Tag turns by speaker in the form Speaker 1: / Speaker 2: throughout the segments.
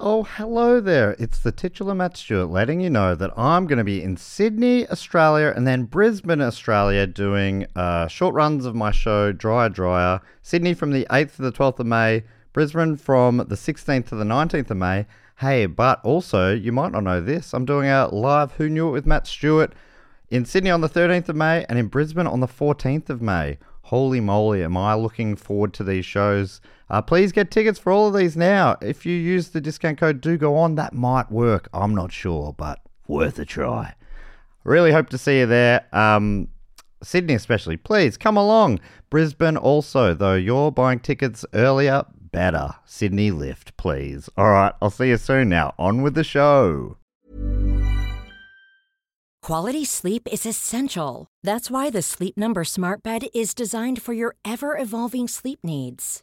Speaker 1: Oh, hello there. It's the titular Matt Stewart letting you know that I'm going to be in Sydney, Australia, and then Brisbane, Australia, doing uh, short runs of my show, Dryer Dryer. Sydney from the 8th to the 12th of May, Brisbane from the 16th to the 19th of May. Hey, but also, you might not know this, I'm doing a live Who Knew It with Matt Stewart in Sydney on the 13th of May and in Brisbane on the 14th of May. Holy moly, am I looking forward to these shows. Uh, please get tickets for all of these now. If you use the discount code do go on, that might work. I'm not sure, but worth a try. Really hope to see you there. Um, Sydney, especially, please come along. Brisbane, also, though you're buying tickets earlier, better. Sydney lift, please. All right, I'll see you soon now. On with the show.
Speaker 2: Quality sleep is essential. That's why the Sleep Number Smart Bed is designed for your ever evolving sleep needs.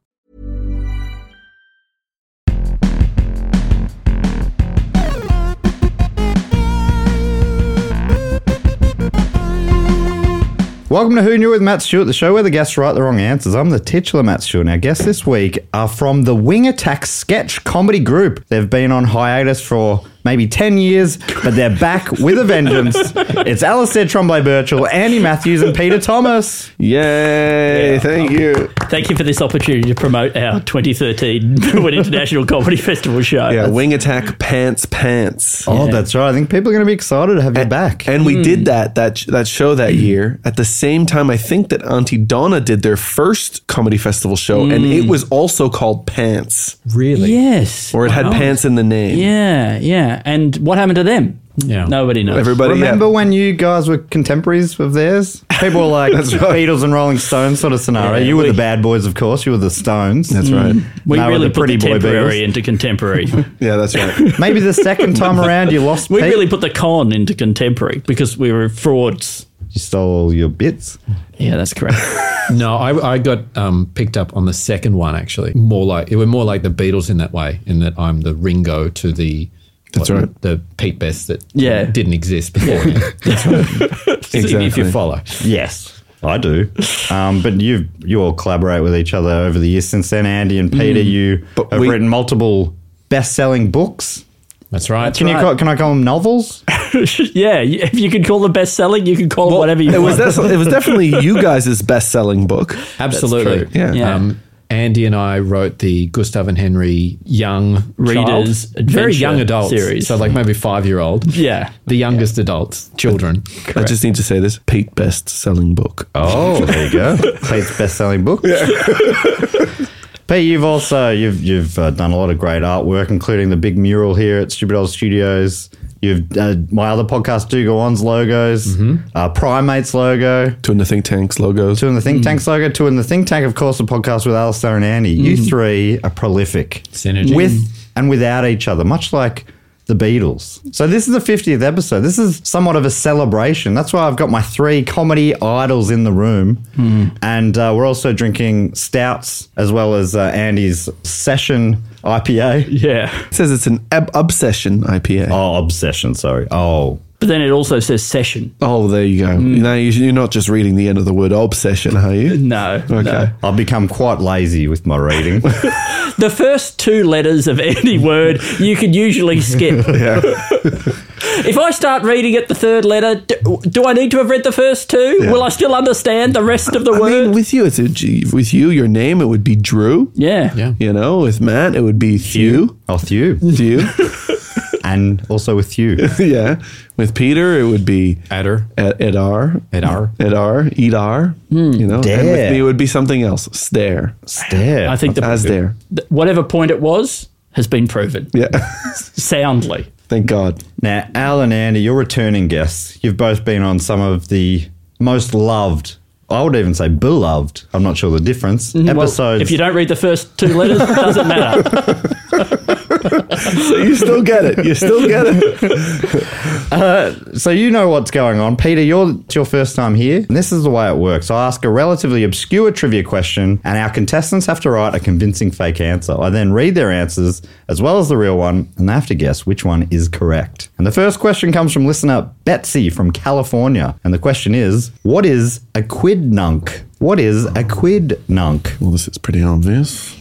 Speaker 1: Welcome to Who Knew with Matt Stewart, the show where the guests write the wrong answers. I'm the titular Matt Stewart. Now, guests this week are from the Wing Attack Sketch Comedy Group. They've been on hiatus for maybe 10 years, but they're back with a vengeance. It's Alistair Tremblay Birchall, Andy Matthews, and Peter Thomas.
Speaker 3: Yay! Thank you.
Speaker 4: Thank you for this opportunity to promote our 2013 Melbourne International Comedy Festival show.
Speaker 3: Yeah, wing attack, pants, pants.
Speaker 1: Oh, that's right. I think people are going to be excited to have you back.
Speaker 3: And we
Speaker 4: Hmm.
Speaker 3: did that that that show that year at the same time. I think that Auntie Donna did their first comedy festival show, and
Speaker 4: Hmm.
Speaker 3: it was also called Pants,
Speaker 5: Really?
Speaker 4: Yes.
Speaker 3: or it had
Speaker 4: Wow.
Speaker 3: pants in the name.
Speaker 4: Yeah, yeah. And what happened to them?
Speaker 5: Yeah.
Speaker 4: Nobody knows.
Speaker 3: Everybody yeah.
Speaker 1: Remember when you guys were contemporaries of theirs? People were like Beatles and Rolling Stones sort of scenario. you were the bad boys, of course. You were the Stones. Mm. That's right.
Speaker 4: We really put
Speaker 1: pretty boy
Speaker 4: contemporary
Speaker 1: Beatles.
Speaker 4: into contemporary.
Speaker 3: Yeah, that's right.
Speaker 1: Maybe the second time around, you lost.
Speaker 4: we
Speaker 1: Pete.
Speaker 4: really put the con into contemporary because we were frauds.
Speaker 1: You stole all your bits.
Speaker 4: Yeah, that's correct.
Speaker 5: No, I, I got um, picked up on the second one actually. More like it were more like the Beatles in that way, in that I'm the Ringo to the
Speaker 3: That's right.
Speaker 5: the Pete Best that
Speaker 4: Yeah.
Speaker 5: didn't exist before. If you
Speaker 3: Exactly.
Speaker 5: follow,
Speaker 1: Yes, I do. Um, but you you all collaborate with each other over the years since then. Andy and Peter, you
Speaker 3: But
Speaker 1: have
Speaker 3: we-
Speaker 1: written multiple best selling books.
Speaker 5: that's right.
Speaker 1: Can you call, can I call them novels?
Speaker 4: yeah, y- if you could call it best selling, you could call it whatever you
Speaker 3: It was
Speaker 4: want.
Speaker 3: that's, it was definitely you guys' best selling book.
Speaker 5: Absolutely.
Speaker 3: true. Yeah.
Speaker 4: Yeah.
Speaker 5: Um, Andy and I wrote the Gustav and Henry young
Speaker 4: Readers
Speaker 5: child, very
Speaker 4: Adventure
Speaker 5: young adults
Speaker 4: series.
Speaker 5: So like maybe five year old.
Speaker 4: Yeah.
Speaker 5: The youngest adults, children.
Speaker 3: I just need to say this: Pete best selling book.
Speaker 1: Oh, there you go. Pete's best-selling book. Pete, you've also you've you've uh, done a lot of great artwork, including the big mural here at Stupid Old Studios. You've uh, my other podcast, Do Go On's logos, uh, Primates logo,
Speaker 3: Two in the think tanks logos.
Speaker 1: Two in the
Speaker 4: Hmm.
Speaker 1: Think Tank's logo, Two in the Think Tank, of course, a podcast with Alistair and Andy. You
Speaker 4: Hmm.
Speaker 1: three are prolific,
Speaker 5: Synergy.
Speaker 1: with and without each other, much like. The Beatles. So this is the 50th episode. This is somewhat of a celebration. That's why I've got my three comedy idols in the room,
Speaker 4: Hmm.
Speaker 1: and uh, we're also drinking stouts as well as uh, Andy's session IPA.
Speaker 4: yeah.
Speaker 3: It says it's an ab- obsession IPA.
Speaker 1: Oh, obsession. Sorry. Oh,
Speaker 4: But then it also says session.
Speaker 3: Oh, there you go. Now you- you're not just reading the end of the word obsession, are you?
Speaker 4: No. No.
Speaker 3: Okay.
Speaker 1: I've become quite lazy with my reading.
Speaker 4: The first two letters of any word you could usually skip. if I start reading at the third letter, do, do I need to have read the first two? Will I still understand the rest of the
Speaker 3: I
Speaker 4: word?
Speaker 3: mean, with you, it's a G. With you, your name it would be Drew.
Speaker 4: yeah.
Speaker 5: Yeah.
Speaker 3: You know, with Matt, it would be Thew.
Speaker 1: Oh, with you,
Speaker 3: Thew.
Speaker 1: and also with you.
Speaker 3: yeah. With Peter, it would be
Speaker 5: Adder.
Speaker 3: Ed- Edar.
Speaker 5: Edar.
Speaker 3: Edar. Edar. You know, and
Speaker 1: Dare.
Speaker 3: with me, it would be something else. Stare.
Speaker 1: Stare.
Speaker 4: I think the,
Speaker 3: As there.
Speaker 4: th- whatever point it was has been proven
Speaker 3: Yeah.
Speaker 4: soundly.
Speaker 3: Thank God.
Speaker 1: Now, Al and Andy, you're returning guests. You've both been on some of the most loved I would even say beloved. I'm not sure the difference. Episodes.
Speaker 4: Mm-hmm. If you don't read the first two letters, it doesn't matter.
Speaker 3: So you still get it. You still get it.
Speaker 1: so you know what's going on, Peter. You're it's your first time here, and this is the way it works. I ask a relatively obscure trivia question, and our contestants have to write a convincing fake answer. I then read their answers as well as the real one, and they have to guess which one is correct. And the first question comes from listener Betsy from California, and the question is: What is a quidnunc? What is a quidnunc?
Speaker 3: Well, this is pretty obvious.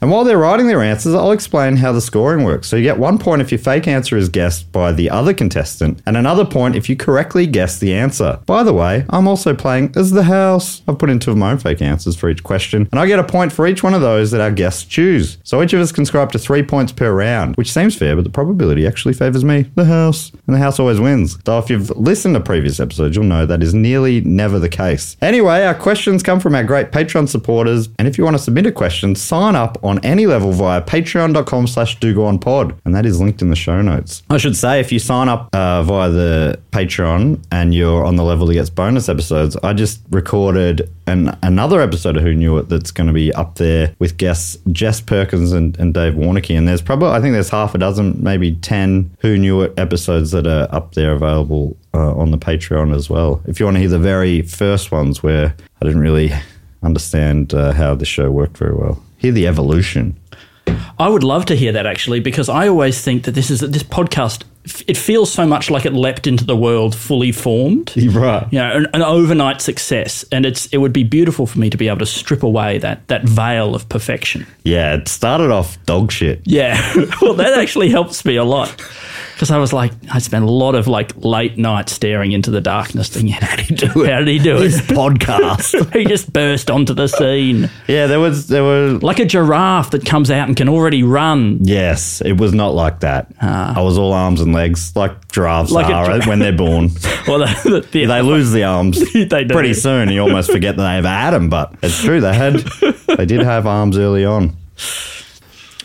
Speaker 1: And while they're writing their answers, I'll explain how the scoring works. So you get one point if your fake answer is guessed by the other contestant, and another point if you correctly guess the answer. By the way, I'm also playing as the house. I've put in two of my own fake answers for each question, and I get a point for each one of those that our guests choose. So each of us can score up to three points per round, which seems fair, but the probability actually favours me, the house. And the house always wins. Though if you've listened to previous episodes, you'll know that is nearly never the case. Anyway, our questions come from our great Patreon supporters, and if you want to submit a question, sign up on any level via patreon.com slash dogonpod, and that is linked in the show notes. I should say, if you sign up uh, via the Patreon and you're on the level that gets bonus episodes, I just recorded an, another episode of Who Knew It that's going to be up there with guests Jess Perkins and, and Dave Warnicky, and there's probably, I think there's half a dozen, maybe 10 Who Knew It episodes that are up there available uh, on the Patreon as well. If you want to hear the very first ones where I didn't really understand uh, how the show worked very well. Hear the evolution.
Speaker 4: I would love to hear that actually, because I always think that this is this podcast. f- It feels so much like it leapt into the world fully formed.
Speaker 1: Right.
Speaker 4: you know, an, an overnight success, and it's it would be beautiful for me to be able to strip away that that veil of perfection.
Speaker 1: Yeah, it started off dog shit.
Speaker 4: Yeah, well, that actually helps me a lot because I was like, I spent a lot of like late night staring into the darkness, thinking, how did he do it? How did he do
Speaker 1: This
Speaker 4: it?
Speaker 1: podcast.
Speaker 4: he just burst onto the scene
Speaker 1: yeah, there was there were
Speaker 4: like a giraffe that comes out and can already run.
Speaker 1: yes, it was not like that. I was all arms and legs, like giraffes
Speaker 4: Ah. Like a
Speaker 1: are
Speaker 4: gi-
Speaker 1: when they're born.
Speaker 4: Well, the, the,
Speaker 1: they lose the arms
Speaker 4: They do.
Speaker 1: pretty soon. You almost forget that they ever had them, but it's true they had. they did have arms early on.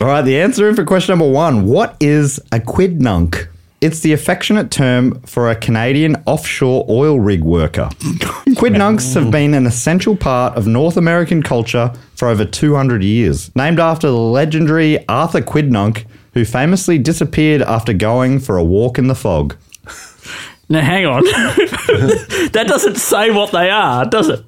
Speaker 1: All right, the answer in for question number one: What is a quidnunc? It's the affectionate term for a Canadian offshore oil rig worker. Quidnuncs have been an essential part of North American culture for over 200 years. Named after the legendary Arthur Quidnunc, who famously disappeared after going for a walk in the fog.
Speaker 4: now, hang on, that doesn't say what they are, does it?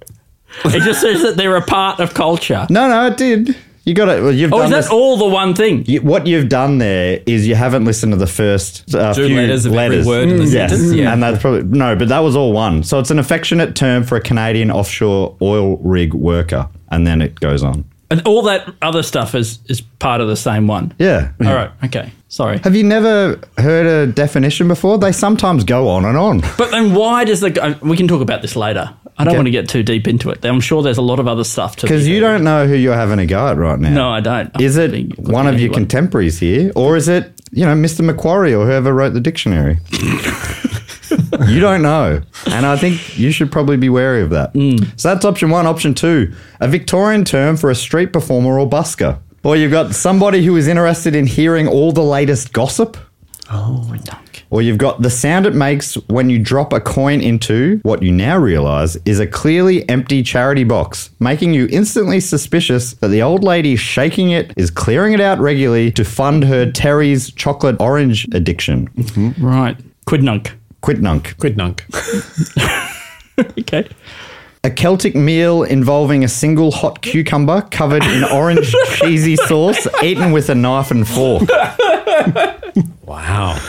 Speaker 4: It just says that they're a part of culture.
Speaker 1: No, no, it did. You got it. Well, you've
Speaker 4: Oh,
Speaker 1: done
Speaker 4: is that
Speaker 1: this-
Speaker 4: all the one thing?
Speaker 1: You- what you've done there is you haven't listened to the first uh,
Speaker 5: Two
Speaker 1: few Mm.
Speaker 5: letters of every word in the
Speaker 1: yes.
Speaker 5: sentence, yeah.
Speaker 1: and that's probably no, but that was all one. So it's an affectionate term for a Canadian offshore oil rig worker, and then it goes on.
Speaker 4: And all that other stuff is is part of the same one.
Speaker 1: Yeah.
Speaker 4: All right. Okay. Sorry.
Speaker 1: Have you never heard a definition before? They sometimes go on and on.
Speaker 4: But then why does the guy- we can talk about this later. I don't
Speaker 1: Okay.
Speaker 4: want to get too deep into it. I'm sure there's a lot of other stuff to
Speaker 1: Because you don't know who you're having a go at right now.
Speaker 4: No, I don't.
Speaker 1: Is
Speaker 4: I'm
Speaker 1: it
Speaker 4: being-
Speaker 1: one of your
Speaker 4: anyway.
Speaker 1: contemporaries here, or is it you know Mr. Macquarie or whoever wrote the dictionary? you don't know, and I think you should probably be wary of that. So that's option one. Option two, a Victorian term for a street performer or busker. Or you've got somebody who is interested in hearing all the latest gossip.
Speaker 4: Oh,
Speaker 1: Or you've got the sound it makes when you drop a coin into what you now realize is a clearly empty charity box, making you instantly suspicious that the old lady shaking it is clearing it out regularly to fund her Terry's chocolate orange addiction.
Speaker 4: Right. Quidnunc.
Speaker 1: Quidnunc.
Speaker 5: Quid nunk.
Speaker 4: Okay.
Speaker 1: A Celtic meal involving a single hot cucumber covered in orange cheesy sauce, eaten with a knife and fork.
Speaker 5: Wow.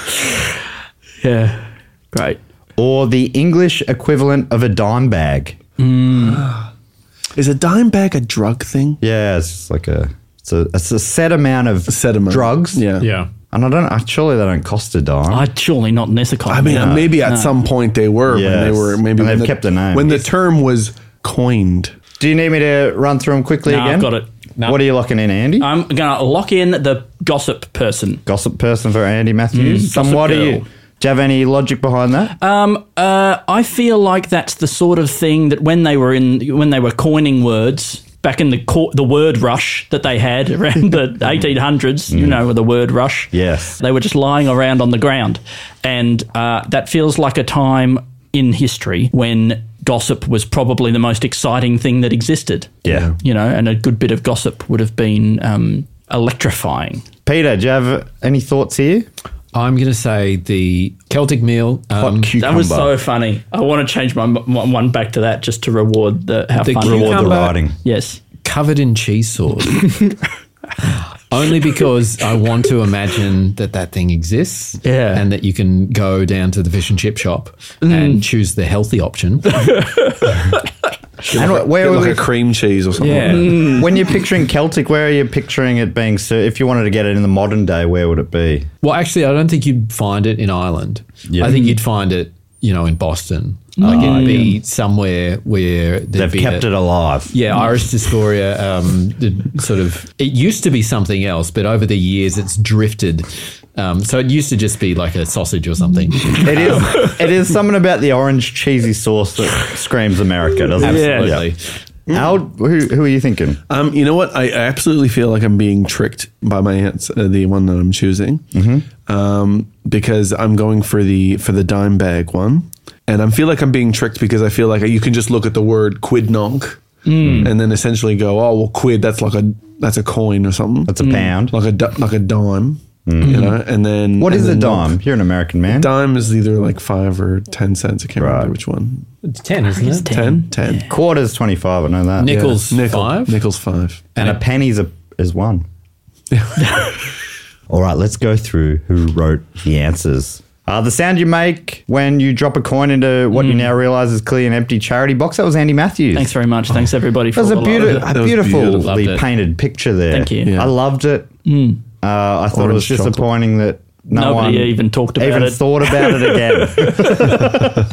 Speaker 4: Yeah. Great.
Speaker 1: Or the English equivalent of a dime bag.
Speaker 3: Is a dime bag a drug thing?
Speaker 1: Yeah, it's just like a it's a it's a set amount of
Speaker 3: set amount.
Speaker 1: drugs.
Speaker 3: Yeah.
Speaker 5: Yeah.
Speaker 1: and I don't I- surely they don't cost a dime.
Speaker 4: I surely not in this economy.
Speaker 3: I mean, maybe at some point they were when
Speaker 1: Yes.
Speaker 3: they were maybe
Speaker 1: And
Speaker 3: when
Speaker 1: they've kept the name.
Speaker 3: when the term was coined.
Speaker 1: Do you need me to run through them quickly
Speaker 4: No, I've
Speaker 1: again?
Speaker 4: got it. Uh, No.
Speaker 1: What are you locking in, Andy?
Speaker 4: I'm gonna lock in the gossip person.
Speaker 1: Gossip person for Andy Matthews.
Speaker 4: Mm, gossip
Speaker 1: Somewhat. Do you,
Speaker 4: girl.
Speaker 1: do you have any logic behind that?
Speaker 4: Um, uh, I feel like that's the sort of thing that when they were in when they were coining words back in the co- the word rush that they had around the 1800s, you know, with the word rush.
Speaker 1: Yes.
Speaker 4: they were just lying around on the ground, and uh, that feels like a time in history when gossip was probably the most exciting thing that existed.
Speaker 1: Yeah.
Speaker 4: You know, and a good bit of gossip would have been um, electrifying.
Speaker 1: Peter, do you have any thoughts here?
Speaker 5: I'm going to say the Celtic meal. Um,
Speaker 3: Hot cucumber.
Speaker 4: That was so funny. I want to change my, m- m- one back to that just to reward the how
Speaker 5: The
Speaker 4: fun
Speaker 5: cucumber-
Speaker 4: reward.
Speaker 5: Reward the
Speaker 1: writing.
Speaker 4: Yes.
Speaker 5: covered in cheese sauce. Only because I want to imagine that that thing exists,
Speaker 4: Yeah.
Speaker 5: and that you can go down to the fish and chip shop and choose the healthy option.
Speaker 1: And wh-
Speaker 3: Get
Speaker 1: where
Speaker 3: like
Speaker 1: were
Speaker 3: a cream cheese or something. Mm-hmm.
Speaker 5: Yeah,
Speaker 4: Mm.
Speaker 1: we, when you're picturing Celtic, where are you picturing it being? So, if you wanted to get it in the modern day, where would it be?
Speaker 5: well, actually, I don't think you'd find it in Ireland.
Speaker 1: Yeah.
Speaker 5: I think you'd find it, you know, in Boston. Like it'd be somewhere where
Speaker 1: They've kept it alive.
Speaker 5: Yeah, Irish dysphoria. Um, the sort of it used to be something else, but over the years it's drifted. Um, so it used to just be like a sausage or something.
Speaker 1: It is. it is something about the orange cheesy sauce that screams America, doesn't
Speaker 5: Absolutely.
Speaker 1: it? Yeah. Al, who, who are you thinking?
Speaker 3: Um, you know what? I I absolutely feel like I'm being tricked by my answer, uh, the one that I'm choosing,
Speaker 1: Mm-hmm.
Speaker 3: um, because I'm going for the for the dime bag one, and I feel like I'm being tricked because I feel like you can just look at the word quidnunc and then essentially go, oh well, quid that's like a that's a coin or something,
Speaker 1: That's a pound.
Speaker 3: like a di- like a dime, you know, and then
Speaker 1: Mm-hmm. What
Speaker 3: and
Speaker 1: is a
Speaker 3: then
Speaker 1: dime?
Speaker 3: nunc.
Speaker 1: You're an American man.
Speaker 3: Dime is either like five or ten cents. I can't
Speaker 1: Right.
Speaker 3: remember which one.
Speaker 5: It's 10, isn't it?
Speaker 3: Ten, ten.
Speaker 1: Quarters twenty five. I know that.
Speaker 5: Nick- Nickel's five?
Speaker 3: Nickel's five.
Speaker 1: and a penny's a, is one. All right, let's go through who wrote the answers. Uh, the sound you make when you drop a coin into what you now realize is clearly an empty charity box. That was Andy Matthews.
Speaker 4: Thanks very much. Thanks everybody
Speaker 1: That
Speaker 4: for
Speaker 1: was a,
Speaker 4: all the love.
Speaker 1: beautiful, a
Speaker 3: That was beautiful.
Speaker 1: beautifully
Speaker 5: Loved it.
Speaker 1: painted picture there.
Speaker 4: Thank you. Mm.
Speaker 3: Yeah.
Speaker 1: I loved it. Uh, I thought it was
Speaker 3: Orange chocolate.
Speaker 1: disappointing that no
Speaker 4: Nobody
Speaker 1: one
Speaker 4: even talked about
Speaker 1: even
Speaker 4: it.
Speaker 1: thought about it again.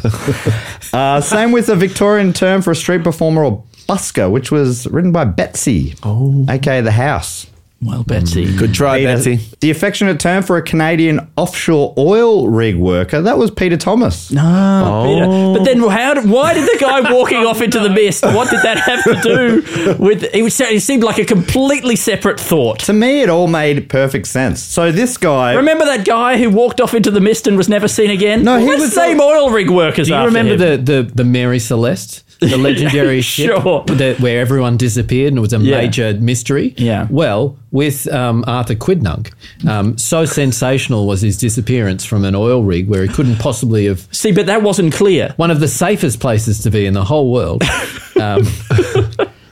Speaker 1: uh, same with the Victorian term for a street performer or busker, which was written by Betsy, oh. aka the House.
Speaker 4: Well, Betsy.
Speaker 3: Good try,
Speaker 1: Peter-
Speaker 3: Betsy.
Speaker 1: The affectionate term for a Canadian offshore oil rig worker that was Peter Thomas.
Speaker 4: Peter. But then, how? Did, why did the guy walking off into the mist? What did that have to do with? It, was, it seemed like a completely separate thought.
Speaker 1: To me, it all made perfect sense. So this guy.
Speaker 4: Remember that guy who walked off into the mist and was never seen again?
Speaker 1: No, he
Speaker 4: We're the
Speaker 1: was- uh,
Speaker 4: same oil rig workers.
Speaker 5: Do you remember the, the, the Mary Celeste? The legendary ship
Speaker 4: Sure.
Speaker 5: that, where everyone disappeared and it was a
Speaker 4: Yeah.
Speaker 5: major mystery.
Speaker 4: Yeah.
Speaker 5: Well, with um, Arthur Quidnunc, um, so sensational was his disappearance from an oil rig where he couldn't possibly have
Speaker 4: See, but that wasn't clear.
Speaker 5: one of the safest places to be in the whole world.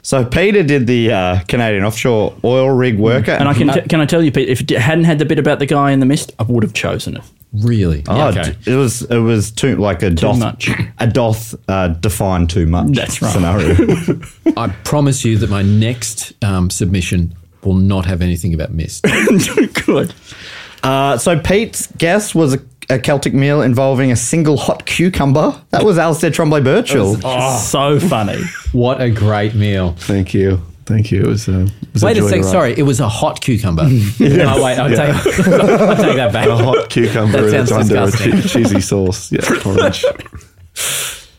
Speaker 1: So Peter did the uh, Canadian offshore oil rig worker,
Speaker 4: And I can t- can I tell you, Pete, if it hadn't had the bit about the guy in the mist, I would have chosen it.
Speaker 5: Really?
Speaker 1: Oh,
Speaker 5: okay.
Speaker 1: d- it was it was too like a doth
Speaker 4: much.
Speaker 1: a doth uh, define too much.
Speaker 4: That's right.
Speaker 1: Scenario.
Speaker 5: I promise you that my next um, submission will not have anything about mist.
Speaker 4: Good.
Speaker 1: uh, so Pete's guess was a, a Celtic meal involving a single hot cucumber. That was Alistair Tremblay Birchall.
Speaker 4: So funny.
Speaker 5: what a great meal.
Speaker 3: Thank you. Thank you. It was a, it was
Speaker 5: Wait a
Speaker 3: joy to
Speaker 5: sec.
Speaker 3: write.
Speaker 5: Sorry, it was a hot cucumber. Oh, wait, I'll, take, I'll take that back.
Speaker 3: Hot cucumber
Speaker 5: That
Speaker 3: that's
Speaker 5: sounds
Speaker 3: under a
Speaker 5: disgusting.
Speaker 3: che- cheesy sauce. Yeah, orange.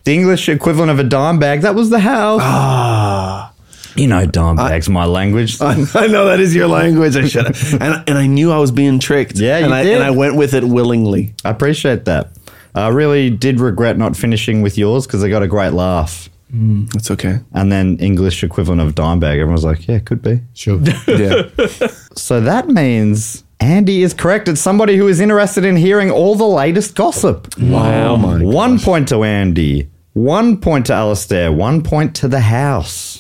Speaker 1: The English equivalent of a dime bag. That was the house. Ah. You know, dime bags, my language.
Speaker 3: I know that is your language. I should. And and I knew I was being tricked.
Speaker 1: Yeah, you
Speaker 3: and I,
Speaker 1: did.
Speaker 3: And I went with it willingly.
Speaker 1: I appreciate that. I really did regret not finishing with yours because I got a great laugh.
Speaker 3: That's okay.
Speaker 1: And then English equivalent of dime bag. Everyone was like, yeah, could be.
Speaker 5: Sure.
Speaker 3: Yeah.
Speaker 1: So that means Andy is correct. It's somebody who is interested in hearing all the latest gossip.
Speaker 3: Wow. my
Speaker 1: One point to Andy, one point to Alistair, one point to the house.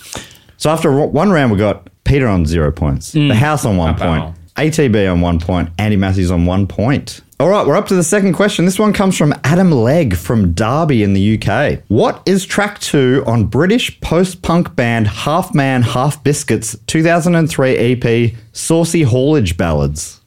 Speaker 1: So after ro- one round, we got Peter on zero points, the house on one point, ATB on one point, Andy Matthews on one point. All right, we're up to the second question. This one comes from Adam Legg from Derby in the UK. What is track two on British post punk band Half Man, Half Biscuits 2003 EP E Saucy Haulage Ballads?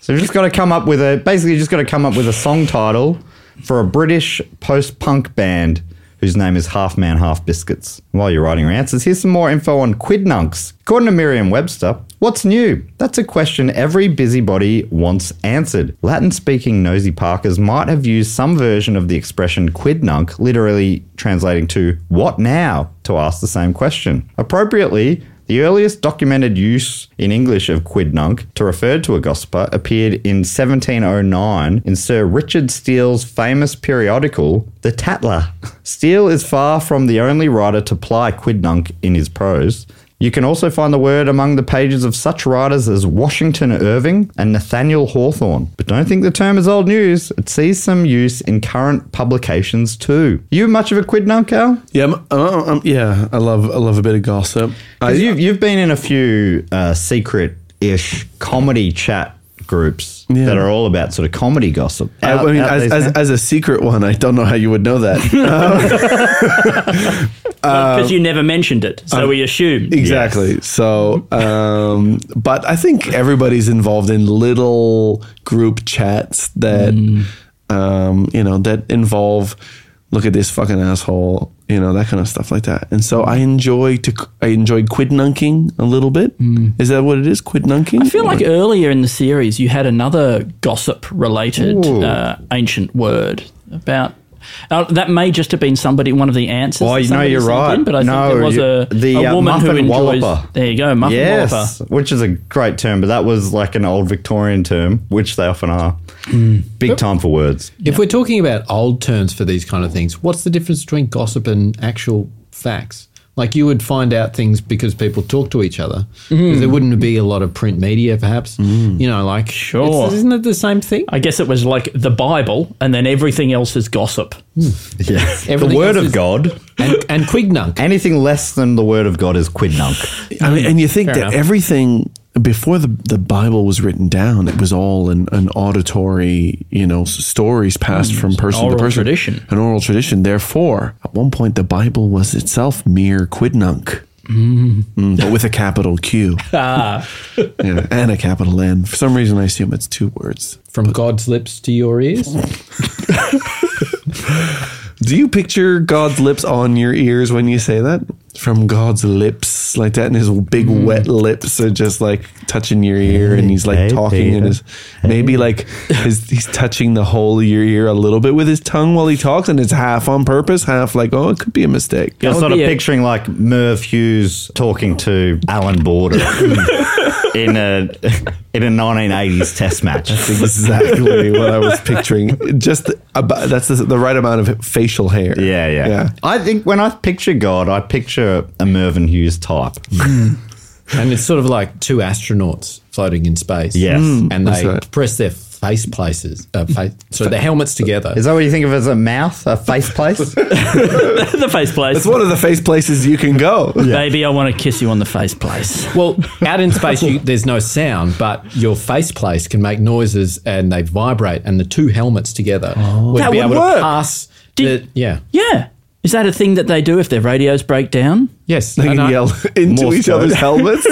Speaker 1: So you've just got to come up with a basically you've just got to come up with a song title for a British post-punk band whose name is Half Man Half Biscuits. While you're writing your answers, here's some more info on quidnuncs. According to Merriam-Webster, what's new? That's a question every busybody wants answered. Latin-speaking nosy parkers might have used some version of the expression quidnunc, literally translating to what now, to ask the same question. Appropriately, The earliest documented use in English of quidnunc to refer to a gossiper appeared in 1709 in Sir Richard Steele's famous periodical, The Tatler. Steele is far from the only writer to ply quidnunc in his prose. You can also find the word among the pages of such writers as Washington Irving and Nathaniel Hawthorne. But don't think the term is old news. It sees some use in current publications too. You much of a quidnunc, Cal?
Speaker 3: Yeah, um, uh, um, yeah. I love I love a bit of gossip. I,
Speaker 1: 'Cause you've, you've been in a few uh, secret ish comedy chat groups that are all about sort of comedy gossip.
Speaker 3: I,
Speaker 1: Out-
Speaker 3: I mean,
Speaker 1: out
Speaker 3: as,
Speaker 1: these
Speaker 3: as,
Speaker 1: days.
Speaker 3: as a secret one, I don't know how you would know that.
Speaker 1: Um,
Speaker 4: Because you never mentioned it, so we assumed.
Speaker 3: exactly. So, um, but I think everybody's involved in little group chats that,
Speaker 4: Mm.
Speaker 3: um, you know, that involve, look at this fucking asshole, you know, that kind of stuff like that. And so I enjoy to, I enjoy quidnunking a little bit. Is that what it is? Quidnunking?
Speaker 4: Mm. I feel like earlier in the series you had another gossip-related
Speaker 1: Ooh.
Speaker 4: uh, ancient word about. Uh, that may just have been somebody, one of the answers.
Speaker 1: Oh,
Speaker 4: that
Speaker 1: you know,
Speaker 4: somebody
Speaker 1: you're
Speaker 4: sent
Speaker 1: right.
Speaker 4: in, but I
Speaker 1: No,
Speaker 4: think there was
Speaker 1: you-
Speaker 4: a,
Speaker 1: the,
Speaker 4: a
Speaker 1: uh,
Speaker 4: woman who
Speaker 1: muffin
Speaker 4: enjoys.
Speaker 1: walloper.
Speaker 4: There you go, muffin walloper.
Speaker 1: Yes, which is a great term, but that was like an old Victorian term, which they often are.
Speaker 3: Hmm.
Speaker 1: Big time for words.
Speaker 5: If we're talking about old terms for these kind of things, what's the difference between gossip and actual facts? Like you would find out things because people talk to each other. 'cause There wouldn't be a lot of print media, perhaps. You know, like
Speaker 4: Sure.
Speaker 5: it's- isn't it the same thing?
Speaker 4: I guess it was like the Bible, and then everything else is gossip.
Speaker 1: Yes.
Speaker 5: Everything
Speaker 1: the word
Speaker 5: else
Speaker 1: of
Speaker 5: is-
Speaker 1: God.
Speaker 5: And, and quidnunc.
Speaker 1: Anything less than the word of God is quidnunc.
Speaker 3: I mean, and you think
Speaker 4: Mm, Fair
Speaker 3: that
Speaker 4: enough.
Speaker 3: everything before the, the Bible was written down, it was all an, an auditory, you know, s- stories passed from person
Speaker 4: Mm, oral
Speaker 3: to person.
Speaker 4: tradition.
Speaker 3: An oral tradition. Therefore, at one point, the Bible was itself mere quidnunc. Mm, but with a capital Q
Speaker 4: Ah.
Speaker 3: Yeah, and a capital N. For some reason, I assume it's two words.
Speaker 5: From God's lips to your ears.
Speaker 3: Do you picture God's lips on your ears when you say that? From God's lips, like that, and his big wet lips are just like touching your ear, and he's like
Speaker 1: Hmm. Hey,
Speaker 3: talking, and
Speaker 1: Peter.
Speaker 3: his maybe like his, he's touching the whole of your ear a little bit with his tongue while he talks, and it's half on purpose, half like oh, it could be a mistake.
Speaker 1: You're
Speaker 4: would
Speaker 1: sort of
Speaker 4: be a-
Speaker 1: picturing like Merv Hughes talking to Alan Border in a in a 1980s test match.
Speaker 3: Exactly what I was picturing. Just about that's the, the right amount of facial hair.
Speaker 1: Yeah, yeah, I think when I picture God, I picture a Mervyn Hughes type.
Speaker 5: And it's sort of like two astronauts floating in space.
Speaker 1: Yes. Mm,
Speaker 5: and they
Speaker 3: right.
Speaker 5: press their face places, uh, face, so their helmets together.
Speaker 1: Is that what you think of as a mouth, a face place?
Speaker 4: the face place.
Speaker 3: It's one of the face places you can go.
Speaker 4: Baby, I want to kiss you on the face place.
Speaker 5: Well, out in space, you, there's no sound, but your faceplates can make noises and they vibrate, and the two helmets together would
Speaker 4: That
Speaker 5: be
Speaker 4: would
Speaker 5: able
Speaker 4: work.
Speaker 5: to pass.
Speaker 4: Did-
Speaker 5: the, yeah.
Speaker 4: Yeah. Is that a thing that they do if their radios break down?
Speaker 5: Yes.
Speaker 3: They
Speaker 5: and,
Speaker 3: can
Speaker 5: I,
Speaker 3: yell into
Speaker 1: Morse
Speaker 3: each
Speaker 1: code.
Speaker 3: other's helmets.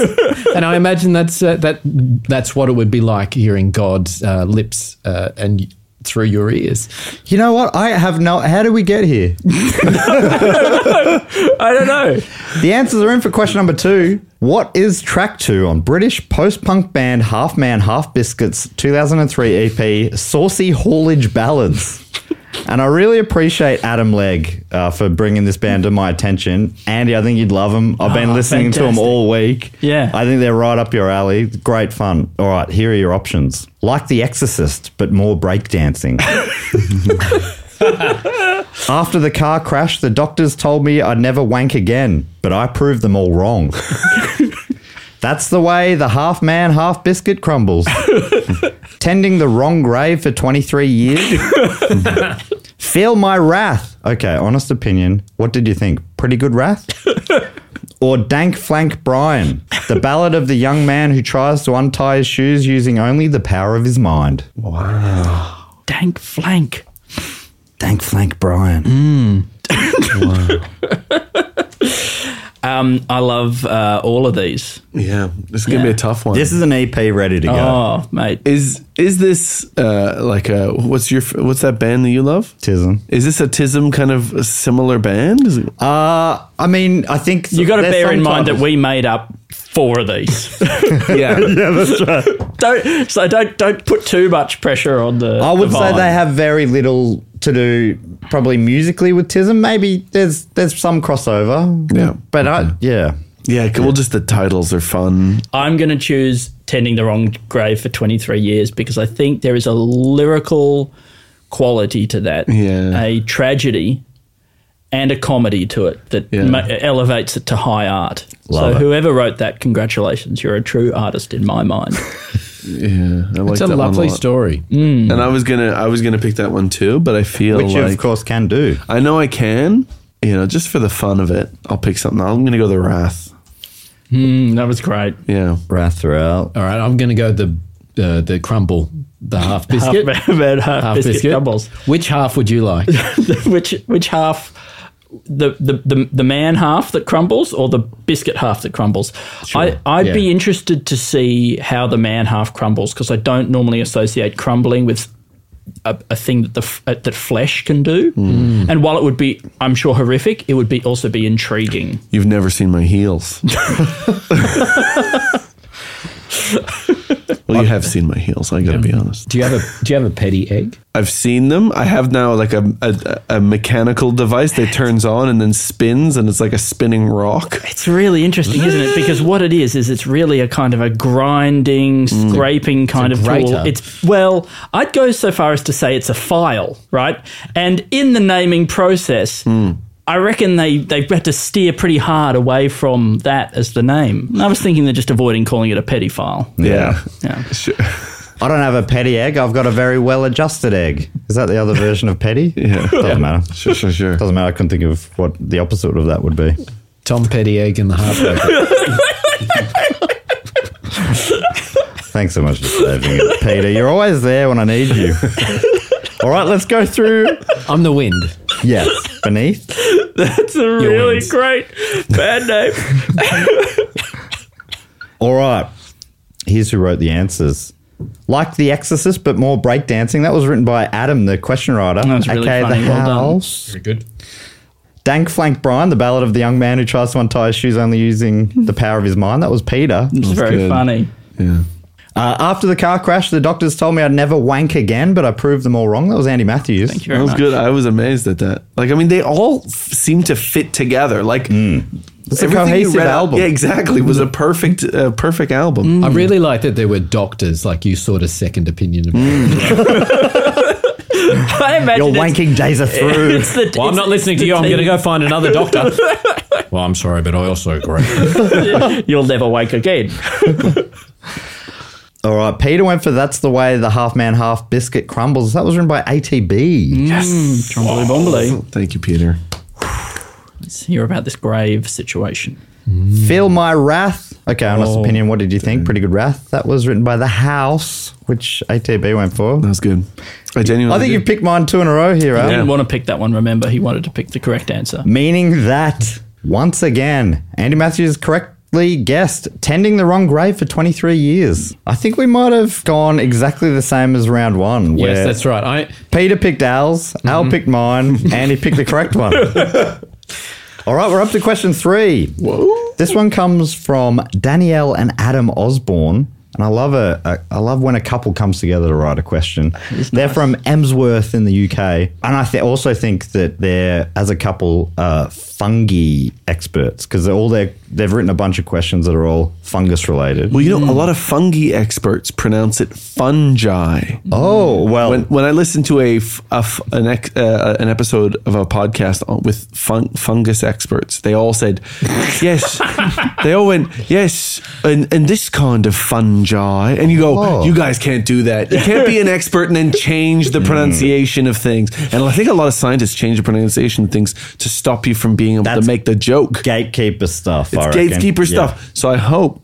Speaker 5: and I imagine that's uh, that that's what it would be like hearing God's uh, lips uh, and through your ears.
Speaker 1: you know what? I have no. How do we get here?
Speaker 4: I don't know.
Speaker 1: The answers are in for question number two. What is track two on British post punk band Half Man Half Biscuits 2003 EP E Saucy Haulage Ballads? And I really appreciate Adam Legg uh, for bringing this band to my attention. Andy, I think you'd love them. I've been
Speaker 4: Ah,
Speaker 1: listening to them
Speaker 4: fantastic.
Speaker 1: all week.
Speaker 4: Yeah.
Speaker 1: I think they're right up your alley. Great fun. All right, here are your options. Like The Exorcist, but more breakdancing. After the car crash, the doctors told me I'd never wank again, but I proved them all wrong. That's the way the half man, half biscuit crumbles. Tending the wrong grave for 23 years. Feel my wrath. Okay, honest opinion. What did you think? Pretty good wrath? or Dank Flank Brian, the ballad of the young man who tries to untie his shoes using only the power of his mind.
Speaker 4: Dank flank.
Speaker 1: Dank Flank Brian.
Speaker 4: Mm. Um, I love uh, all of these.
Speaker 3: Yeah, this is gonna be a tough one.
Speaker 1: This is an EP ready to go.
Speaker 4: Oh, mate.
Speaker 3: is is this uh, like a what's your what's that band that you love?
Speaker 1: Tism.
Speaker 3: Is this a Tism kind of a similar band? Is it,
Speaker 1: Uh, I mean, I think
Speaker 4: you got to
Speaker 1: there's
Speaker 4: bear
Speaker 1: some
Speaker 4: in mind that
Speaker 1: titles-
Speaker 4: we made up four of these.
Speaker 3: yeah,
Speaker 4: don't so don't don't put too much pressure on the.
Speaker 1: I would
Speaker 4: the
Speaker 1: say
Speaker 4: vibe.
Speaker 1: they have very little to do, probably musically with Tism. Maybe there's there's some crossover.
Speaker 3: Yeah.
Speaker 1: but I yeah.
Speaker 3: Yeah, c- well, just the titles are fun.
Speaker 4: I'm going to choose Tending the Wrong Grave for 23 years because I think there is a lyrical quality to that,
Speaker 3: Yeah.
Speaker 4: a tragedy and a comedy to it that
Speaker 3: Yeah.
Speaker 4: ma- elevates it to high art.
Speaker 1: Love
Speaker 4: so
Speaker 1: it.
Speaker 4: whoever wrote that, congratulations, you're a true artist in my mind.
Speaker 3: Yeah, I like
Speaker 5: It's a
Speaker 3: that one
Speaker 5: lovely
Speaker 3: lot.
Speaker 5: story.
Speaker 3: And I was gonna, I was gonna pick that one too, but I feel
Speaker 1: Which you,
Speaker 3: like
Speaker 1: of course, can do.
Speaker 3: I know I can. You know, just for the fun of it, I'll pick something. I'm gonna go the Wrath.
Speaker 4: Mm, that was great.
Speaker 3: Yeah,
Speaker 1: Wrath throughout.
Speaker 4: Oh.
Speaker 5: All right, I'm going to go the uh, the crumble, the
Speaker 4: Half,
Speaker 5: half biscuit.
Speaker 4: about half, biscuit, doubles.
Speaker 5: Which half would you like?
Speaker 4: which which half the, the, the, the man half that crumbles or the biscuit half that crumbles. I, I'd
Speaker 5: yeah.
Speaker 4: be interested to see how the man half crumbles because I don't normally associate crumbling with a, a thing that the f- uh, that flesh can do. And while it would be, I'm sure, horrific, it would be also be intriguing.
Speaker 3: you've never seen my heels. well, you have seen my heels. I gotta be honest.
Speaker 5: Do you have a Do you have a petty egg?
Speaker 3: I've seen them. I have now like a, a a mechanical device that turns on and then spins, and it's like a spinning rock.
Speaker 4: It's really interesting, isn't
Speaker 3: Mm.
Speaker 4: it? Because what it is is it's really a kind of a grinding,
Speaker 3: Mm.
Speaker 4: scraping kind of tool.
Speaker 5: grater.
Speaker 4: It's well, I'd go so far as to say it's a file, right? And in the naming process,
Speaker 3: Mm.
Speaker 4: I reckon they they've had to steer pretty hard away from that as the name. I was thinking they're just avoiding calling it a petty file.
Speaker 3: Yeah.
Speaker 4: Yeah.
Speaker 3: Sure.
Speaker 1: I don't have a petty egg. I've got a very well adjusted egg. Is that the other version of petty?
Speaker 3: Yeah.
Speaker 1: Doesn't matter.
Speaker 3: Sure, sure, sure.
Speaker 1: Doesn't matter. I couldn't think of what the opposite of that would be.
Speaker 5: Tom Petty egg and the half biscuit.
Speaker 1: Thanks so much for saving it, Peter. You're always there when I need you. All right, let's go through.
Speaker 5: I'm the wind.
Speaker 1: Yes, beneath.
Speaker 4: It's a really
Speaker 5: wins.
Speaker 4: great bad name.
Speaker 1: All right. Here's who wrote the answers. Like The Exorcist, but more breakdancing. That was written by Adam, the question writer.
Speaker 4: That was really
Speaker 1: aka
Speaker 4: funny.
Speaker 1: The
Speaker 4: Well done.
Speaker 1: House.
Speaker 5: Very good.
Speaker 1: Dank Flank Brian, the ballad of the young man who tries to untie his shoes only using the power of his mind. That was Peter.
Speaker 4: It's very
Speaker 3: good.
Speaker 4: funny.
Speaker 3: Yeah.
Speaker 1: Uh, after the car crash, the doctors told me I'd never wank again, but I proved them all wrong. That was Andy Matthews.
Speaker 4: Thank you
Speaker 3: That
Speaker 4: very
Speaker 3: was
Speaker 4: much.
Speaker 3: good. I was amazed at that. Like, I mean, they all f- seem to fit together. Like,
Speaker 1: It's a cohesive album.
Speaker 3: Yeah, exactly. Was a perfect, uh, perfect album.
Speaker 5: I really like that there were doctors like you sought a second opinion. About.
Speaker 4: I imagine
Speaker 1: Your
Speaker 4: it's-
Speaker 1: wanking days are through.
Speaker 4: It's the,
Speaker 5: Well, I'm
Speaker 4: it's-
Speaker 5: not listening to you. I'm going to go find another doctor. well, I'm sorry, but I also agree.
Speaker 4: You'll never wake again.
Speaker 1: all right, Peter went for That's the Way the Half Man, Half Biscuit Crumbles. That was written by ATB.
Speaker 4: Mm, Trombley Bombly.
Speaker 3: Thank you, Peter.
Speaker 4: hear about this grave situation.
Speaker 1: Feel My Wrath. Okay, honest opinion. What did you think? Pretty good wrath. That was written by The House, which ATB went for.
Speaker 3: That was good. I genuinely.
Speaker 1: I think you
Speaker 3: did.
Speaker 1: picked mine two in a row here, Al.
Speaker 4: I
Speaker 3: Yeah.
Speaker 4: didn't want to pick that one, remember? He wanted to pick the correct answer.
Speaker 1: Meaning that, once again, Andy Matthews correctly guessed tending the wrong grave for 23 years. I think we might have gone exactly the same as round one. Where
Speaker 5: yes, that's right. I
Speaker 1: Peter picked Al's,
Speaker 3: Mm-hmm.
Speaker 1: Al picked mine, and he picked the correct one. All right, we're up to question three. Whoa. This one comes from Danielle and Adam Osborne. And I love a, a I love when a couple comes together to write a question. They're from Emsworth in the UK, and I th- also think that they're as a couple uh, fungi experts because all they they've written a bunch of questions that are all fungus related.
Speaker 3: Well, you know, a lot of fungi experts pronounce it fungi.
Speaker 1: Oh well,
Speaker 3: Mm. When, when I listened to a, f- a f- an, ex, uh, an episode of a podcast on, with fun, fungus experts, they all said yes. they all went yes, and, and this kind of fungi. And you go,
Speaker 1: Oh.
Speaker 3: you guys can't do that. You can't be an expert and then change
Speaker 1: Mm.
Speaker 3: the pronunciation of things. And I think a lot of scientists change the pronunciation of things to stop you from being able
Speaker 1: That's
Speaker 3: to make the joke.
Speaker 1: gatekeeper stuff. I
Speaker 3: It's
Speaker 1: reckon. Mm.
Speaker 3: gatekeeper stuff. So I hope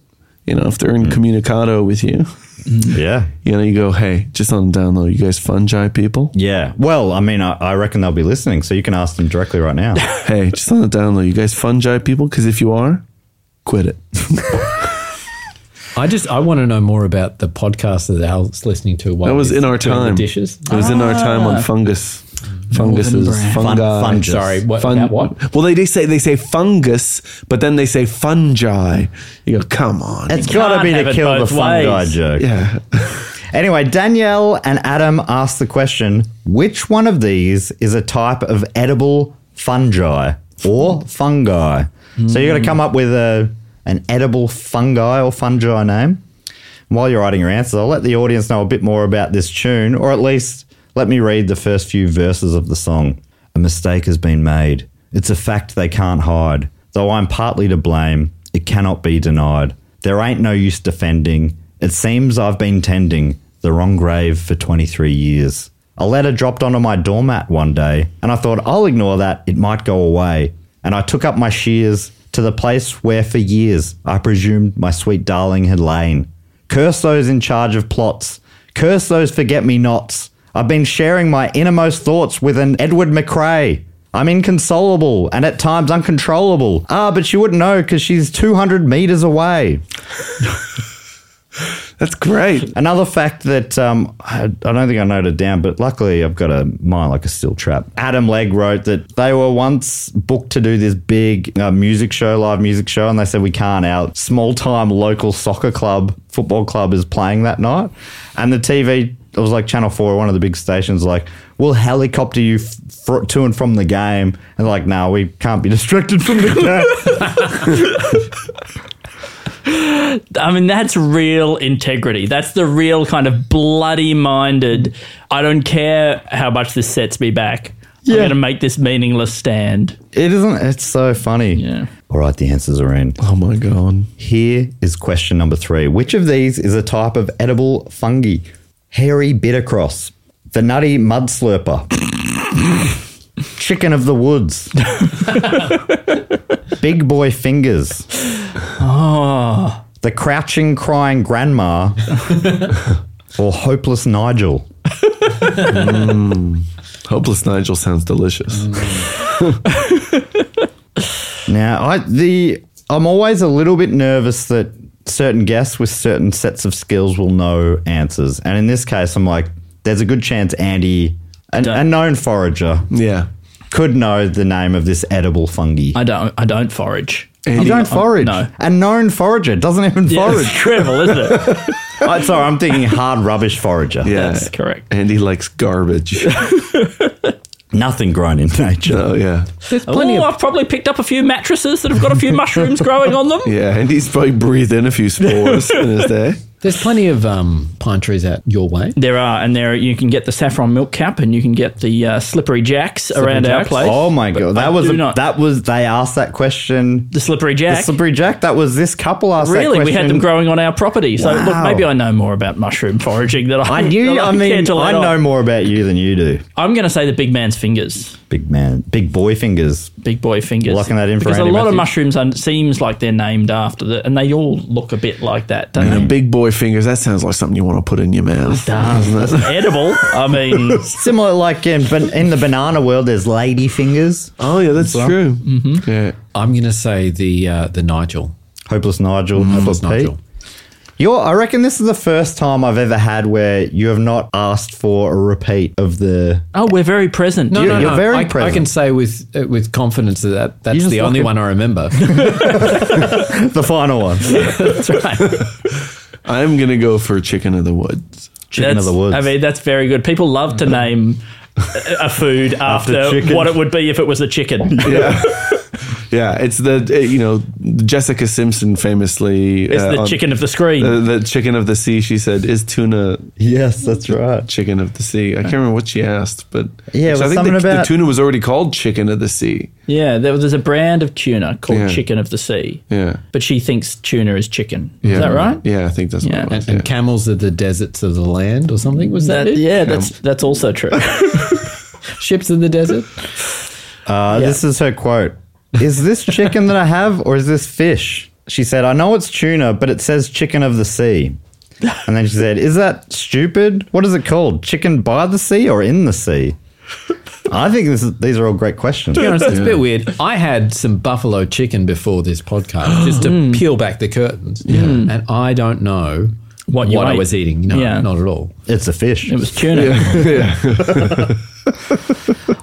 Speaker 3: you know if they're in communicado with you.
Speaker 1: Yeah. yeah.
Speaker 3: You know, you go, hey, just on the download, you guys fungi people.
Speaker 1: Yeah. Well, I mean, I, I reckon they'll be listening, so you can ask them directly right now.
Speaker 3: Hey, just on the download, you guys fungi people, because if you are, quit it.
Speaker 5: I just I want to know more about the podcast that Al's listening to. While
Speaker 3: That was
Speaker 5: he's
Speaker 3: in our
Speaker 5: doing the
Speaker 3: time.
Speaker 5: dishes.
Speaker 3: It was in our time on fungus, funguses,
Speaker 4: brand.
Speaker 1: Fun-
Speaker 3: fungi.
Speaker 1: fungus.
Speaker 5: Sorry, what,
Speaker 3: Fun-
Speaker 5: about what?
Speaker 3: Well, they, they say they say fungus, but then they say fungi. You go, come on.
Speaker 1: It's got to
Speaker 4: can't
Speaker 1: be
Speaker 4: have
Speaker 1: to
Speaker 4: it
Speaker 1: kill the
Speaker 4: both
Speaker 1: fungi
Speaker 4: ways.
Speaker 1: joke.
Speaker 3: yeah,
Speaker 1: Anyway, Danielle and Adam asked the question which one of these is a type of edible fungi or fungi? So you got to come up with a, an edible fungi or fungi name. While you're writing your answers, I'll let the audience know a bit more about this tune, or at least let me read the first few verses of the song. A mistake has been made. It's a fact they can't hide. Though I'm partly to blame, it cannot be denied. There ain't no use defending. It seems I've been tending the wrong grave for 23 years. A letter dropped onto my doormat one day, and I thought, I'll ignore that, it might go away. And I took up my shears to the place where for years I presumed my sweet darling had lain. Curse those in charge of plots. Curse those forget me nots. I've been sharing my innermost thoughts with an Edward McRae. I'm inconsolable and at times uncontrollable. Ah, but you wouldn't know because she's 200 meters away.
Speaker 3: That's great.
Speaker 1: Another fact that um, I, I don't think I noted down, but luckily I've got a mind like a steel trap. Adam Legg wrote that they were once booked to do this big uh, music show, live music show, and they said we can't. Our small time local soccer club, football club, is playing that night, and the TV. It was like Channel Four, one of the big stations. Like, we'll helicopter you f- fr- to and from the game, and they're like, no, we can't be distracted from the game.
Speaker 4: I mean, that's real integrity. That's the real kind of bloody minded. I don't care how much this sets me back. I'm
Speaker 1: Yeah.
Speaker 4: going to make this meaningless stand.
Speaker 1: it isn't. It's so funny.
Speaker 4: Yeah.
Speaker 1: All right, the answers are in.
Speaker 3: Oh my god.
Speaker 1: Here is question number three. Which of these is a type of edible fungi? Hairy bittercross, the nutty mud slurper, chicken of the woods, big boy fingers, the crouching, crying grandma, or hopeless Nigel.
Speaker 3: Hopeless Nigel sounds delicious.
Speaker 1: Now, I the I'm always a little bit nervous that certain guests with certain sets of skills will know answers, and in this case, I'm like, there's a good chance Andy, an, a known forager,
Speaker 3: Yeah.
Speaker 1: could know the name of this edible fungi.
Speaker 4: I don't. I don't forage.
Speaker 1: you don't forage.
Speaker 4: no.
Speaker 1: A known forager doesn't even
Speaker 4: Yeah,
Speaker 1: forage.
Speaker 4: it's incredible, isn't it?
Speaker 1: Oh, sorry, I'm thinking hard rubbish forager.
Speaker 3: Yeah.
Speaker 4: That's correct.
Speaker 3: Andy likes garbage.
Speaker 1: Nothing grown in nature.
Speaker 3: oh yeah.
Speaker 4: Oh, I've probably picked up a few mattresses that have got a few mushrooms growing on them.
Speaker 3: Yeah. Andy's probably breathed in a few spores in his day.
Speaker 5: There's plenty of um, pine trees out your way.
Speaker 4: There are, and there you can get the saffron milk cap, and you can get the uh, slippery jacks around our
Speaker 5: jacks.
Speaker 4: place.
Speaker 1: Oh my god, that was
Speaker 4: do
Speaker 1: a-
Speaker 4: not-
Speaker 1: that was they asked that question.
Speaker 4: The slippery
Speaker 1: The
Speaker 4: jack.
Speaker 1: slippery jack. That was this couple asked that
Speaker 4: Really,
Speaker 1: question.
Speaker 4: we had them growing on our property. So look,
Speaker 1: Wow.
Speaker 4: maybe I know more about mushroom foraging than I,
Speaker 1: I knew.
Speaker 4: than
Speaker 1: I
Speaker 4: care
Speaker 1: mean,
Speaker 4: to
Speaker 1: I
Speaker 4: let on.
Speaker 1: know more about you than you do,
Speaker 4: I'm going to say the big man's fingers,
Speaker 1: big man, big boy fingers.
Speaker 4: big boy fingers.
Speaker 1: Locking that in for
Speaker 4: because a
Speaker 1: Andy
Speaker 4: lot of
Speaker 1: Matthews.
Speaker 4: mushrooms un- seems like they're named after the, and they all look a bit like that, don't
Speaker 3: And
Speaker 4: they?
Speaker 3: a big boy fingers. That sounds like something you want to put in your mouth.
Speaker 4: Does edible? I mean,
Speaker 1: Similar, like in ban- in the banana world, there's lady fingers.
Speaker 3: Oh yeah, that's true.
Speaker 1: Mm-hmm.
Speaker 3: Yeah.
Speaker 5: I'm going to say the uh, the Nigel.
Speaker 1: Hopeless Nigel, hopeless
Speaker 5: It's Nigel.
Speaker 1: Pete. You're, I reckon this is the first time I've ever had where you have not asked for a repeat of the.
Speaker 4: oh, we're very present.
Speaker 5: No,
Speaker 1: You're-
Speaker 5: no,
Speaker 1: you're
Speaker 5: no.
Speaker 1: very
Speaker 5: I, I
Speaker 1: present.
Speaker 5: can say with uh, with confidence that that's
Speaker 1: just
Speaker 5: the only
Speaker 1: look at-
Speaker 5: one I remember.
Speaker 1: the final one.
Speaker 4: that's right.
Speaker 3: I'm gonna go for chicken of the woods.
Speaker 1: Chicken of
Speaker 4: That's-
Speaker 1: the woods.
Speaker 4: I mean, that's very good. People love to name a- a food after,
Speaker 1: chicken.
Speaker 4: what it would be if it was a chicken.
Speaker 3: Yeah. yeah. It's the uh, you know Jessica Simpson famously.
Speaker 4: It's
Speaker 3: uh,
Speaker 4: the
Speaker 3: on-
Speaker 4: chicken of the screen.
Speaker 3: The, the chicken of the sea, she said, is tuna
Speaker 1: yes, that's right.
Speaker 3: chicken of the sea. I can't remember what she asked, but
Speaker 1: Yeah, it
Speaker 3: So I
Speaker 1: was
Speaker 3: think the,
Speaker 1: something
Speaker 3: the
Speaker 1: about-
Speaker 3: tuna was already called chicken of the sea.
Speaker 4: yeah, there, there's a brand of tuna called
Speaker 3: Yeah.
Speaker 4: Chicken of the Sea,
Speaker 3: Yeah,
Speaker 4: but she thinks tuna is chicken.
Speaker 3: yeah,
Speaker 4: Is that right?
Speaker 3: Yeah, I think that's what
Speaker 4: Yeah.
Speaker 3: it
Speaker 5: and,
Speaker 3: was.
Speaker 5: and camels are the deserts of the land, or something. Was that,
Speaker 4: That,
Speaker 5: it?
Speaker 4: yeah, that's that's also true.
Speaker 5: Ships in the desert.
Speaker 1: Uh, This is her quote. Is this chicken that I have or is this fish? She said, I know it's tuna, but it says chicken of the sea. And then she said, Is that stupid? What is it called? Chicken by the sea or in the sea? I think this is, these are all great questions.
Speaker 5: be honest, it's a bit weird. I had some buffalo chicken before this podcast, just to
Speaker 4: Mm.
Speaker 5: peel back the curtains. Yeah. And I don't know
Speaker 4: What
Speaker 5: what,
Speaker 4: you
Speaker 5: I
Speaker 4: ate.
Speaker 5: was eating. No,
Speaker 4: Mm. Yeah.
Speaker 5: not at all.
Speaker 1: It's a fish.
Speaker 4: It was tuna.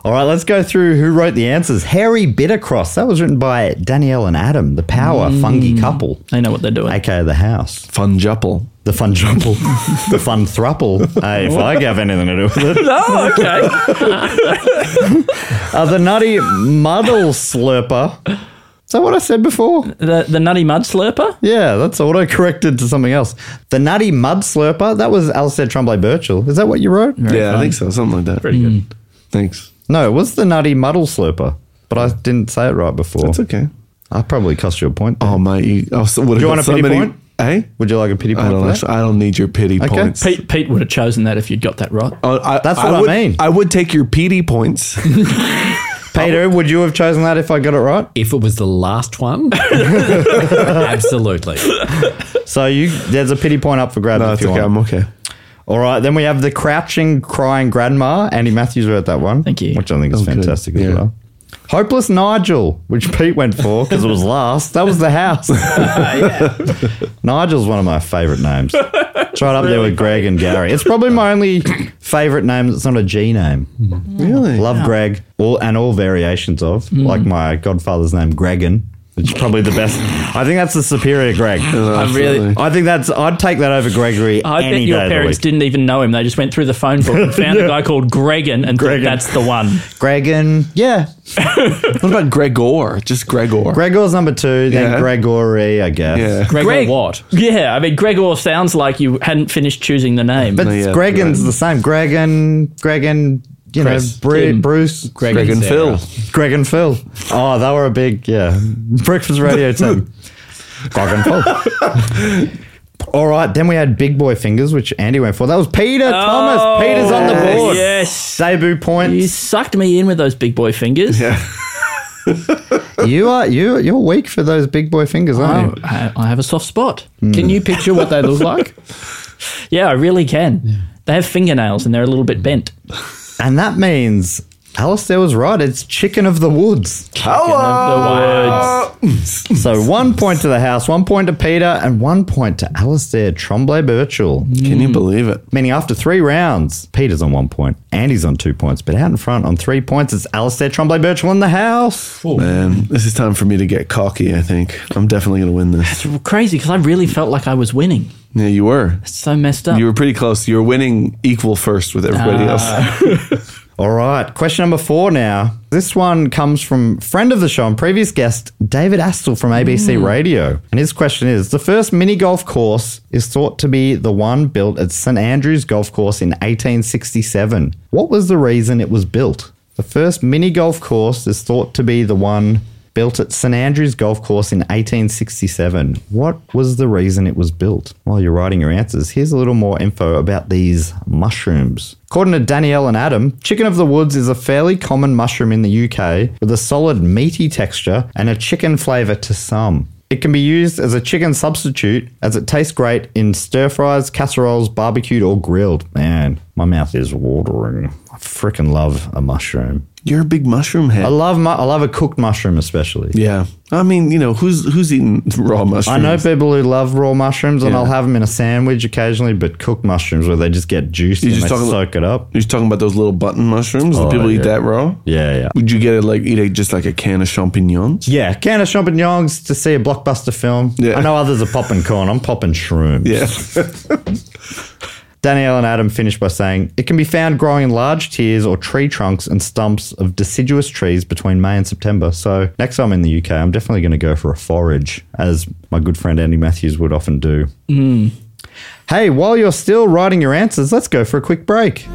Speaker 1: All right, let's go through who wrote the answers. Harry Bittercross. That was written by Danielle and Adam, the power
Speaker 4: Mm.
Speaker 1: fungi couple,
Speaker 4: They know what they're doing.
Speaker 1: aka the house,
Speaker 3: Funjuple.
Speaker 1: the fun jumble, the fun thruple. Hey, if I have anything to do with it.
Speaker 4: Oh, okay.
Speaker 1: Uh, the nutty muddle slurper. Is that what I said before?
Speaker 4: The the nutty mud slurper.
Speaker 1: Yeah, that's auto corrected to something else. The nutty mud slurper, that was Alistair Tremblay Birchall. Is that what you wrote?
Speaker 3: yeah, I think so. Something like that. Pretty good. Thanks.
Speaker 1: No, it was the nutty muddle slurper, but I didn't say it right before.
Speaker 3: It's okay.
Speaker 1: I probably cost you a point.
Speaker 3: Oh, mate. You, I was, would
Speaker 1: Do you
Speaker 3: have
Speaker 1: want a
Speaker 3: got so
Speaker 1: pity
Speaker 3: many,
Speaker 1: point?
Speaker 3: Hey?
Speaker 1: Would you like a pity point?
Speaker 3: Eh? I don't,
Speaker 1: for that?
Speaker 3: actually, I don't need your pity
Speaker 1: Okay.
Speaker 3: points.
Speaker 4: Pete Pete would have chosen that if you'd got that right.
Speaker 3: Oh, I,
Speaker 1: That's what I
Speaker 3: would,
Speaker 1: mean.
Speaker 3: I would take your PD points.
Speaker 1: Peter, would you have chosen that if I got it right?
Speaker 5: If it was the last one, absolutely.
Speaker 1: So you, there's a pity point up for grabs
Speaker 3: no,
Speaker 1: if
Speaker 3: it's
Speaker 1: you
Speaker 3: okay.
Speaker 1: want.
Speaker 3: I'm okay.
Speaker 1: All right, then we have the crouching, crying grandma. Andy Matthews wrote that one.
Speaker 4: Thank you.
Speaker 1: Which I think is
Speaker 3: good.
Speaker 1: fantastic as
Speaker 3: Yeah.
Speaker 1: well. Hopeless Nigel, which Pete went for because it was last. That was the house.
Speaker 4: Ah,
Speaker 1: Nigel's one of my favourite names. It's right up there with Greg and Gary. It's probably my only favourite name that's not a G name.
Speaker 4: Mm.
Speaker 3: Really?
Speaker 1: Love Greg, all and all variations of,
Speaker 4: Mm.
Speaker 1: like my godfather's name, Gregan, which is probably the best. I think that's the superior Greg.
Speaker 3: Uh,
Speaker 4: I really.
Speaker 1: I think that's. I'd take that over Gregory
Speaker 4: I
Speaker 1: any day
Speaker 4: bet your
Speaker 1: of the
Speaker 4: parents
Speaker 1: week.
Speaker 4: didn't even know him. They just went through the phone book and found a guy called Gregan and thought
Speaker 1: Gregan.
Speaker 4: that's the one.
Speaker 1: Gregan, yeah.
Speaker 3: What about Gregor? Just Gregor.
Speaker 1: Gregor's number two, then
Speaker 3: Yeah.
Speaker 1: Gregory, I guess.
Speaker 3: yeah.
Speaker 5: Greg,
Speaker 4: Greg.
Speaker 5: or what?
Speaker 4: Yeah, I mean Gregor sounds like you hadn't finished choosing the name.
Speaker 1: But
Speaker 3: No, yeah,
Speaker 1: Gregan's the same. Gregan, Gregan, you
Speaker 5: Chris,
Speaker 1: know, Br-
Speaker 5: Tim.
Speaker 1: Bruce,
Speaker 5: Greg,
Speaker 3: Greg and
Speaker 5: Sarah.
Speaker 3: Phil.
Speaker 1: Greg and Phil. Oh, they were a big, yeah. Breakfast radio team. Greg and Phil. All right, then we had Big Boy Fingers, which Andy went for. That was Peter
Speaker 4: Oh,
Speaker 1: Thomas. Peter's on the board.
Speaker 4: Yes.
Speaker 1: Debut
Speaker 4: You
Speaker 1: points.
Speaker 4: sucked me in with those big boy fingers.
Speaker 1: you are you you're weak for those big boy fingers,
Speaker 4: Oh,
Speaker 1: aren't you?
Speaker 4: I, I have a soft spot.
Speaker 5: Can you picture what they look like?
Speaker 4: Yeah, I really can. They have fingernails and they're a little bit bent.
Speaker 1: And that means Alistair was right. It's chicken of the woods.
Speaker 4: Hello.
Speaker 1: So one point to the house, one point to Peter, and one point to Alistair Trombley Birchall.
Speaker 3: Can you believe it?
Speaker 1: Meaning after three rounds, Peter's on one point, Andy's on two points, but out in front on three points, it's Alistair Trombley Birchall in the house.
Speaker 3: Man, this is time for me to get cocky, I think. I'm definitely going to win this.
Speaker 4: It's crazy because I really felt like I was winning.
Speaker 3: Yeah, you were.
Speaker 4: It's so messed up.
Speaker 3: You were pretty close. You were winning equal first with everybody else.
Speaker 1: All right, question number four now. This one comes from friend of the show and previous guest, David Astle from ABC Radio. And his question is The first mini golf course is thought to be the one built at St Andrews Golf Course in 1867. What was the reason it was built? The first mini golf course is thought to be the one built at St Andrews Golf Course in 1867. What was the reason it was built? While you're writing your answers, here's a little more info about these mushrooms. According to Danielle and Adam, chicken of the woods is a fairly common mushroom in the UK with a solid meaty texture and a chicken flavour to some. It can be used as a chicken substitute as it tastes great in stir fries, casseroles, barbecued, or grilled. Man, my mouth is watering. I freaking love a mushroom.
Speaker 3: You're a big mushroom head.
Speaker 1: I love mu- I love a cooked mushroom especially.
Speaker 3: yeah. I mean, you know, who's who's eating raw mushrooms?
Speaker 1: I know people who love raw mushrooms, and
Speaker 3: Yeah.
Speaker 1: I'll have them in a sandwich occasionally. But cooked mushrooms, where they just get juicy
Speaker 3: You
Speaker 1: and
Speaker 3: just
Speaker 1: they
Speaker 3: talking about-
Speaker 1: soak it up.
Speaker 3: You're talking about those little button mushrooms.
Speaker 1: Oh,
Speaker 3: the people
Speaker 1: yeah.
Speaker 3: eat that raw.
Speaker 1: Yeah, yeah,
Speaker 3: Would you get it like eat a, just like a can of champignons?
Speaker 1: yeah. Can of champignons to see a blockbuster film.
Speaker 3: Yeah.
Speaker 1: I know others are popping corn. I'm popping shrooms.
Speaker 3: Yeah.
Speaker 1: Danielle and Adam finished by saying it can be found growing in large tiers or tree trunks and stumps of deciduous trees between May and September. So next time I'm in the UK, I'm definitely going to go for a forage, as my good friend Andy Matthews would often do.
Speaker 3: Hmm.
Speaker 1: Hey, while you're still writing your answers, let's go for a quick break.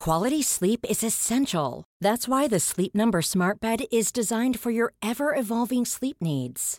Speaker 2: Quality sleep is essential. That's why the Sleep Number Smart Bed is designed for your ever evolving sleep needs.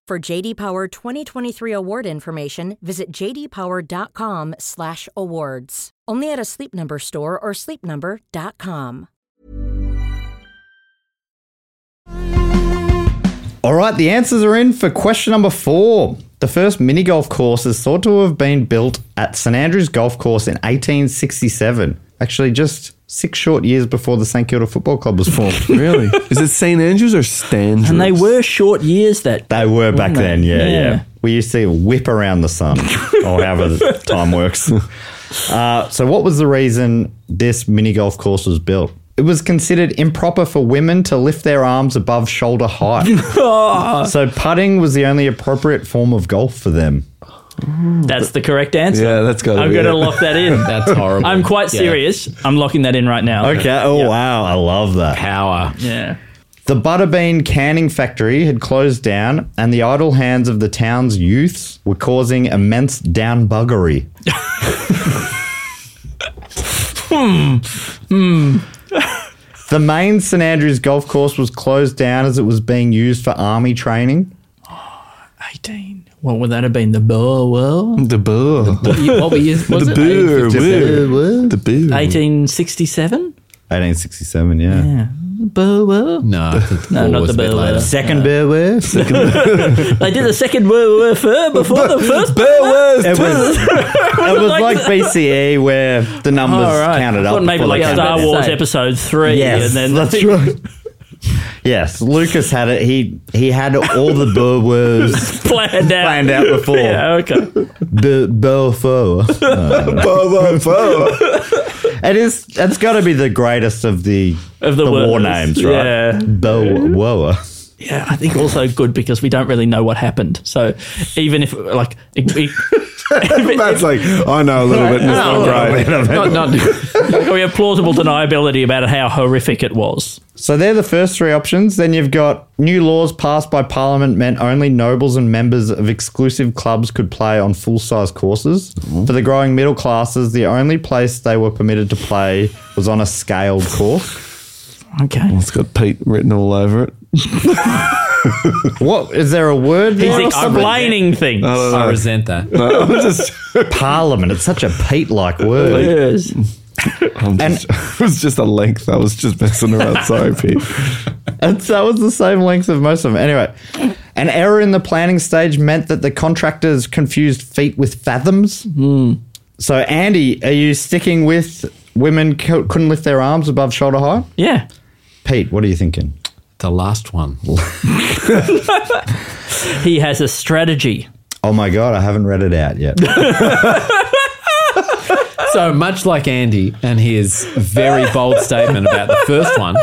Speaker 2: For JD Power 2023 award information, visit jdpower.com/awards. Only at a Sleep Number store or sleepnumber.com.
Speaker 1: All right, the answers are in for question number four. The first mini golf course is thought to have been built at St Andrews Golf Course in 1867. actually just six short years before the St Kilda Football Club was formed.
Speaker 3: Really? Is it St. Andrews or Stan?
Speaker 4: And they were short years that
Speaker 1: They were back then, yeah, yeah,
Speaker 4: Yeah.
Speaker 1: We used to whip around the sun, or however the time works. Uh, so, what was the reason this mini golf course was built? It was considered improper for women to lift their arms above shoulder height. so, putting was the only appropriate form of golf for them.
Speaker 4: that's the correct answer.
Speaker 3: Yeah, that's gotta
Speaker 4: I'm
Speaker 3: be
Speaker 4: going
Speaker 3: it.
Speaker 4: to lock that in.
Speaker 5: That's horrible.
Speaker 4: I'm quite
Speaker 5: Yeah.
Speaker 4: serious. I'm locking that in right now.
Speaker 1: Okay. Oh, wow. I love that.
Speaker 5: Power.
Speaker 4: Yeah.
Speaker 1: The Butterbean canning factory had closed down, and the idle hands of the town's youths were causing immense downbuggery. The main St Andrews golf course was closed down as it was being used for army training.
Speaker 4: 18. What would that have been? The Boer World?
Speaker 3: The Boer. The
Speaker 5: What were you? Was it?
Speaker 3: Boer.
Speaker 1: What?
Speaker 3: The Boer.
Speaker 4: 1867?
Speaker 1: 1867, yeah.
Speaker 4: Yeah. Boer World?
Speaker 5: No, I think the
Speaker 4: No,
Speaker 5: ball
Speaker 4: not
Speaker 5: was
Speaker 4: the
Speaker 5: a bit
Speaker 4: ball.
Speaker 5: later.
Speaker 1: Second Bear War.
Speaker 4: They did the second World War fir- before the first.
Speaker 1: It was, it was like BCE where the numbers
Speaker 4: All right.
Speaker 1: counted
Speaker 4: I
Speaker 1: up.
Speaker 4: thought maybe
Speaker 1: before they
Speaker 4: like
Speaker 1: counted
Speaker 4: Star
Speaker 1: down.
Speaker 4: Wars
Speaker 5: Say.
Speaker 4: Episode 3.
Speaker 1: Yes,
Speaker 4: And then
Speaker 1: that's right. yes, Lucas had it. He he had all the Boer words
Speaker 4: planned out.
Speaker 1: planned out before.
Speaker 4: Yeah, okay.
Speaker 1: The Belfour. Uh, It is. It's got to be the greatest of the
Speaker 4: Of the
Speaker 1: war
Speaker 4: words.
Speaker 1: names, right?
Speaker 4: Yeah.
Speaker 1: Belwoa.
Speaker 4: Yeah, I think also good because we don't really know what happened. So even if, like, it, it,
Speaker 6: That's like, I know a little bit. It's not great.
Speaker 5: Not, not,
Speaker 4: we have plausible deniability about how horrific it was.
Speaker 1: So they're the first three options. Then you've got new laws passed by Parliament meant only nobles and members of exclusive clubs could play on full size courses. For the growing middle classes, the only place they were permitted to play was on a scaled course.
Speaker 4: Okay.
Speaker 3: It's got Pete written all over it.
Speaker 1: What is there a word
Speaker 4: He's
Speaker 1: there? or something?
Speaker 4: explaining things.
Speaker 5: I resent that.
Speaker 3: I'm just,
Speaker 1: Parliament. It's such a Pete-like word.
Speaker 4: Yes.
Speaker 3: I'm just it was just a length. I was just messing around. Sorry, Pete.
Speaker 1: and that was the same length of most of them. Anyway, an error in the planning stage meant that the contractors confused feet with fathoms. So, Andy, are you sticking with women co- couldn't lift their arms above shoulder height?
Speaker 4: Yeah.
Speaker 1: Pete, what are you thinking?
Speaker 5: The last one.
Speaker 4: He has a strategy.
Speaker 1: Oh my god, I haven't read it out yet.
Speaker 5: So much like Andy and his very bold statement about the first one,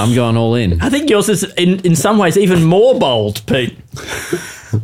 Speaker 5: I'm going all in.
Speaker 4: I think yours is, in, in some ways, even more bold, Pete.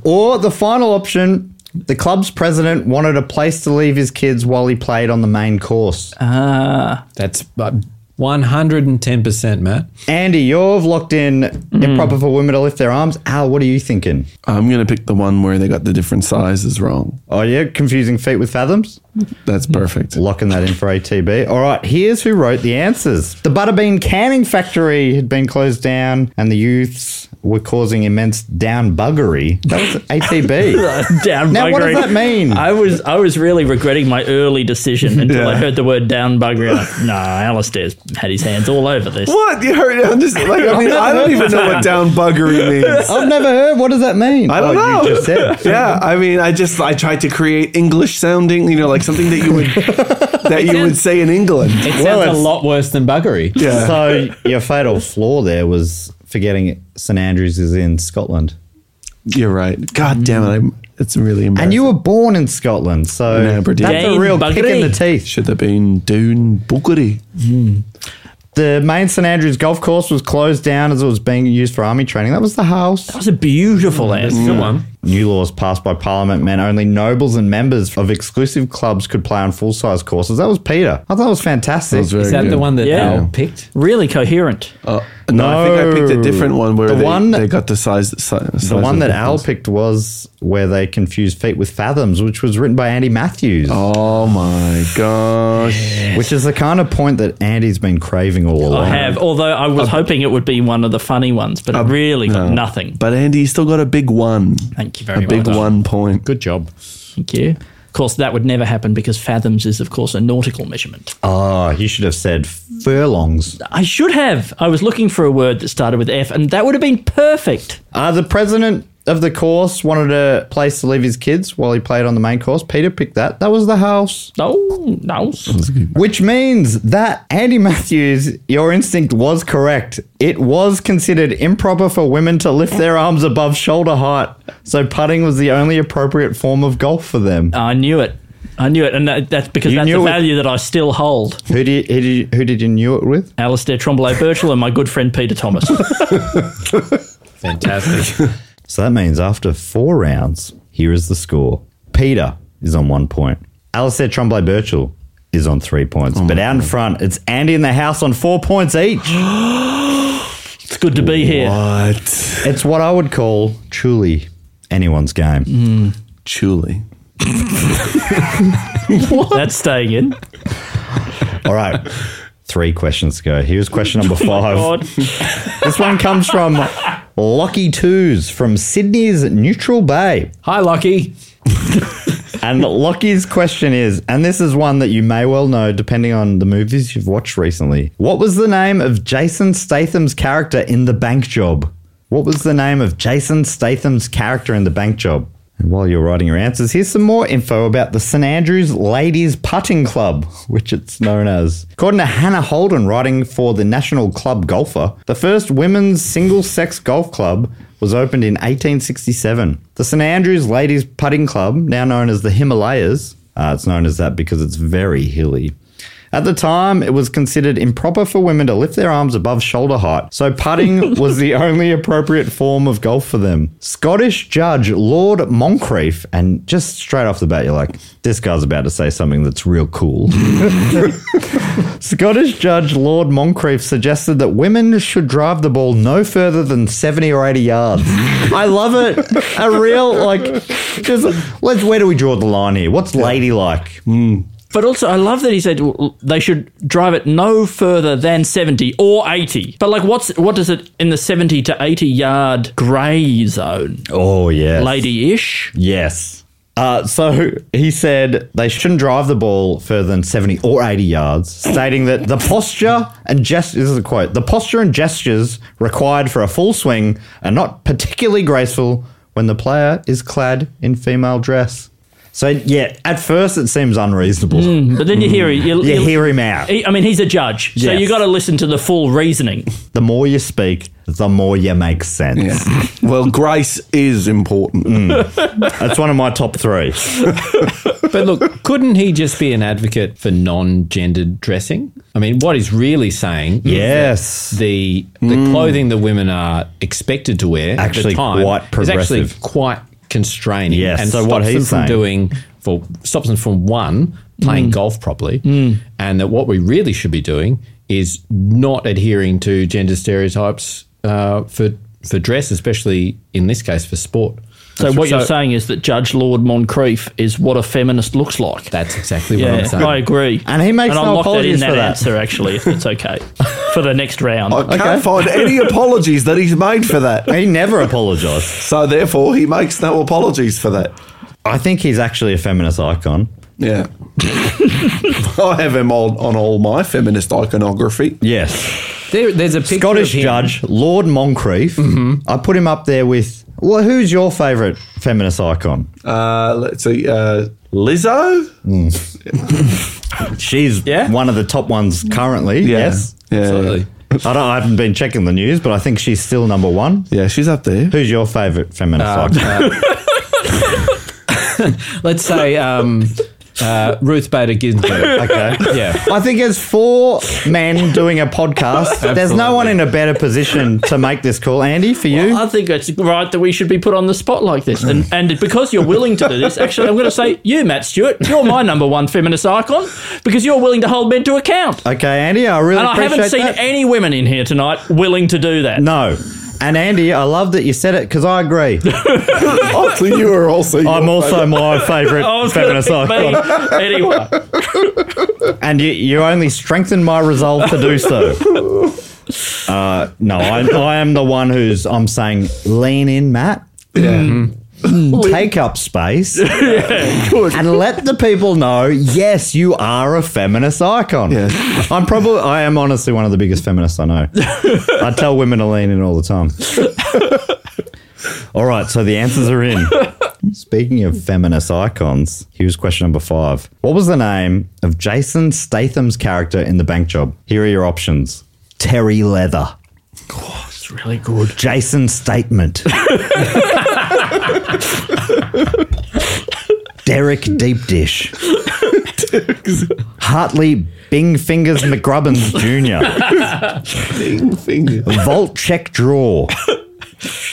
Speaker 1: or the final option. The club's president wanted a place to leave his kids while he played on the main course.
Speaker 5: That's uh, 110%, Matt.
Speaker 1: Andy, you've locked in improper for women to lift their arms. Al, what are you thinking?
Speaker 3: I'm gonna pick the one where they got the different sizes wrong.
Speaker 1: Oh, yeah, confusing feet with fathoms.
Speaker 3: That's perfect.
Speaker 1: Locking that in for ATB. All right, here's who wrote the answers. The Butterbean Canning Factory had been closed down, and the youths were causing immense downbuggery. That was ATB.
Speaker 4: Down
Speaker 1: Now, what does
Speaker 4: buggery.
Speaker 1: that mean?
Speaker 4: I was I was really regretting my early decision until I heard the word down buggery. Like, no, Alistair's had his hands all over this.
Speaker 3: What? You heard? I'm just like I mean I don't even know what down buggery means.
Speaker 1: I've never heard. What does that mean?
Speaker 3: I don't
Speaker 1: oh,
Speaker 3: know.
Speaker 1: You just said.
Speaker 3: yeah, I mean, I just I tried to create English sounding, you know, like something that you would that you would say in England.
Speaker 5: It sounds a lot worse than buggery.
Speaker 3: Yeah.
Speaker 1: So your fatal flaw there was forgetting St Andrews is in Scotland,
Speaker 3: You're right. God damn it! I'm, it's really embarrassing.
Speaker 1: and you were born in Scotland, so
Speaker 3: In Aberdeen.
Speaker 1: that's a
Speaker 4: Dane
Speaker 1: real kick in
Speaker 4: Buggery.
Speaker 1: the teeth.
Speaker 3: should have been doing buggery.
Speaker 1: The main St Andrews golf course was closed down as it was being used for army training. That was the house.
Speaker 4: That was a beautiful answer.
Speaker 5: one.
Speaker 1: New laws passed by Parliament meant only nobles and members of exclusive clubs could play on full size courses. That was Peter. I thought it was fantastic.
Speaker 5: Is that the one that
Speaker 4: Yeah.
Speaker 5: Al picked?
Speaker 4: Really coherent.
Speaker 3: Uh, no, I think I picked
Speaker 1: No.
Speaker 3: a different one where
Speaker 1: The
Speaker 3: they,
Speaker 1: one-
Speaker 3: they got the size. si- size
Speaker 1: the one
Speaker 3: of
Speaker 1: that
Speaker 3: the
Speaker 1: Al
Speaker 3: house.
Speaker 1: picked was where they confused feet with fathoms, which was written by Andy Matthews,
Speaker 3: Oh my gosh!
Speaker 1: which is the kind of point that Andy's been craving all along.
Speaker 4: I have, although I was hoping it would be one of the funny ones, but it really got nothing.
Speaker 3: But Andy, you still got a big one.
Speaker 4: Thank you
Speaker 3: A
Speaker 4: very
Speaker 3: big
Speaker 4: much.
Speaker 3: one point.
Speaker 5: Good job.
Speaker 4: Thank you. Of course, that would never happen because fathoms is, of course, a nautical measurement.
Speaker 1: Oh, you should have said furlongs.
Speaker 4: I should have. I was looking for a word that started with F, and that would have been perfect.
Speaker 1: Uh, the president of the course wanted a place to leave his kids while he played on the main course. Peter picked that. That was the house.
Speaker 4: No, no.
Speaker 1: Which means that Andy Matthews, your instinct was correct. It was considered improper for women to lift their arms above shoulder height, so putting was the only appropriate form of golf for them.
Speaker 4: I knew it. I knew it, and that, that's because
Speaker 1: You
Speaker 4: that's
Speaker 1: knew
Speaker 4: a
Speaker 1: it.
Speaker 4: value that I still hold.
Speaker 1: Who did who did you, who did you knew it with?
Speaker 4: Alistair Trombley Birchall and my good friend Peter Thomas.
Speaker 5: Fantastic.
Speaker 1: So that means after four rounds, here is the score. Peter is on one point. Alistair Tremblay Birchall is on three points. but out in front, it's Andy and the house on four points each.
Speaker 4: It's good to be here.
Speaker 3: What?
Speaker 1: it's what I would call truly anyone's game.
Speaker 3: Truly.
Speaker 4: That's staying in.
Speaker 1: All right. Three questions to go. Here's question number five.
Speaker 4: God.
Speaker 1: This one comes from Lucky Twos from Sydney's Neutral Bay.
Speaker 5: Hi, Lucky.
Speaker 1: And Lucky's question is, and this is one that you may well know depending on the movies you've watched recently. What was the name of Jason Statham's character in The Bank Job? What was the name of Jason Statham's character in The Bank Job? And while you're writing your answers, here's some more info about the St Andrews Ladies Putting Club, which it's known as. According to Hannah Holden, writing for the National Club Golfer, the first women's single sex golf club was opened in 1867. The St Andrews Ladies Putting Club, now known as the Himalayas, uh, it's known as that because it's very hilly. At the time, it was considered improper for women to lift their arms above shoulder height, so putting was the only appropriate form of golf for them. Scottish judge Lord Moncrief, and just straight off the bat, you're like, this guy's about to say something that's real cool. Scottish judge Lord Moncrief suggested that women should drive the ball no further than 70 or 80 yards. I love it. A real, like, just, let's, where do we draw the line here? What's ladylike?
Speaker 4: But also, I love that he said well, they should drive it no further than seventy or eighty. But like, what's what does it in the seventy to eighty yard grey zone,
Speaker 1: Oh, yeah.
Speaker 4: lady-ish?
Speaker 1: Yes. Uh, so he said they shouldn't drive the ball further than 70 or 80 yards, stating that the posture and gestures, this is a quote, the posture and gestures required for a full swing are not particularly graceful when the player is clad in female dress. So, yeah, at first it seems unreasonable.
Speaker 4: But then you hear he- you,
Speaker 1: You
Speaker 4: you-
Speaker 1: hear him out.
Speaker 4: Hmm. he- I mean, he's a judge, so
Speaker 1: Yes.
Speaker 4: you got to listen to the full reasoning.
Speaker 1: The more you speak, the more you make sense.
Speaker 3: Well, grace is important.
Speaker 1: Hmm. That's one of my top three.
Speaker 5: But look, couldn't he just be an advocate for non-gendered dressing? I mean, what he's really saying is
Speaker 1: Yes. Mm.
Speaker 5: the the clothing that women are expected to wear at
Speaker 1: Actually
Speaker 5: the time
Speaker 1: quite
Speaker 5: is
Speaker 1: progressive.
Speaker 5: actually quite constraining.
Speaker 1: Yes,
Speaker 5: and
Speaker 1: so
Speaker 5: stops
Speaker 1: what he's
Speaker 5: them
Speaker 1: saying- Mm.
Speaker 5: from doing for stops them from one playing golf properly, and that what we really should be doing is not adhering to gender stereotypes uh, for for dress, especially in this case for sport.
Speaker 4: So what you're saying is that Judge Lord Moncrief is what a feminist looks like.
Speaker 5: That's exactly what I'm
Speaker 4: yeah,
Speaker 5: saying.
Speaker 4: I agree.
Speaker 1: And he makes
Speaker 4: and
Speaker 1: no
Speaker 4: I'll lock
Speaker 1: apologies
Speaker 4: that in
Speaker 1: for
Speaker 4: that
Speaker 1: that.
Speaker 4: answer, actually, if it's okay for the next round.
Speaker 3: I can't find any apologies that he's made for that.
Speaker 1: He never apologized.
Speaker 3: So therefore, he makes no apologies for that.
Speaker 1: I think he's actually a feminist icon.
Speaker 3: Yeah. I have him on, on all my feminist iconography.
Speaker 1: Yes.
Speaker 5: There, there's a picture
Speaker 1: Scottish
Speaker 5: of him-
Speaker 1: judge Lord Moncrief. I put him up there with. Well, who's your favourite feminist icon?
Speaker 3: Uh, let's see. Uh, Lizzo?
Speaker 1: She's
Speaker 4: Yeah?
Speaker 1: one of the top ones currently. Yes.
Speaker 3: Yeah.
Speaker 5: Absolutely.
Speaker 1: I, don't, I haven't been checking the news, but I think she's still number one.
Speaker 3: Yeah, she's up there.
Speaker 1: Who's your favourite feminist icon?
Speaker 5: Let's say um, uh, Ruth Bader Ginsburg.
Speaker 1: okay.
Speaker 5: Yeah.
Speaker 1: I think as four men doing a podcast, there's no one in a better position to make this call. Andy, for you?
Speaker 4: I think it's right that we should be put on the spot like this. And,
Speaker 1: Mm.
Speaker 4: and because you're willing to do this, actually, I'm going to say you, Matt Stewart, you're my number one feminist icon because you're willing to hold men to account.
Speaker 1: okay, Andy, I really
Speaker 4: And I
Speaker 1: appreciate
Speaker 4: haven't seen
Speaker 1: that.
Speaker 4: any women in here tonight willing to do that.
Speaker 1: no. And Andy, I love that you said it because I agree.
Speaker 3: Oh, so you are also.
Speaker 1: I'm
Speaker 3: your
Speaker 1: also my favourite
Speaker 4: I was
Speaker 1: feminist
Speaker 4: gonna pick
Speaker 1: icon.
Speaker 4: me. Anyway,
Speaker 1: And you, you only strengthened my resolve to do so. Uh, no, I, I am the one who's, I'm saying, lean in, Matt.
Speaker 3: Mm-hmm.
Speaker 1: Take up space and let the people know. Yes, you are a feminist icon.
Speaker 3: Yes.
Speaker 1: I'm probably, I am honestly one of the biggest feminists I know. I tell women to lean in all the time. All right, so the answers are in. Speaking of feminist icons, here's question number five. What was the name of Jason Statham's character in The Bank Job? Here are your options Terry Leather,
Speaker 4: Oh, It's really good.
Speaker 1: Jason Statement, Derek Deep Dish, Hartley Bing Fingers McGrubbins Jr.,
Speaker 3: Finger.
Speaker 1: Vault Check Draw,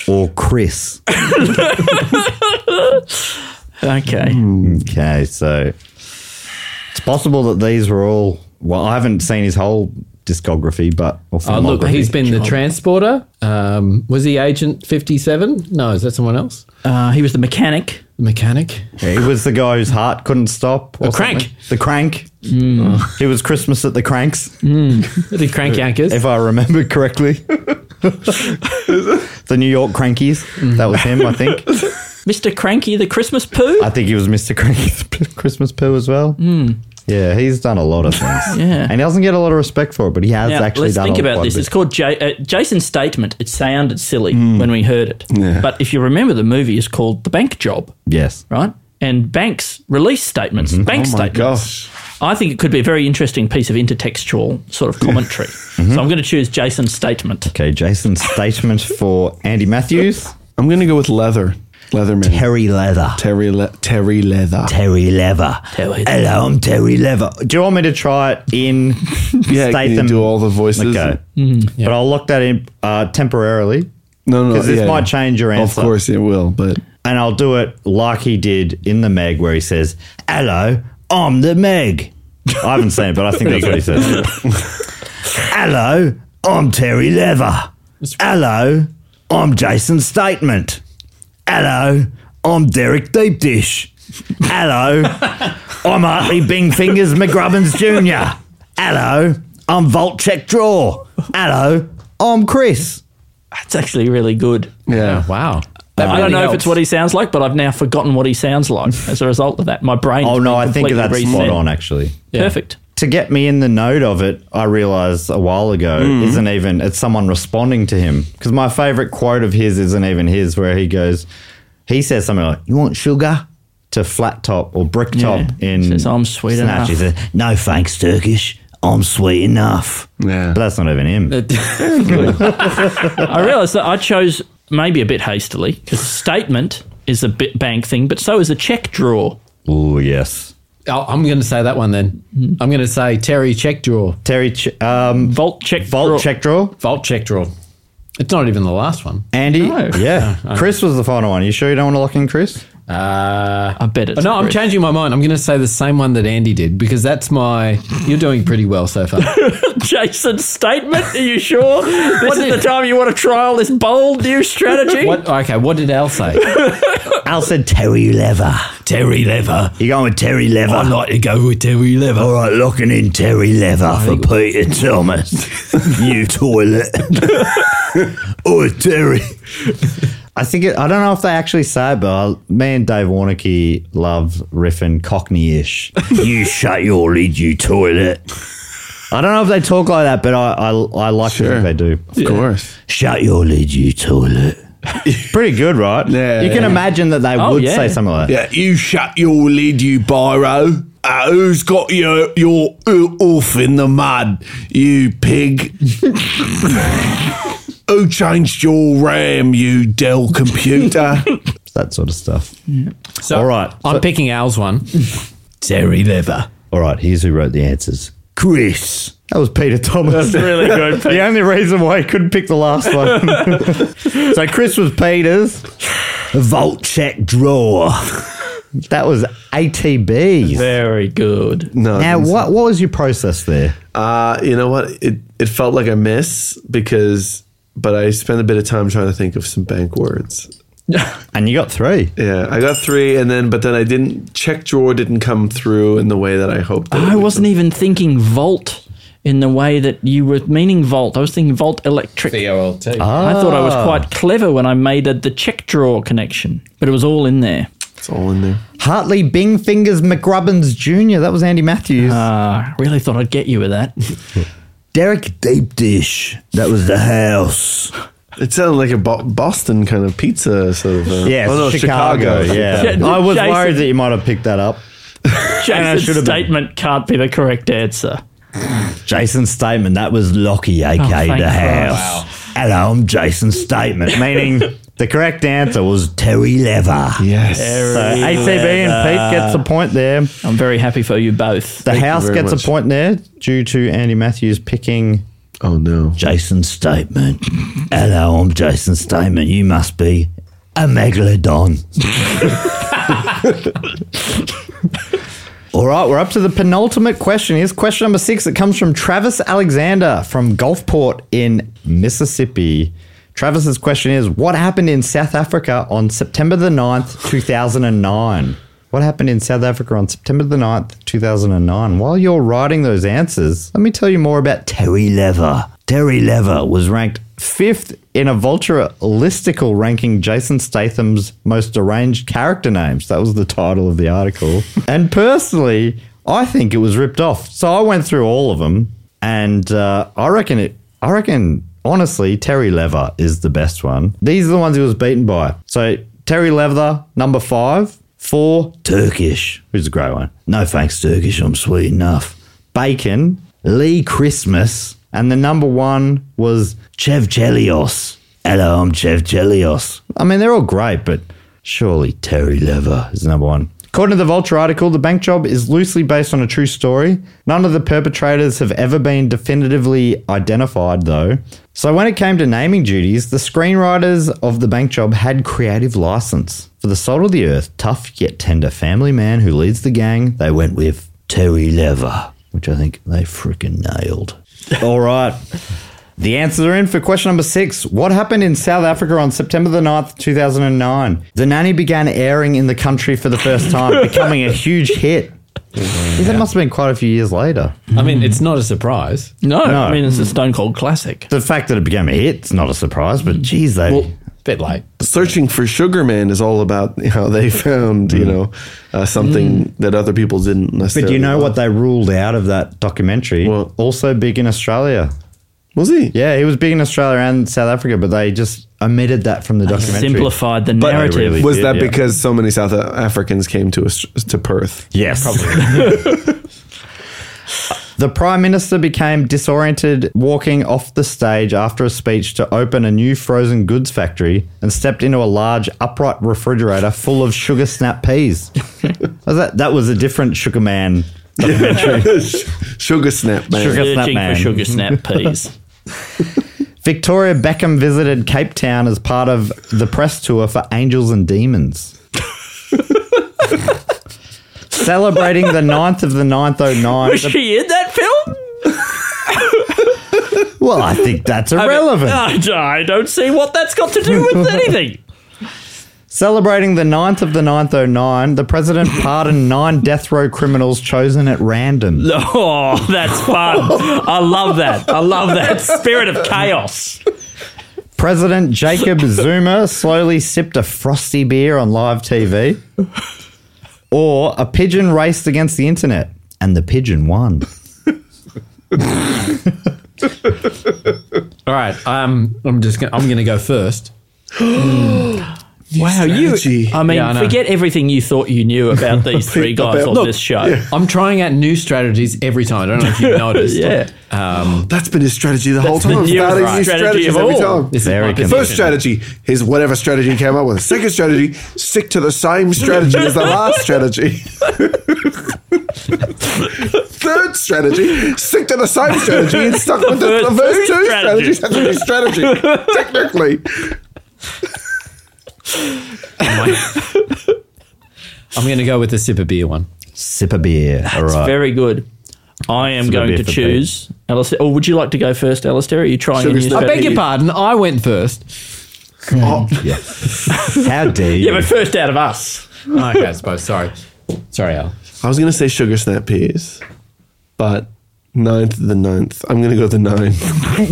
Speaker 1: or Chris.
Speaker 4: Okay.
Speaker 1: Okay, so it's possible that these were all. Well, I haven't seen his whole discography, but or
Speaker 5: Oh, look,
Speaker 1: filmography.
Speaker 5: he's been the transporter. Um, was he Agent 57? No, is that someone else?
Speaker 4: Uh, he was the mechanic.
Speaker 5: The mechanic?
Speaker 1: he was the guy whose heart couldn't stop. Or
Speaker 4: The crank.
Speaker 1: something. The crank.
Speaker 5: Hmm.
Speaker 1: He was Christmas at the cranks,
Speaker 5: The crank anchors.
Speaker 1: if I remember correctly. the New York Crankies. That was him, I think.
Speaker 4: Mr. Cranky, the Christmas poo?
Speaker 1: I think he was Mr. Cranky's p- Christmas poo as well. Yeah, he's done a lot of things.
Speaker 4: Hmm. Yeah.
Speaker 1: And he doesn't get a lot of respect for it, but he has
Speaker 4: Now,
Speaker 1: actually
Speaker 4: let's
Speaker 1: done
Speaker 4: think
Speaker 1: a-
Speaker 4: about
Speaker 1: quite a
Speaker 4: this.
Speaker 1: bit. Hmm.
Speaker 4: It's called J- uh, Jason's Statement. It sounded silly when we heard it.
Speaker 3: Yeah.
Speaker 4: But if you remember, the movie is called The Bank Job,
Speaker 1: Yes.
Speaker 4: right? And banks release statements,
Speaker 1: Mm-hmm.
Speaker 4: bank
Speaker 3: Oh my
Speaker 4: statements.
Speaker 3: gosh.
Speaker 4: I think it could be a very interesting piece of intertextual sort of commentary.
Speaker 1: Mm-hmm.
Speaker 4: So I'm going to choose Jason's Statement.
Speaker 1: Okay, Jason's statement for Andy Matthews.
Speaker 3: I'm going to go with leather. Leatherman.
Speaker 1: Terry Leather.
Speaker 3: Terry, Le- Terry Leather.
Speaker 1: Terry Lever.
Speaker 4: Terry Lever.
Speaker 1: Hello, I'm Terry Lever. Do you want me to try it in
Speaker 3: Yeah, can you do all the voices?
Speaker 1: Okay.
Speaker 4: Mm-hmm.
Speaker 1: But I'll lock that in uh, temporarily.
Speaker 3: No, no,
Speaker 1: Because this
Speaker 3: yeah,
Speaker 1: might
Speaker 3: yeah.
Speaker 1: change your answer.
Speaker 3: Of course it will, but
Speaker 1: And I'll do it like he did in the Meg, where he says, Hello, I'm the Meg. I haven't seen it, but I think that's what he says. Hello, I'm Terry Lever. Hello, I'm Jason Statement. Hello, I'm Derek Deep Dish. Hello, I'm Hartley Bing Fingers McGrubbins Jr. Hello, I'm Vault Check Draw. Hello, I'm Chris.
Speaker 4: That's actually really good.
Speaker 3: yeah.
Speaker 5: Wow.
Speaker 4: I don't
Speaker 5: really
Speaker 4: know if
Speaker 5: helps.
Speaker 4: it's what he sounds like, but I've now forgotten what he sounds like as a result of that. My brain.
Speaker 1: Oh,
Speaker 4: has
Speaker 1: no,
Speaker 4: been
Speaker 1: I think
Speaker 4: completely
Speaker 1: that's
Speaker 4: reset.
Speaker 1: spot on, actually.
Speaker 4: Perfect.
Speaker 1: to get me in the note of it, I realized a while ago
Speaker 4: Hmm.
Speaker 1: isn't even it's someone responding to him because my favorite quote of his isn't even his, where he goes, he says something like, "You want sugar?" To flat top or brick top
Speaker 4: Yeah.
Speaker 1: in
Speaker 4: Says, "I'm sweet enough."
Speaker 1: He says, "No thanks, Turkish. I'm sweet enough."
Speaker 3: Yeah.
Speaker 1: but that's not even him.
Speaker 4: I realised that I chose maybe a bit hastily because statement is a bit bank thing, but so is a check draw.
Speaker 1: oh yes,
Speaker 5: Oh, I'm going to say that one then. I'm going to say Terry check draw,
Speaker 1: Terry. Ch- um,
Speaker 4: Vault check.
Speaker 1: Vault
Speaker 4: draw.
Speaker 1: check draw.
Speaker 5: vault check draw. It's not even the last one.
Speaker 1: Andy.
Speaker 4: No.
Speaker 1: Yeah, Chris was the final one. You sure you don't want to lock in Chris?
Speaker 5: Uh,
Speaker 4: I bet it's.
Speaker 5: no, I'm
Speaker 4: Chris.
Speaker 5: changing my mind. I'm going to say the same one that Andy did because that's my. You're doing pretty well so far.
Speaker 4: Jason's statement. Are you sure? this is the time you want to trial this bold new strategy.
Speaker 5: What? Okay, what did Al say?
Speaker 1: Al said Terry Lever.
Speaker 5: Terry Lever.
Speaker 1: You going with Terry Lever?
Speaker 5: to go with Terry Lever.
Speaker 1: All right, locking in Terry Leather for Peter Thomas. New toilet. oh, Terry. I think it, I don't know if they actually say it, but I, me and Dave Warnocky love riffing Cockney ish. you shut your lid, you toilet. I don't know if they talk like that, but I, I, I like to
Speaker 3: Sure.
Speaker 1: think they do.
Speaker 3: Of course.
Speaker 1: Shut your lid, you toilet. Pretty good, right?
Speaker 3: Yeah,
Speaker 1: You can
Speaker 3: yeah.
Speaker 1: imagine that they
Speaker 4: Oh,
Speaker 1: would
Speaker 4: yeah.
Speaker 1: say something like that.
Speaker 6: Yeah, you shut your lid, you biro. Uh, who's got your your o- off in the mud, you pig? Who changed your RAM, you Dell computer?
Speaker 1: That sort of stuff.
Speaker 5: So
Speaker 1: All right,
Speaker 5: I'm picking Al's one.
Speaker 6: Terry Leather.
Speaker 1: All right, here's who wrote the answers. Chris. That was Peter Thomas.
Speaker 4: really good.
Speaker 1: the only reason why he couldn't pick the last one. so Chris was Peter's. Vault check drawer. That was ATB.
Speaker 4: Very good.
Speaker 3: No. I
Speaker 1: Now,
Speaker 3: didn't
Speaker 1: what what was your process there?
Speaker 3: Uh, you know what? It it felt like a miss because, but I spent a bit of time trying to think of some bank words.
Speaker 1: And you got three.
Speaker 3: Yeah, I got three, and then but then I didn't check drawer didn't come through in the way that I hoped. That it
Speaker 4: I
Speaker 3: would.
Speaker 4: wasn't even thinking vault in the way that you were meaning vault. I was thinking vault electric. I thought I was
Speaker 1: Ah.
Speaker 4: quite clever when I made a, the check draw connection, but it was all in there.
Speaker 3: It's all in there.
Speaker 1: Hartley Bing Fingers McGrubbins Jr. That was Andy Matthews.
Speaker 4: Ah, really thought I'd get you with that.
Speaker 1: Derek Deep Dish. That was the house.
Speaker 3: It sounded like a Bo- Boston kind of pizza sort of. Uh,
Speaker 1: Yes, Chicago. Yeah,
Speaker 4: Yeah,
Speaker 1: I was
Speaker 4: Jason-
Speaker 1: worried that you might have picked that up.
Speaker 4: Jason's
Speaker 1: should've been.
Speaker 4: statement can't be the correct answer.
Speaker 1: Jason Statement. That was Lockie, aka
Speaker 4: thank
Speaker 1: the house.
Speaker 4: Christ.
Speaker 1: Hello, I'm Jason Statement. Meaning the correct answer was Terry Lever.
Speaker 3: Yes.
Speaker 1: So ACB and Pete gets a point there.
Speaker 4: I'm very happy for you both.
Speaker 1: The house
Speaker 3: very
Speaker 1: gets
Speaker 3: much.
Speaker 1: a point there due to Andy Matthews picking
Speaker 3: Oh no.
Speaker 1: Jason Statement. Hello, I'm Jason Statement. You must be a megalodon. All right, we're up to the penultimate question. Here's question number six. It comes from Travis Alexander from Gulfport in Mississippi. Travis's question is What happened in South Africa on September the 9th, 2009? What happened in South Africa on September the 9th, 2009? While you're writing those answers, let me tell you more about Terry Lever. Terry Lever was ranked fifth in a Vulture listicle ranking Jason Statham's most deranged character names. That was the title of the article. and personally, I think it was ripped off. So I went through all of them, and uh, I reckon it. I reckon honestly, Terry Lever is the best one. These are the ones he was beaten by. So Terry Lever, number five. Four Turkish, which is a great one. No thanks, Turkish. I'm sweet enough. Bacon, Lee Christmas, and the number one was Chevchelios. Hello, I'm Chevchelios. I mean, they're all great, but surely Terry Lever is number one. According to the Vulture article, the bank job is loosely based on a true story. None of the perpetrators have ever been definitively identified, though. So when it came to naming duties, the screenwriters of the bank job had creative license. For the salt of the earth, tough yet tender family man who leads the gang, they went with Terry Lever, which I think they freaking nailed. All right. The answers are in for question number six. What happened in South Africa on September the 9th, 2009? The nanny began airing in the country for the first time, becoming a huge hit. That must have been quite a few years later.
Speaker 5: I mean, it's not a surprise.
Speaker 4: No,
Speaker 1: No.
Speaker 4: I mean it's a Stone Cold classic.
Speaker 1: The fact that it became a hit is not a surprise, but geez, they.
Speaker 5: bit late.
Speaker 3: Searching for Sugar Man is all about how they found, you know, uh, something that other people didn't
Speaker 1: Mm. but
Speaker 3: necessarily.
Speaker 1: do you know what
Speaker 3: want.
Speaker 1: they ruled out of that documentary?
Speaker 3: What?
Speaker 1: Also big in Australia.
Speaker 3: was he?
Speaker 1: Yeah, he was big in Australia and South Africa, but they just omitted that from the documentary.
Speaker 4: Simplified the
Speaker 1: But-
Speaker 4: narrative.
Speaker 1: Really?
Speaker 3: Was
Speaker 1: Yeah,
Speaker 3: that
Speaker 1: yeah.
Speaker 3: because so many South Africans came to us, to Perth?
Speaker 1: Yes. the Prime Minister became disoriented walking off the stage after a speech to open a new frozen goods factory and stepped into a large upright refrigerator full of sugar snap peas. was that, that was a different Sugar Man.
Speaker 3: Sugar Snap Man.
Speaker 1: Sugar- Snap
Speaker 4: Searching
Speaker 1: Man.
Speaker 4: for sugar snap peas.
Speaker 1: Victoria Beckham visited Cape Town as part of the press tour for Angels and Demons. Celebrating the 9th of the oh 9th 09.
Speaker 4: Was she in that film?
Speaker 1: Well, I think that's irrelevant.
Speaker 4: I, mean, I- I don't see what that's got to do with anything.
Speaker 1: Celebrating the 9th of the 9th 09, the president pardoned nine death row criminals chosen at random.
Speaker 4: Oh, that's fun. I love that. I love that spirit of chaos.
Speaker 1: President Jacob Zuma slowly sipped a frosty beer on live TV. Or a pigeon raced against the internet, and the pigeon won.
Speaker 5: All right, um, I'm just gonna, I'm going to go first.
Speaker 4: Wow,
Speaker 3: strategy.
Speaker 4: you. I mean,
Speaker 5: Yeah, I know.
Speaker 4: forget everything you thought you knew about these three guys on
Speaker 3: Look,
Speaker 4: this show.
Speaker 5: I'm trying out new strategies every time. I don't know if you've noticed.
Speaker 4: Yeah.
Speaker 3: That's been his strategy the whole
Speaker 4: That's the
Speaker 3: time.
Speaker 4: newest
Speaker 3: Starting new
Speaker 4: strategy
Speaker 3: strategies
Speaker 4: of
Speaker 3: every
Speaker 4: all.
Speaker 3: time.
Speaker 5: This
Speaker 1: Very
Speaker 5: is my
Speaker 1: convenient.
Speaker 3: First strategy is whatever strategy he came up with. Second strategy, stick to the same strategy as the last strategy. Third strategy, stick to the same strategy and stuck with the, the first
Speaker 4: first two
Speaker 3: two strategies. That's a new strategy, technically.
Speaker 5: position. I'm going to go with the sip of beer one.
Speaker 1: Sip a beer. All right.
Speaker 4: Very good. I am
Speaker 1: gonna
Speaker 4: going
Speaker 1: be
Speaker 4: to
Speaker 1: for
Speaker 4: choose Alistair. Or would you like to go first, Alistair? Are you trying
Speaker 3: Sugar
Speaker 4: a new
Speaker 3: snap.
Speaker 5: I beg
Speaker 4: strategy?
Speaker 5: your pardon. I went first.
Speaker 3: Oh,
Speaker 1: How dare you?
Speaker 4: Yeah, but first out of us.
Speaker 5: okay, I suppose. Sorry. Sorry, Al.
Speaker 3: I was going to say sugar snap peas, but ninth the ninth. I'm going to go the nine.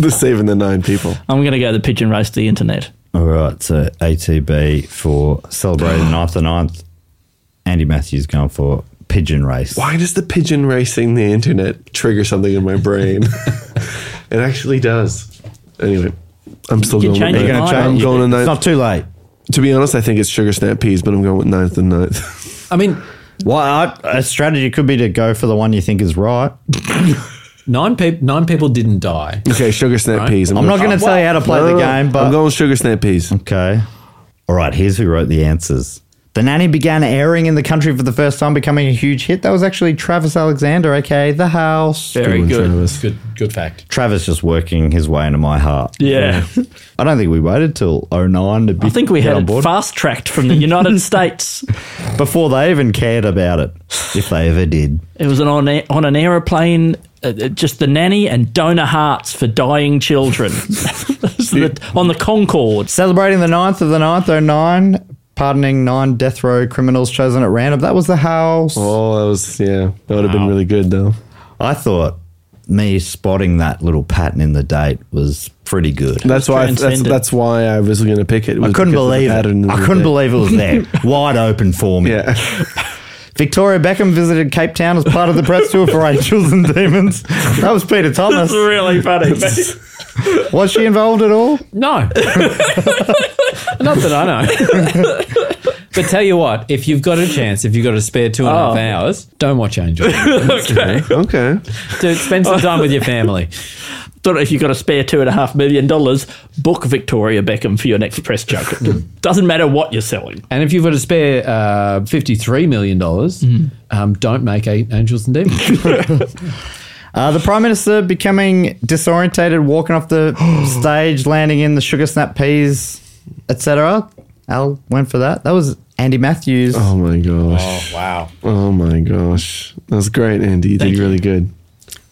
Speaker 3: the saving the nine people.
Speaker 4: I'm going to go the pigeon race to the internet.
Speaker 1: All right, so ATB for celebrating 9th and 9th. Andy Matthews going for pigeon race.
Speaker 3: why does the pigeon racing the internet trigger something in my brain? it actually does. Anyway, I'm still
Speaker 4: You can
Speaker 3: going.
Speaker 4: change
Speaker 3: With
Speaker 4: your
Speaker 3: ninth.
Speaker 4: mind.
Speaker 3: I'm going with
Speaker 7: It's
Speaker 3: ninth.
Speaker 7: not too late.
Speaker 3: To be honest, I think it's sugar snap peas, but I'm going with ninth and ninth.
Speaker 5: I mean,
Speaker 1: Well, I, a strategy could be to go for the one you think is right.
Speaker 5: nine people nine people didn't die.
Speaker 3: okay, sugar snap peas.
Speaker 1: I'm not going
Speaker 4: Uh,
Speaker 1: to tell you how to play
Speaker 3: No, no,
Speaker 1: the
Speaker 3: no.
Speaker 1: game, but
Speaker 3: I'm going with sugar snap peas.
Speaker 1: Okay. All right, here's who wrote the answers. The nanny began airing in the country for the first time, becoming a huge hit. That was actually Travis Alexander, aka The House.
Speaker 3: Good
Speaker 4: Very
Speaker 3: one,
Speaker 4: good.
Speaker 3: Travis.
Speaker 5: Good good fact.
Speaker 1: Travis just working his way into my heart.
Speaker 4: Yeah.
Speaker 1: I don't think we waited till 09 to be
Speaker 4: I think we
Speaker 1: get
Speaker 4: had
Speaker 1: on
Speaker 4: it
Speaker 1: board.
Speaker 4: fast tracked from the United States.
Speaker 1: before they even cared about it, if they ever did.
Speaker 4: It was an on, on an aeroplane, uh, uh, just the nanny and donor hearts for dying children Those are the- on the Concorde.
Speaker 1: Celebrating the 9th of the 9th, 09, pardoning nine death row criminals chosen at random. That was The House.
Speaker 3: Oh, that was yeah. That would have been really good though.
Speaker 1: I thought me spotting that little pattern in the date was pretty good.
Speaker 3: That's why. I, that's,
Speaker 4: transcendent.
Speaker 3: that's why I was going to pick it.
Speaker 1: I couldn't believe it. I couldn't believe it was there, wide open for me.
Speaker 3: Yeah.
Speaker 1: Victoria Beckham visited Cape Town as part of the press tour for Angels and Demons. That was Peter Thomas.
Speaker 4: That's really funny.
Speaker 1: Was she involved at all?
Speaker 5: No. Not that I know. but tell you what, if you've got a chance, if you've got a spare two and a half
Speaker 4: Oh.
Speaker 5: hours, don't watch Angel.
Speaker 4: okay.
Speaker 3: Okay.
Speaker 5: Dude, spend some time with your family.
Speaker 4: Don't know if you've got a spare two and a half million dollars, book Victoria Beckham for your next press junket.
Speaker 1: Hmm.
Speaker 4: Doesn't matter what you're selling.
Speaker 5: And if you've got a spare uh, $53 million, um, don't make eight Angels and Demons.
Speaker 1: Uh, the Prime Minister becoming disorientated, walking off the stage, landing in the sugar snap peas, etc. Al went for that. That was Andy Matthews.
Speaker 3: Oh my gosh.
Speaker 5: wow.
Speaker 3: Oh my gosh. That was great, Andy. You did really good.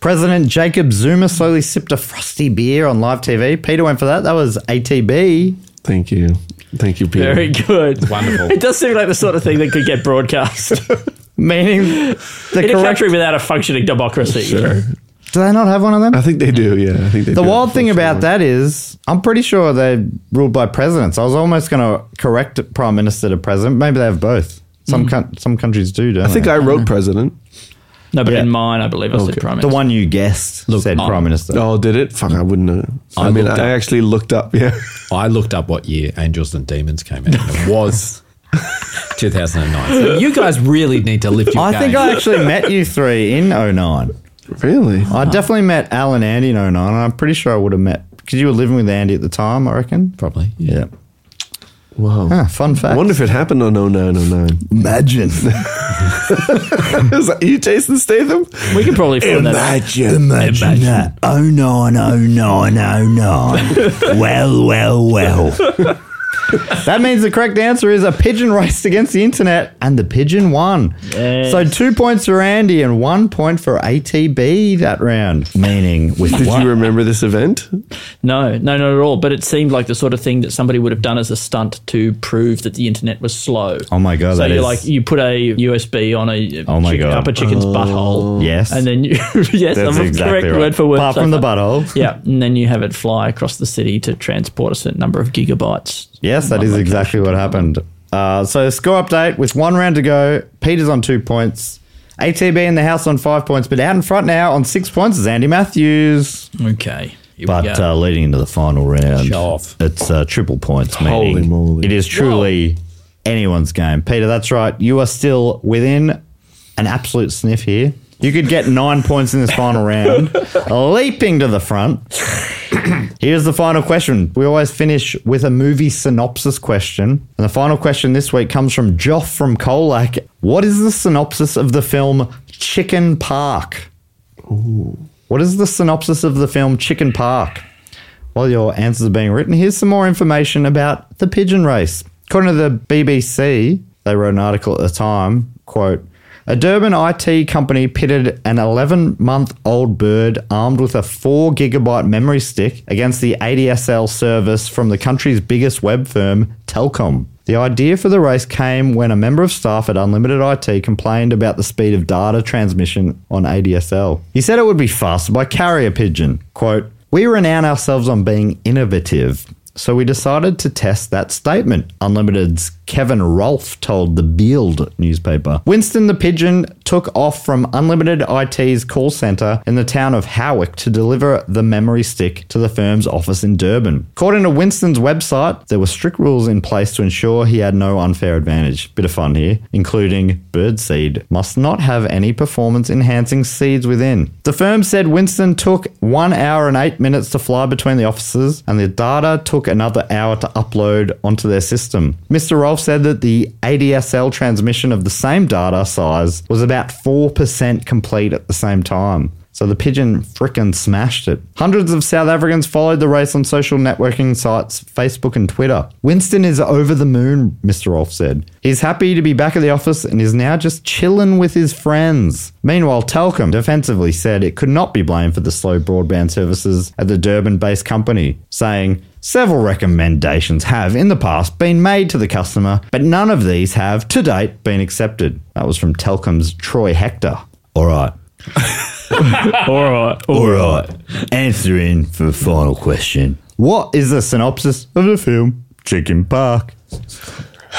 Speaker 1: President Jacob Zuma slowly sipped a frosty beer on live TV. Peter went for that. That was ATB.
Speaker 3: Thank you. Thank you, Peter.
Speaker 4: Very good.
Speaker 5: Wonderful.
Speaker 4: It does seem like the sort of thing that could get broadcast
Speaker 1: Meaning the
Speaker 4: in a
Speaker 1: correct.
Speaker 4: country without a functioning democracy.
Speaker 1: Do they not have one of them?
Speaker 3: I think they do. Yeah, I think they.
Speaker 1: The wild thing about that is, I'm pretty sure they're ruled by presidents. I was almost going to correct prime minister to president. Maybe they have both. Some coun some countries do, don't
Speaker 3: I think I wrote president.
Speaker 4: No, but
Speaker 1: Yeah.
Speaker 4: in mine, I believe I said prime
Speaker 1: the
Speaker 4: minister.
Speaker 1: one you guessed said prime minister.
Speaker 3: Oh, did it? Fuck, I wouldn't know. I,
Speaker 5: I
Speaker 3: mean,
Speaker 5: looked
Speaker 3: I actually looked up. Yeah,
Speaker 5: I looked up what year Angels and Demons came out. and It was 2009. So you guys really need to lift your
Speaker 1: I
Speaker 5: game.
Speaker 1: think I actually met you three in 09.
Speaker 3: really.
Speaker 1: I definitely met Al and Andy in 09, and I'm pretty sure I would have met because you were living with Andy at the time, I reckon.
Speaker 5: Probably.
Speaker 1: Yeah.
Speaker 3: Wow.
Speaker 1: Huh, Ah, fun fact.
Speaker 3: I wonder if it happened on 0909.
Speaker 1: Imagine.
Speaker 3: Is that you, Jason Statham?
Speaker 4: We can probably find that out.
Speaker 3: Imagine.
Speaker 1: Imagine Oh that. 09, 09, 09. well, well, well. that means the correct answer is a pigeon raced against the internet, and the pigeon won. So two points for Andy and one point for ATB that round. Meaning with
Speaker 3: Did
Speaker 1: one.
Speaker 3: you remember this event?
Speaker 4: No, no, not at all. But it seemed like the sort of thing that somebody would have done as a stunt to prove that the internet was slow.
Speaker 1: Oh my God,
Speaker 4: So
Speaker 1: that
Speaker 4: you're
Speaker 1: is-
Speaker 4: like you put a USB on a
Speaker 1: Oh my
Speaker 4: chicken,
Speaker 1: God.
Speaker 4: up a chicken's butthole.
Speaker 1: Yes.
Speaker 4: and then you yes,
Speaker 1: That's
Speaker 4: I'm
Speaker 1: exactly
Speaker 4: correct
Speaker 1: right.
Speaker 4: word for word.
Speaker 1: Apart
Speaker 4: so
Speaker 1: from the
Speaker 4: far.
Speaker 1: butthole.
Speaker 4: Yeah, and then you have it fly across the city to transport a certain number of gigabytes.
Speaker 1: Yes, that is exactly what happened. Uh, so score update with one round to go. Peter's on two points. ATB in the house on five points, but out in front now on six points is Andy Matthews.
Speaker 4: Okay, here we
Speaker 1: But
Speaker 4: go.
Speaker 1: uh, leading into the final round,
Speaker 5: Show off.
Speaker 1: it's uh, triple points.
Speaker 3: Holy
Speaker 1: meaning
Speaker 3: moly.
Speaker 1: It is truly anyone's game. Peter, that's right. You are still within an absolute sniff here. You could get nine points in this final round, leaping to the front. Here's the final question. We always finish with a movie synopsis question. And the final question this week comes from Joff from Colac. What is the synopsis of the film Chicken Park? What is the synopsis of the film Chicken Park? While your answers are being written, here's some more information about the pigeon race. According to the BBC, they wrote an article at the time, quote, a Durban IT company pitted an 11 month old bird armed with a 4 gigabyte memory stick against the ADSL service from the country's biggest web firm, Telcom. The idea for the race came when a member of staff at Unlimited IT complained about the speed of data transmission on ADSL. He said it would be faster by carrier pigeon. Quote, we renown ourselves on being innovative, so we decided to test that statement. Unlimited's Kevin Rolfe told the Beeld newspaper. Winston the Pigeon took off from Unlimited IT's call centre in the town of Howick to deliver the memory stick to the firm's office in Durban. According to Winston's website, there were strict rules in place to ensure he had no unfair advantage. Bit of fun here, including birdseed must not have any performance enhancing seeds within. The firm said Winston took one hour and eight minutes to fly between the offices, and the data took another hour to upload onto their system. Mr. Rolfe said that the ADSL transmission of the same data size was about 4% complete at the same time. So the pigeon frickin' smashed it. Hundreds of South Africans followed the race on social networking sites, Facebook and Twitter. Winston is over the moon, Mr. Rolfe said. He's happy to be back at the office and is now just chillin' with his friends. Meanwhile, Telcom defensively said it could not be blamed for the slow broadband services at the Durban based company, saying, Several recommendations have in the past been made to the customer, but none of these have to date been accepted. That was from Telcom's Troy Hector. All right.
Speaker 4: All right.
Speaker 1: All right. Answering for the final question. What is the synopsis of the film Chicken Park?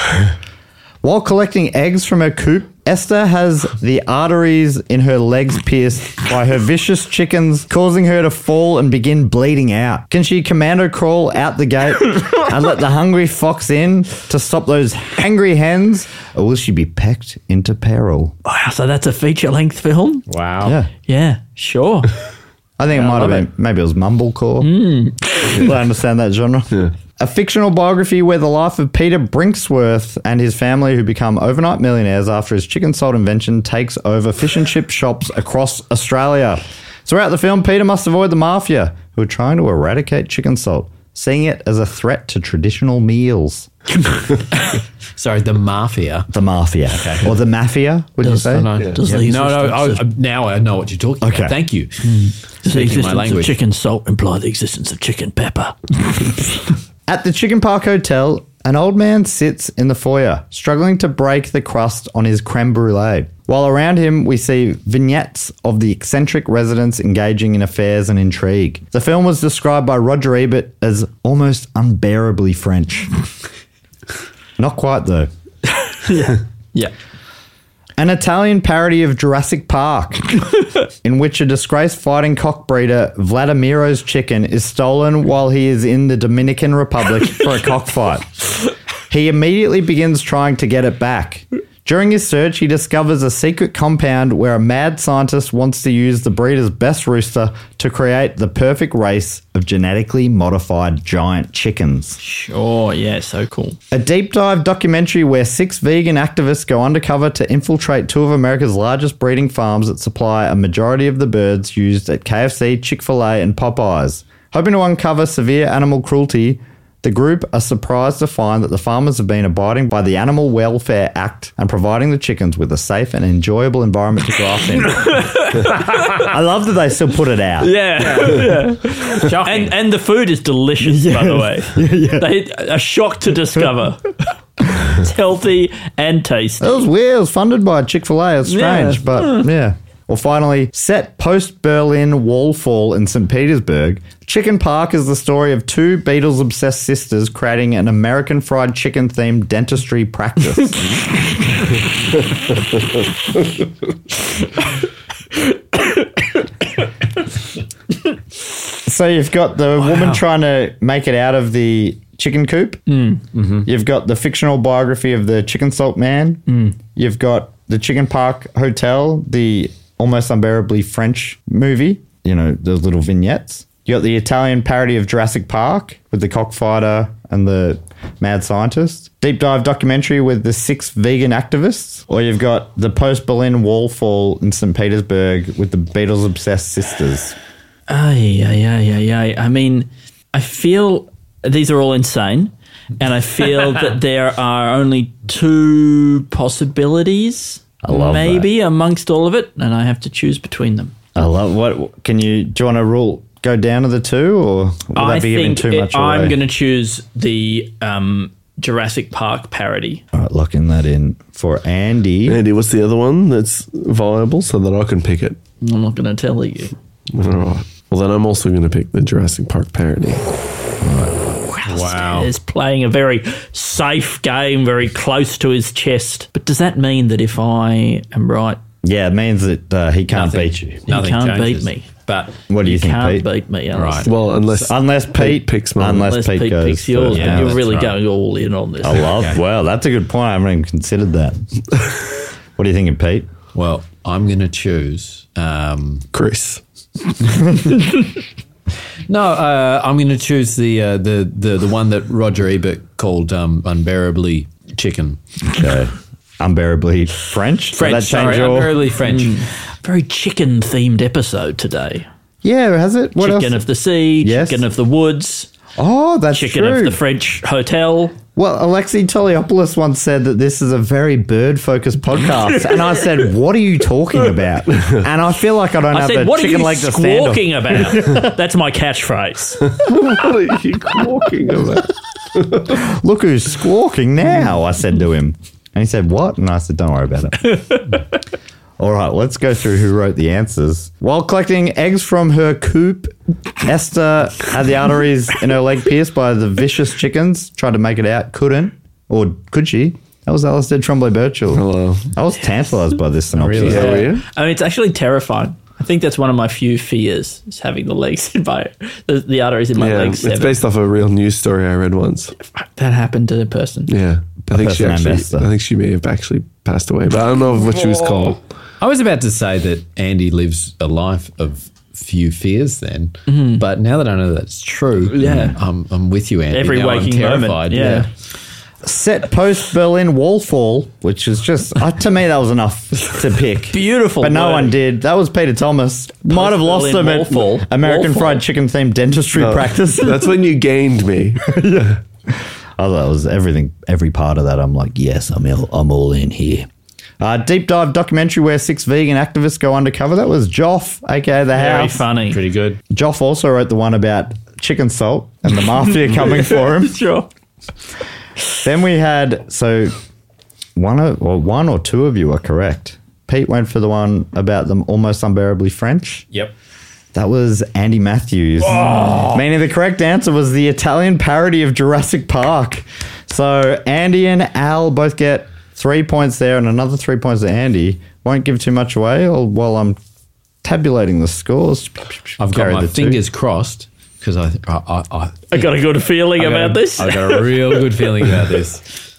Speaker 1: While collecting eggs from her coop, Esther has the arteries in her legs pierced by her vicious chickens, causing her to fall and begin bleeding out. Can she commando crawl out the gate and let the hungry fox in to stop those hangry hens, or will she be pecked into peril?
Speaker 4: Wow. So that's a feature length film?
Speaker 5: Wow.
Speaker 1: Yeah.
Speaker 4: Yeah, sure.
Speaker 1: I think it might have
Speaker 4: love
Speaker 1: been, maybe it Hmm. was Mumblecore. People don't understand that genre. A fictional biography where the life of Peter Brinksworth and his family, who become overnight millionaires after his chicken salt invention, takes over fish and chip shops across Australia. Throughout the film, Peter must avoid the mafia, who are trying to eradicate chicken salt, seeing it as a threat to traditional meals.
Speaker 5: Sorry, the mafia.
Speaker 1: The mafia, or the mafia, would you say?
Speaker 4: no, does the
Speaker 5: No, no. I,
Speaker 4: existence
Speaker 5: I, now I know what you're talking
Speaker 1: Okay.
Speaker 5: about. Thank you.
Speaker 4: of- does the
Speaker 5: speaking my
Speaker 4: existence of
Speaker 5: language.
Speaker 4: chicken salt imply the existence of chicken pepper?
Speaker 1: At the Chicken Park Hotel, an old man sits in the foyer, struggling to break the crust on his creme brulee. While around him, we see vignettes of the eccentric residents engaging in affairs and intrigue. The film was described by Roger Ebert as almost unbearably French. Not quite, though.
Speaker 4: yeah.
Speaker 1: An Italian parody of Jurassic Park, in which a disgraced fighting cock breeder, Vladimiro's chicken, is stolen while he is in the Dominican Republic for a cockfight. He immediately begins trying to get it back. During his search, he discovers a secret compound where a mad scientist wants to use the breeder's best rooster to create the perfect race of genetically modified giant chickens.
Speaker 4: Sure. Yeah. So cool.
Speaker 1: A deep dive documentary where six vegan activists go undercover to infiltrate two of America's largest breeding farms that supply a majority of the birds used at KFC, Chick fil A, and Popeyes. Hoping to uncover severe animal cruelty, the group are surprised to find that the farmers have been abiding by the Animal Welfare Act and providing the chickens with a safe and enjoyable environment to grow up in. I love that they still put it out.
Speaker 4: Yeah. and and the food is delicious, by the way. They a shock to discover. it's healthy and tasty.
Speaker 1: It was weird. It was funded by Chick fil A. It's strange,
Speaker 4: Yeah.
Speaker 1: but yeah. Well, finally, set post Berlin wall fall in St. Petersburg, Chicken Park is the story of two Beatles obsessed sisters creating an American fried chicken themed dentistry practice. so you've got the woman trying to make it out of the chicken coop. You've got the fictional biography of the Chicken Salt Man. You've got the Chicken Park Hotel, the almost unbearably French movie. You know, those little vignettes. You got the Italian parody of Jurassic Park with the cockfighter and the mad scientist. Deep dive documentary with the six vegan activists. Or you've got the post Berlin wall fall in St. Petersburg with the Beatles obsessed sisters.
Speaker 4: Ay, ay, ay, ay, ay. I mean, I feel these are all insane. And I feel that there are only two possibilities,
Speaker 1: I love that.
Speaker 4: maybe, amongst all of it. And I have to choose between them.
Speaker 1: I love what can you do you want to rule go down to the two or would
Speaker 4: I
Speaker 1: that be giving
Speaker 4: think
Speaker 1: too
Speaker 4: it-
Speaker 1: much away?
Speaker 4: I'm going to choose the um, Jurassic Park parody.
Speaker 1: All right, locking that in for Andy.
Speaker 3: Andy, what's the other one that's viable so that I can pick it?
Speaker 4: I'm not going to tell you.
Speaker 3: All right. Well, then I'm also going to pick the Jurassic Park parody.
Speaker 4: Wow. Is playing a very safe game, very close to his chest. But does that mean that if I am right,
Speaker 1: Yeah, it means that uh, he can't beat you.
Speaker 5: Nothing
Speaker 4: can't
Speaker 5: changes.
Speaker 4: beat me.
Speaker 5: But
Speaker 1: What do you, think, Pete?
Speaker 4: can't beat me? Unless,
Speaker 5: Right.
Speaker 3: Well, unless
Speaker 1: Unless Pete
Speaker 3: picks mine.
Speaker 1: unless,
Speaker 4: unless
Speaker 1: Pete,
Speaker 4: Pete
Speaker 1: goes
Speaker 4: picks yours,
Speaker 1: first.
Speaker 5: Yeah,
Speaker 4: but you're
Speaker 5: that's
Speaker 4: really
Speaker 5: right.
Speaker 4: going all in on this.
Speaker 1: I love. Wow, that's a good point. I haven't even considered that. what are you thinking, Pete?
Speaker 5: well, I'm going to choose. Um,
Speaker 3: Chris.
Speaker 5: no, uh, I'm going to choose the, uh, the the the one that Roger Ebert called um, unbearably chicken.
Speaker 1: Okay. Unbearably French. Did that
Speaker 5: French,
Speaker 1: change
Speaker 5: sorry,
Speaker 1: your-
Speaker 5: unbearably French.
Speaker 4: Very chicken themed episode today.
Speaker 1: Yeah, has it? What
Speaker 4: chicken
Speaker 1: else?
Speaker 4: of the sea,
Speaker 1: Yes.
Speaker 4: chicken of the woods,
Speaker 1: oh, that's
Speaker 4: chicken
Speaker 1: true.
Speaker 4: of the French hotel.
Speaker 1: Well, Alexei Toliopoulos once said that this is a very bird focused podcast. and I said, What are you talking about? And I feel like I don't
Speaker 4: I
Speaker 1: have
Speaker 4: said,
Speaker 1: the
Speaker 4: "What are
Speaker 1: chicken
Speaker 4: you
Speaker 1: leg to stand on.
Speaker 4: squawking about?" That's my catchphrase.
Speaker 3: what are you talking about?
Speaker 1: Look who's squawking now, I said to him. And he said, What? And I said, Don't worry about it. All right, let's go through who wrote the answers. While collecting eggs from her coop, Esther had the arteries in her leg pierced by the vicious chickens, tried to make it out, couldn't, or could she? That was Alistair Tremblay Birchall.
Speaker 3: Hello.
Speaker 1: I was tantalized by this synopsis.
Speaker 3: How are you?
Speaker 4: I mean, it's actually terrifying. I think that's one of my few fears: is having the legs in my the, the arteries in my
Speaker 3: Yeah,
Speaker 4: legs.
Speaker 3: it's
Speaker 4: severed.
Speaker 3: based off a real news story I read once.
Speaker 4: that happened to a person.
Speaker 3: Yeah, I think she
Speaker 1: person
Speaker 3: actually,
Speaker 1: ambassador.
Speaker 3: I think she may have actually passed away, but I don't know what she was called.
Speaker 5: I was about to say that Andy lives a life of few fears then, but now that I know that's true,
Speaker 4: Mm-hmm. Yeah.
Speaker 5: I'm, I'm with you, Andy.
Speaker 4: Every
Speaker 5: Now I'm
Speaker 4: waking moment.
Speaker 5: terrified,
Speaker 4: Yeah.
Speaker 1: Set post Berlin Wall fall, which is just uh, to me that was enough to pick.
Speaker 4: Beautiful
Speaker 1: but no
Speaker 4: word.
Speaker 1: one did. That was Peter Thomas. Might have lost
Speaker 4: Berlin
Speaker 1: him
Speaker 4: Wall
Speaker 1: at
Speaker 4: fall.
Speaker 1: American
Speaker 4: Wall fall.
Speaker 1: Fried Chicken themed dentistry practice. I
Speaker 3: That's when you gained me.
Speaker 1: thought it was everything, every part of that. I'm like, yes, I'm all, I'm all in here. Uh, deep dive documentary where six vegan activists go undercover. That was Joff, aka the
Speaker 4: Very
Speaker 1: house.
Speaker 4: funny.
Speaker 5: Pretty good.
Speaker 1: Joff also wrote the one about chicken salt and the mafia coming for him.
Speaker 4: Sure.
Speaker 1: Then we had so one of well, one or two of you are correct. Pete went for the one about them almost unbearably French.
Speaker 5: Yep. Oh.
Speaker 1: That was Andy Matthews. Meaning the correct answer was the Italian parody of Jurassic Park. So Andy and Al both get three points there and another three points to Andy. Won't give too much away or while I'm tabulating the scores.
Speaker 5: I've got
Speaker 1: Carry
Speaker 5: my
Speaker 1: the two.
Speaker 5: fingers crossed because I, I, I, I,
Speaker 4: I got a good feeling
Speaker 5: I got
Speaker 4: about
Speaker 5: a-
Speaker 4: this.
Speaker 5: I got a real good feeling about this.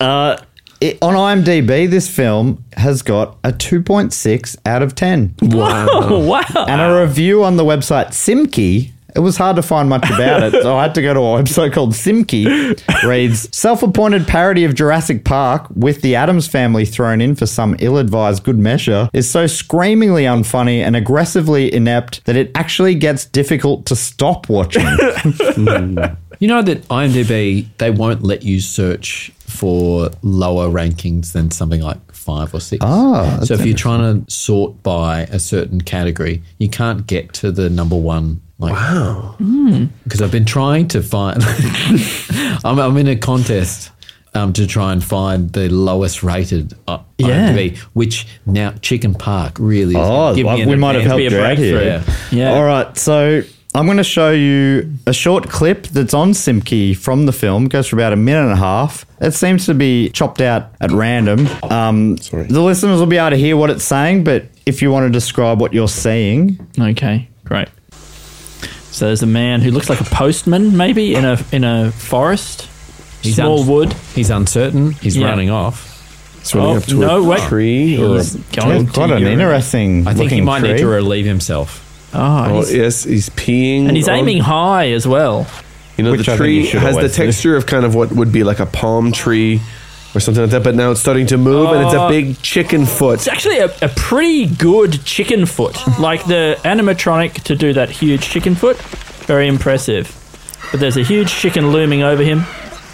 Speaker 1: It, on IMDb, this film has got a 2.6 out of 10.
Speaker 4: Oh, wow.
Speaker 1: And a review on the website Simkey. It was hard to find much about it, so I had to go to a website called Simkey. Reads self appointed parody of Jurassic Park with the Adams family thrown in for some ill advised good measure is so screamingly unfunny and aggressively inept that it actually gets difficult to stop watching.
Speaker 5: You know that IMDb, they won't let you search for lower rankings than something like five or six.
Speaker 1: Ah,
Speaker 5: so if you're trying to sort by a certain category, you can't get to the number one. Like, wow.
Speaker 1: Hmm.
Speaker 5: Because I've been trying to find, I'm, I'm in a contest. Um, to try and find the lowest rated uh,
Speaker 4: Yeah.
Speaker 5: IMDb, which now Chicken Park really is
Speaker 1: Oh,
Speaker 5: giving
Speaker 1: well,
Speaker 5: it
Speaker 1: we
Speaker 5: an
Speaker 1: might have helped
Speaker 5: advantage.
Speaker 4: be a
Speaker 1: you out here.
Speaker 5: breakthrough.
Speaker 4: Yeah.
Speaker 1: All right. So I'm going to show you a short clip that's on Simkey from the film. It goes for about a minute and a half. It seems to be chopped out at random. Um,
Speaker 3: Sorry.
Speaker 1: The listeners will be able to hear what it's saying, but if you want to describe what you're seeing,
Speaker 4: Okay, great. So there's a man who looks like a postman, maybe in a in a forest,
Speaker 5: He's
Speaker 4: small
Speaker 5: un-
Speaker 4: wood.
Speaker 5: He's uncertain. He's
Speaker 4: Yeah.
Speaker 5: running off.
Speaker 3: It's running
Speaker 4: Oh,
Speaker 3: up to
Speaker 4: no,
Speaker 3: a
Speaker 4: wait.
Speaker 3: tree or a,
Speaker 4: He's going
Speaker 1: it's quite
Speaker 4: to
Speaker 1: an
Speaker 4: urinate.
Speaker 1: interesting.
Speaker 5: I think he
Speaker 1: looking
Speaker 5: might need
Speaker 1: tree.
Speaker 5: to relieve himself.
Speaker 4: Oh,
Speaker 3: oh,
Speaker 4: he's-
Speaker 3: yes, he's peeing.
Speaker 4: and he's
Speaker 3: on-
Speaker 4: aiming high as well.
Speaker 3: You know,
Speaker 1: Which I
Speaker 3: the
Speaker 1: think
Speaker 3: tree
Speaker 1: you should
Speaker 3: has the
Speaker 1: always do.
Speaker 3: texture of kind of what would be like a palm tree or something like that, but now it's starting to move and it's a big chicken foot.
Speaker 4: It's actually a, a pretty good chicken foot. Like the animatronic to do that huge chicken foot, very impressive. But there's a huge chicken looming over him,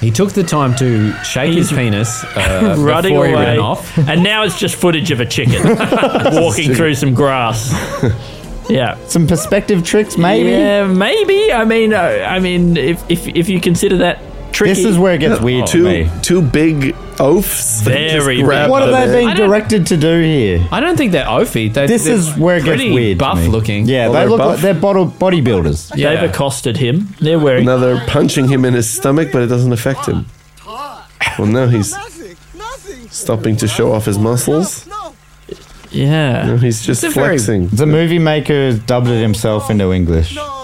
Speaker 5: He took the time to shake
Speaker 4: He's
Speaker 5: his penis uh,
Speaker 4: running
Speaker 5: before
Speaker 4: away.
Speaker 5: he ran off.
Speaker 4: And now it's just footage of a chicken walking through some grass. Yeah.
Speaker 1: Some perspective tricks, maybe.
Speaker 4: Yeah, maybe. I mean, uh, I mean, if if if you consider that tricky.
Speaker 1: This is where it gets
Speaker 3: Oh,
Speaker 1: weird to
Speaker 3: Two
Speaker 1: Oh, me.
Speaker 3: two big oaths. that
Speaker 8: Very
Speaker 3: just grab
Speaker 8: big.
Speaker 1: What
Speaker 3: the
Speaker 1: are
Speaker 3: bit.
Speaker 1: they being
Speaker 8: I don't-
Speaker 1: directed to do here?
Speaker 8: I don't think they're oafy. They,
Speaker 1: This
Speaker 8: they're
Speaker 1: is where it gets
Speaker 8: pretty
Speaker 1: weird. to
Speaker 8: Buff
Speaker 1: me.
Speaker 8: looking.
Speaker 1: Yeah,
Speaker 3: Well,
Speaker 1: they
Speaker 3: they're
Speaker 1: look like
Speaker 3: buff.
Speaker 1: they're bottle bodybuilders.
Speaker 8: They've Yeah.
Speaker 4: accosted him. They're wearing.
Speaker 3: Now they're punching him in his stomach, but it doesn't affect him. Well, now he's stopping to show off his muscles.
Speaker 4: Yeah.
Speaker 3: Now he's just
Speaker 8: It's a very-
Speaker 3: flexing.
Speaker 1: The movie maker dubbed it himself into English.
Speaker 5: Oh,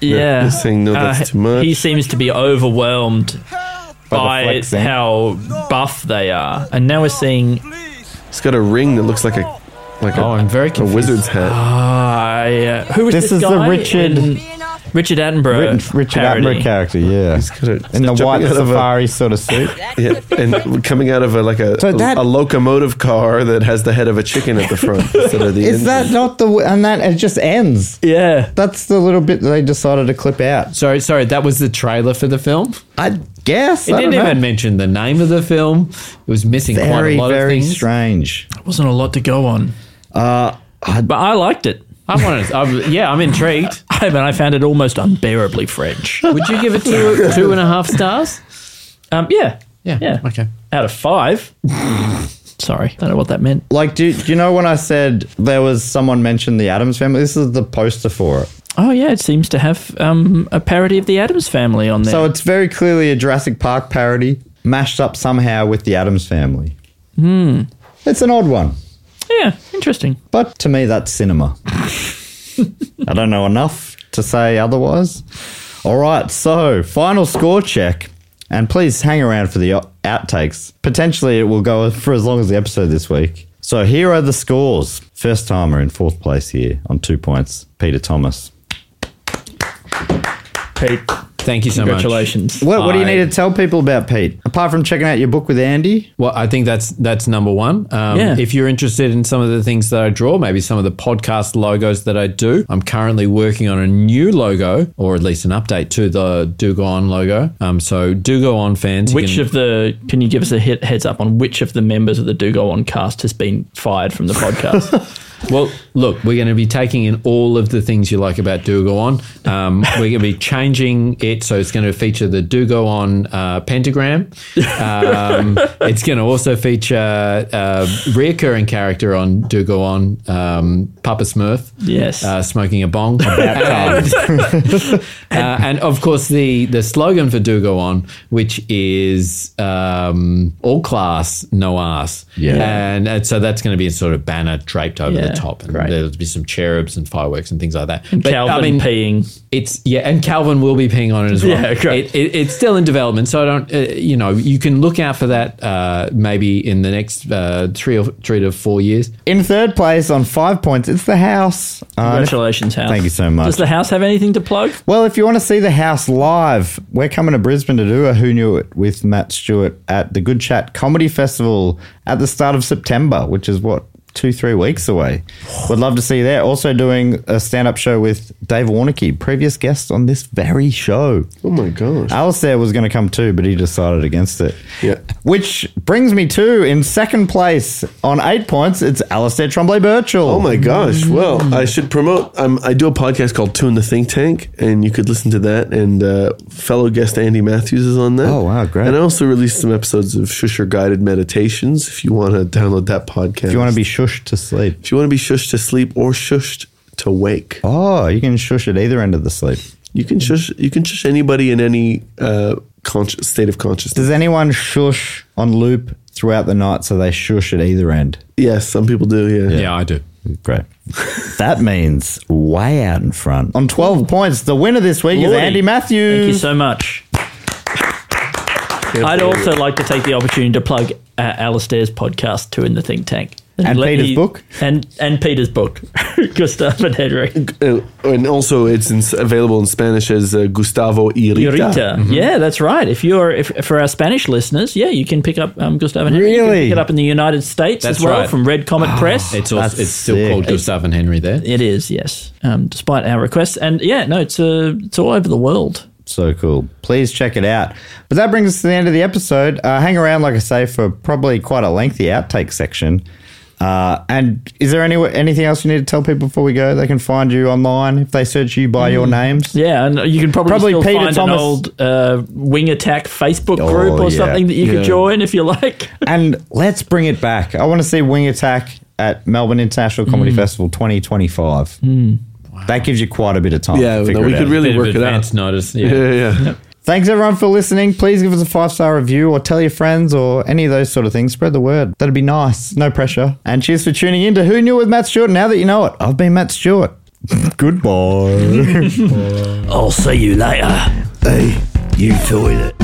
Speaker 4: Yeah. Uh,
Speaker 3: He's saying, "No,
Speaker 8: Uh,
Speaker 3: that's too much."
Speaker 4: He seems to be overwhelmed by
Speaker 1: flexing.
Speaker 4: how buff they are. And now we're seeing.
Speaker 3: He's got a ring that looks like a like a,
Speaker 8: Oh, I'm very
Speaker 3: a
Speaker 8: confused.
Speaker 3: wizard's hat.
Speaker 4: Ah, yeah. Who is
Speaker 1: This
Speaker 4: this,
Speaker 1: is the
Speaker 4: guy
Speaker 1: Richard-
Speaker 4: in Richard Attenborough.
Speaker 1: Written- Richard
Speaker 4: parody?
Speaker 1: Attenborough character, yeah.
Speaker 3: He's got a,
Speaker 1: In the
Speaker 3: jumping
Speaker 1: white
Speaker 3: out of a-
Speaker 1: safari sort of suit.
Speaker 3: Yeah, and coming out of a like a,
Speaker 1: So that-
Speaker 3: a locomotive car that has the head of a chicken at the front instead of the
Speaker 1: Is that not the and that it just ends?
Speaker 4: Yeah.
Speaker 1: That's the little bit that they decided to clip out.
Speaker 5: Sorry, sorry, that was the trailer for the film.
Speaker 1: I guess
Speaker 5: It
Speaker 1: I
Speaker 5: didn't
Speaker 1: don't know.
Speaker 5: even mention the name of the film. It was missing quite
Speaker 1: very
Speaker 5: a lot of
Speaker 1: very
Speaker 5: things.
Speaker 1: strange.
Speaker 4: Wasn't a lot to go on. Uh, but I liked it.
Speaker 5: I wanted, I, yeah, I'm intrigued.
Speaker 4: I mean, I found it almost unbearably French.
Speaker 5: Would you give it two two and a half stars?
Speaker 4: Um, yeah.
Speaker 5: Yeah.
Speaker 4: Yeah.
Speaker 5: Okay.
Speaker 4: Out of five. Sorry. Don't know what that meant.
Speaker 1: Like, do, do you know when I said there was someone mentioned the Adams family? This is the poster for it.
Speaker 4: Oh, yeah. It seems to have um, a parody of the Adams family on there.
Speaker 1: So it's very clearly a Jurassic Park parody mashed up somehow with the Adams family. Hmm. It's an odd one,
Speaker 4: yeah. Interesting.
Speaker 1: but to me, that's cinema. I don't know enough to say otherwise. All right, so final score check. And please hang around for the o- outtakes. Potentially, it will go for as long as the episode this week. So here are the scores. First timer in fourth place here on two points, Peter Thomas.
Speaker 4: Pete,
Speaker 5: Thank you so
Speaker 4: congratulations.
Speaker 1: What, what do you
Speaker 5: I-
Speaker 1: need to tell people about Pete? Apart from checking out your book with Andy,
Speaker 5: much. Well, I think that's that's number one. Um,
Speaker 4: Yeah.
Speaker 5: If you're interested in some of the things that I draw, maybe some of the podcast logos that I do, I'm currently working on a new logo, or at least an update to the Do Go On logo. Um, so Do Go On fans, you
Speaker 4: Which
Speaker 5: can-
Speaker 4: of the can you give us a hit, heads up on which of the members of the Do Go On cast has been fired from the podcast?
Speaker 5: Well, look, we're going to be taking in all of the things you like about Do Go On. Um, we're going to be changing it so it's going to feature the Do Go On uh, pentagram. Um, it's going to also feature a reoccurring character on Do Go On, um, Papa Smurf.
Speaker 4: Yes.
Speaker 5: Uh, smoking a bong. and, uh, and of course, the, the slogan for Do Go On, which is um, all class, no ass.
Speaker 1: Yeah.
Speaker 5: And, and so that's going to be a sort of banner draped over
Speaker 4: Yeah,
Speaker 5: the top, and
Speaker 4: great.
Speaker 5: there'll be some cherubs and fireworks and things like that. But,
Speaker 4: Calvin
Speaker 5: I mean,
Speaker 4: peeing.
Speaker 5: it's yeah, and Calvin will be peeing on it as well.
Speaker 4: Yeah, great.
Speaker 5: It, it, it's still in development, so I don't. Uh, you know, you can look out for that uh, maybe in the next uh, three or three to four years.
Speaker 1: in third place on five points, it's the house. Uh, if-
Speaker 4: Congratulations, House.
Speaker 1: Thank you so much.
Speaker 4: Does the House have anything to plug?
Speaker 1: well, if you want to see the house live, we're coming to Brisbane to do a Who Knew It with Matt Stewart at the Good Chat Comedy Festival at the start of September, which is what two three weeks away. Would love to see you there. Also doing a stand up show with Dave Warnocky, previous guest on this very show.
Speaker 3: Oh my gosh!
Speaker 1: Alistair was going to come too, but he decided against it.
Speaker 3: Yeah.
Speaker 1: Which brings me to in second place on eight points. It's Alistair Tremblay Birchall.
Speaker 3: Oh my gosh! Well, I should promote. Um, I do a podcast called Two in the Think Tank, and you could listen to that. And uh, fellow guest Andy Matthews is on that.
Speaker 1: Oh, wow, great.
Speaker 3: And I also released some episodes of Shusher Guided Meditations. If you want to download that podcast,
Speaker 1: If you want to be shushed to sleep.
Speaker 3: if you want to be shushed to sleep or shushed to wake,
Speaker 1: Oh, you can shush at either end of the sleep.
Speaker 3: you can shush. You can shush anybody in any uh, conscious state of consciousness.
Speaker 1: Does anyone shush on loop throughout the night so they shush at either end?
Speaker 3: Yes, some people do. Yeah.
Speaker 5: I do.
Speaker 1: Great. that means way out in front. On 12 points, the winner this week
Speaker 4: Lordy.
Speaker 1: is Andy
Speaker 4: Thank you
Speaker 1: Matthews.
Speaker 4: so much. I'd also like to take the opportunity to plug uh, Alistair's podcast too in the think tank.
Speaker 1: And
Speaker 4: let
Speaker 1: Peter's
Speaker 4: me-
Speaker 1: book.
Speaker 4: And and Peter's book. Gustav and Henry.
Speaker 3: Uh, and also, it's in, available in Spanish as uh, Gustavo Irita.
Speaker 4: Eureka.
Speaker 5: Mm-hmm.
Speaker 4: Yeah, that's right. If you're if for our Spanish listeners, yeah, you can pick up um, Gustav and Henry. You can
Speaker 1: Really?
Speaker 4: pick it up in the United States
Speaker 5: That's
Speaker 4: as well
Speaker 5: right. Ah,
Speaker 4: from Red Comet Press.
Speaker 5: It's also,
Speaker 1: That's
Speaker 5: it's still
Speaker 1: sick.
Speaker 5: called Gustav and Henry there.
Speaker 4: It is, yes. Um, despite our requests, and yeah, no, it's uh, it's all over the world.
Speaker 1: So cool. Please check it out. But that brings us to the end of the episode. Uh, hang around, like I say, for probably quite a lengthy outtake section. Uh, and is there any, anything else you need to tell people before we go? They can find you online if they search you by your names.
Speaker 4: Yeah, and you can probably,
Speaker 1: Probably
Speaker 4: still
Speaker 1: Peter
Speaker 4: find
Speaker 1: Thomas-
Speaker 4: an old uh, Wing Attack Facebook
Speaker 1: Oh,
Speaker 4: group or
Speaker 1: yeah.
Speaker 4: something that you
Speaker 3: Yeah.
Speaker 4: could join if you like.
Speaker 1: And let's bring it back. I want to see Wing Attack at Melbourne International Comedy
Speaker 4: Hmm.
Speaker 1: Festival 2025. That gives you quite a bit of time.
Speaker 3: Yeah,
Speaker 1: to
Speaker 3: no,
Speaker 1: figure
Speaker 3: we
Speaker 1: it
Speaker 3: could
Speaker 1: out.
Speaker 3: really
Speaker 5: Bit of
Speaker 3: work it out.
Speaker 5: advance notice. Yeah.
Speaker 3: Yeah, yeah.
Speaker 1: Thanks everyone for listening. Please give us a five star review or tell your friends or any of those sort of things. Spread the word. That'd be nice. No pressure. And cheers for tuning in to Who Knew with Matt Stewart. Now that you know it, I've been Matt Stewart. Goodbye.
Speaker 4: I'll see you later.
Speaker 9: Hey, you toilet.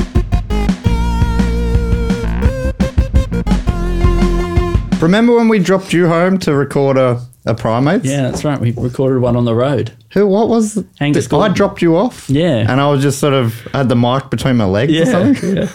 Speaker 1: Remember when we dropped you home to record a, a primates?
Speaker 4: Yeah, that's right. We recorded one on the road.
Speaker 1: Who? What was?
Speaker 4: Angus
Speaker 1: I
Speaker 4: Gordon.
Speaker 1: dropped you off.
Speaker 4: Yeah.
Speaker 1: And I was just sort of had the mic between my legs or
Speaker 4: Yeah,
Speaker 1: something.
Speaker 4: yeah.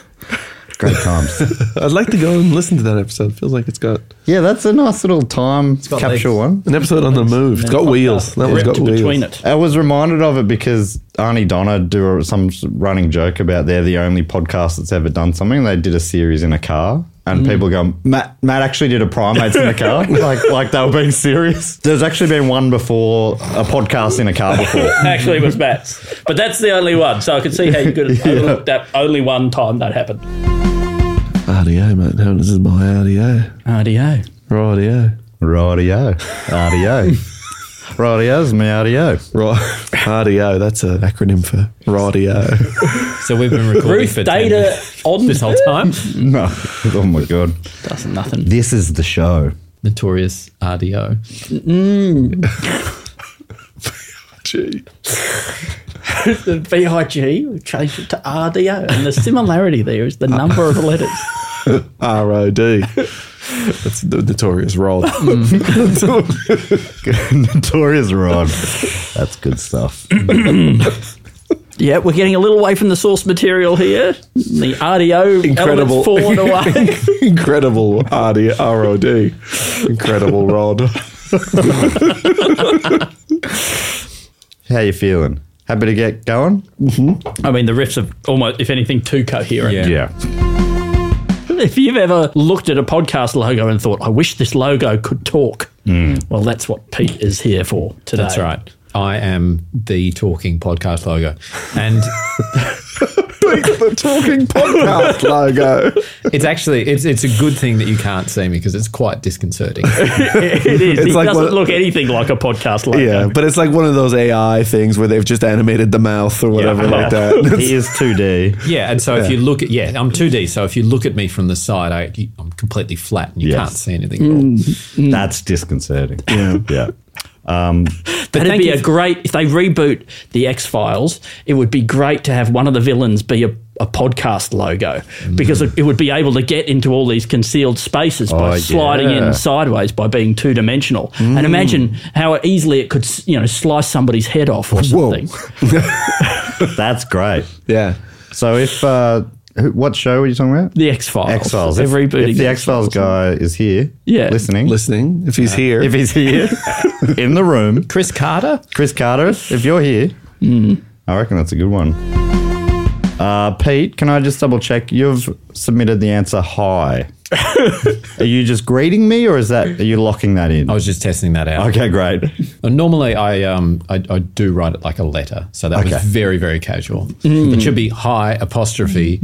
Speaker 1: Great times.
Speaker 3: I'd like to go and listen to that episode. Feels like it's got
Speaker 1: Yeah, that's a nice little time
Speaker 5: got
Speaker 1: capsule one.
Speaker 3: an episode on the move. It's got wheels. That one's got
Speaker 4: Ripped
Speaker 3: wheels.
Speaker 4: between it.
Speaker 1: I was reminded of it because Arnie Donna do some running joke about they're the only podcast that's ever done something. They did a series in a car, and people go, Matt, Matt actually did a primates in a car, like like they were being serious. There's actually been one before a podcast in a car before.
Speaker 4: Actually, it was Matt's, but that's the only one. So I could see how you could overlook that only one time that happened.
Speaker 3: RDO, mate. No, this is my RDO.
Speaker 4: RDO.
Speaker 3: RDO.
Speaker 1: Radio, radio, radio's me radio.
Speaker 3: Right. RDO. That's an acronym for RDO.
Speaker 5: So we've been recording
Speaker 4: Ruth
Speaker 5: for 10
Speaker 4: Data on
Speaker 5: this whole time.
Speaker 1: No, oh my god,
Speaker 4: That's nothing.
Speaker 1: this is the show.
Speaker 5: Notorious RDO.
Speaker 3: Gee.
Speaker 4: The VIG we changed it to RDO, and the similarity there is the
Speaker 3: Uh,
Speaker 4: number of letters.
Speaker 3: ROD. That's the notorious rod.
Speaker 1: Notorious Rod. That's good stuff.
Speaker 4: Yeah, we're getting a little away from the source material here. The RDO
Speaker 3: Incredible.
Speaker 4: elements falling away.
Speaker 3: Incredible RD, ROD. Incredible rod.
Speaker 1: How you feeling? Happy to get going?
Speaker 4: I mean, the riffs are almost, if anything, too coherent.
Speaker 5: Yeah.
Speaker 4: If you've ever looked at a podcast logo and thought, I wish this logo could talk,
Speaker 3: Hmm.
Speaker 4: well, that's what Pete is here for today.
Speaker 5: That's right. I am the talking podcast logo. And
Speaker 3: the talking podcast logo.
Speaker 5: it's actually it's it's a good thing that you can't see me because it's quite disconcerting.
Speaker 4: It is.
Speaker 3: It's
Speaker 4: it
Speaker 3: like
Speaker 4: doesn't
Speaker 3: what-
Speaker 4: look anything like a podcast logo.
Speaker 3: Yeah, but it's like one of those AI things where they've just animated the mouth or whatever like that.
Speaker 1: He is 2D.
Speaker 5: yeah, and so if you look at yeah, I'm 2D, so if you look at me from the side, I I'm completely flat and you
Speaker 1: Yes.
Speaker 5: can't see anything. at all.
Speaker 1: That's disconcerting. Yeah. Yeah.
Speaker 5: But
Speaker 4: That'd
Speaker 5: thank
Speaker 4: be
Speaker 5: you
Speaker 4: a great if they reboot the X Files. It would be great to have one of the villains be a, a podcast logo because it, it would be able to get into all these concealed spaces by
Speaker 1: Oh,
Speaker 4: sliding
Speaker 1: yeah.
Speaker 4: in sideways by being two dimensional. And imagine how easily it could s- you know slice somebody's head off or something.
Speaker 1: That's great.
Speaker 3: yeah.
Speaker 1: So if uh who- what show were you talking about?
Speaker 4: The X Files.
Speaker 1: X Files.
Speaker 4: They're
Speaker 1: If,
Speaker 4: rebooting
Speaker 1: if the X Files guy is here,
Speaker 4: Yeah.
Speaker 1: listening,
Speaker 3: Listening, if he's here.
Speaker 1: if he's here in the room,
Speaker 5: Chris Carter?
Speaker 1: Chris Carter, if you're here,
Speaker 5: Mm-hmm.
Speaker 1: I reckon that's a good one. Uh, Pete, can I just double check? You've submitted the answer hi. are you just greeting me, or is that are you locking that in?
Speaker 5: I was just testing that out.
Speaker 1: Okay, great.
Speaker 5: And Uh, Normally, I um I, I do write it like a letter, so that was
Speaker 1: Okay. Mm.
Speaker 5: very very casual. It should be hi apostrophe.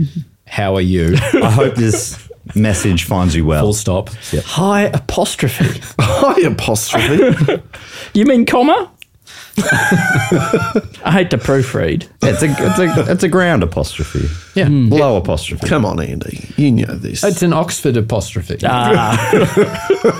Speaker 5: How are you?
Speaker 1: I hope this message finds you
Speaker 5: Full
Speaker 1: well.
Speaker 5: stop.
Speaker 4: High apostrophe.
Speaker 3: Hi apostrophe.
Speaker 4: you mean comma? I hate to proofread.
Speaker 1: It's a it's a it's a ground apostrophe,
Speaker 5: Yeah.
Speaker 1: low apostrophe.
Speaker 3: Come on, Andy. You know this.
Speaker 5: It's an Oxford apostrophe.
Speaker 1: Ah.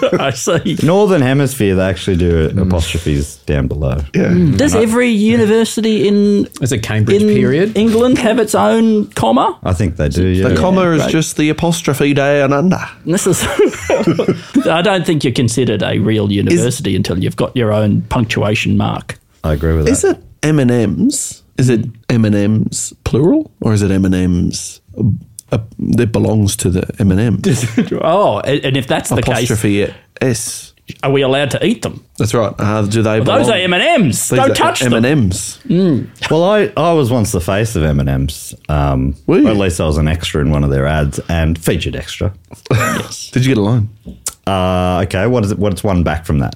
Speaker 4: Ah. I see.
Speaker 1: Northern Hemisphere, they actually do apostrophes down below.
Speaker 4: Does every university in
Speaker 5: It's a Cambridge
Speaker 4: in
Speaker 5: period.
Speaker 4: England have its own comma?
Speaker 1: I think they do. Yeah.
Speaker 3: the comma is just the apostrophe down under.
Speaker 4: This is. I don't think you're considered a real university until you've got your own punctuation mark.
Speaker 1: I agree with that.
Speaker 3: Is it M and M's? Is it M and M's plural or is it M and M's uh, that belongs to the M and M?
Speaker 4: oh, and and if that's the case,
Speaker 3: Apostrophe S.
Speaker 4: are we allowed to eat them?
Speaker 3: That's right. Uh, do they?
Speaker 4: Those
Speaker 3: belong-
Speaker 4: are
Speaker 3: uh,
Speaker 4: M and M's.
Speaker 3: These
Speaker 4: Don't
Speaker 3: are
Speaker 4: touch
Speaker 3: M and
Speaker 4: them.
Speaker 3: M's.
Speaker 1: Well, I, I was once the face of M&M's. Um,
Speaker 3: Were you?
Speaker 1: or at least I was an extra in one of their ads and featured extra.
Speaker 3: Did you get a line?
Speaker 1: Uh, okay, what is it? What's one back from that?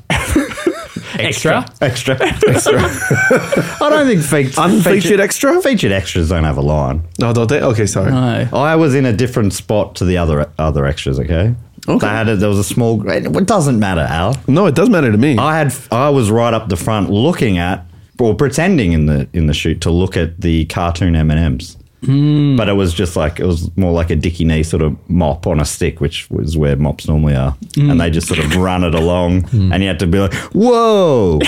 Speaker 4: Extra.
Speaker 1: Extra. Extra. I don't think fe-
Speaker 3: Unfeatured extra?
Speaker 1: Featured extras don't have a line.
Speaker 3: No, don't they? Okay, sorry.
Speaker 4: No.
Speaker 1: I was in a different spot to the other other extras. Okay. Okay. They had a, there was a small. gr- It doesn't matter, Al.
Speaker 3: No, it does matter to me.
Speaker 1: I had I was right up the front looking at or pretending in the in the shoot to look at the cartoon M and M's. But it was just like it was more like a dicky knee sort of mop on a stick, which was where mops normally are, and they just sort of run it along, and you had to be like, "Whoa!"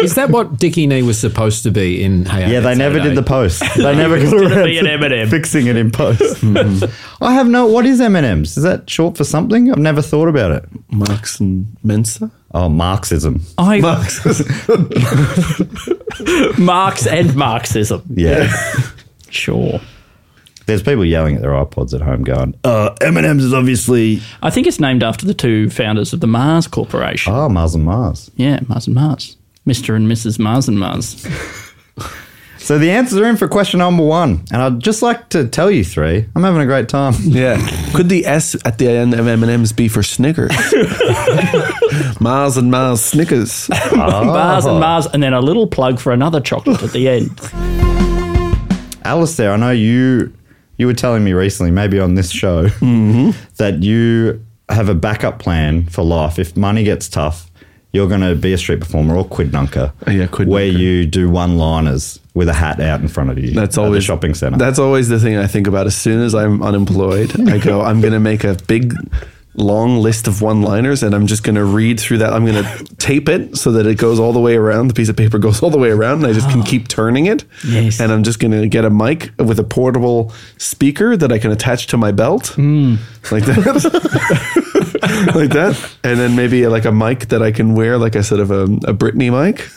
Speaker 5: Is that what Dickie Knee was supposed to be in Hey
Speaker 1: Yeah, they never did the post. They never got
Speaker 4: Didn't
Speaker 1: around
Speaker 4: be an
Speaker 1: to
Speaker 4: M&M.
Speaker 1: fixing it in post.
Speaker 4: Mm-hmm.
Speaker 1: I have no. What is M and M's? Is that short for something? I've never thought about it.
Speaker 3: Marx and Mensa?
Speaker 1: Oh, Marxism.
Speaker 4: I,
Speaker 3: Marx.
Speaker 4: Marx and Marxism.
Speaker 1: Yeah.
Speaker 4: Sure.
Speaker 1: There's people yelling at their iPods at home going, uh, M&M's is obviously...
Speaker 4: I think it's named after the two founders of the Mars Corporation.
Speaker 1: Oh, Mars and Mars.
Speaker 4: Yeah, Mars and Mars. Mr. and Mrs. Mars and Mars.
Speaker 1: So the answers are in for question number one. And I'd just like to tell you three, I'm having a great time.
Speaker 3: yeah. Could the S at the end of M&M's be for Snickers? Mars and Mars Snickers.
Speaker 1: Oh.
Speaker 4: Mars and Mars, and then a little plug for another chocolate at the end.
Speaker 1: Alistair, I know you you were telling me recently, maybe on this show,
Speaker 3: Mm-hmm.
Speaker 1: that you have a backup plan for life. If money gets tough, you're going to be a street performer or quidnunker.
Speaker 3: Oh, yeah, quidnunker.
Speaker 1: Where you do one-liners with a hat out in front of you
Speaker 3: That's
Speaker 1: at
Speaker 3: always
Speaker 1: the shopping centre.
Speaker 3: That's always the thing I think about. As soon as I'm unemployed, I go, I'm going to make a big, long list of one-liners, and I'm just going to read through that. I'm going to tape it so that it goes all the way around. The piece of paper goes all the way around, and I just can keep turning it.
Speaker 4: Yes.
Speaker 3: And I'm just going to get a mic with a portable speaker that I can attach to my belt, like that, like that, and then maybe like a mic that I can wear, like a sort of a, a Britney mic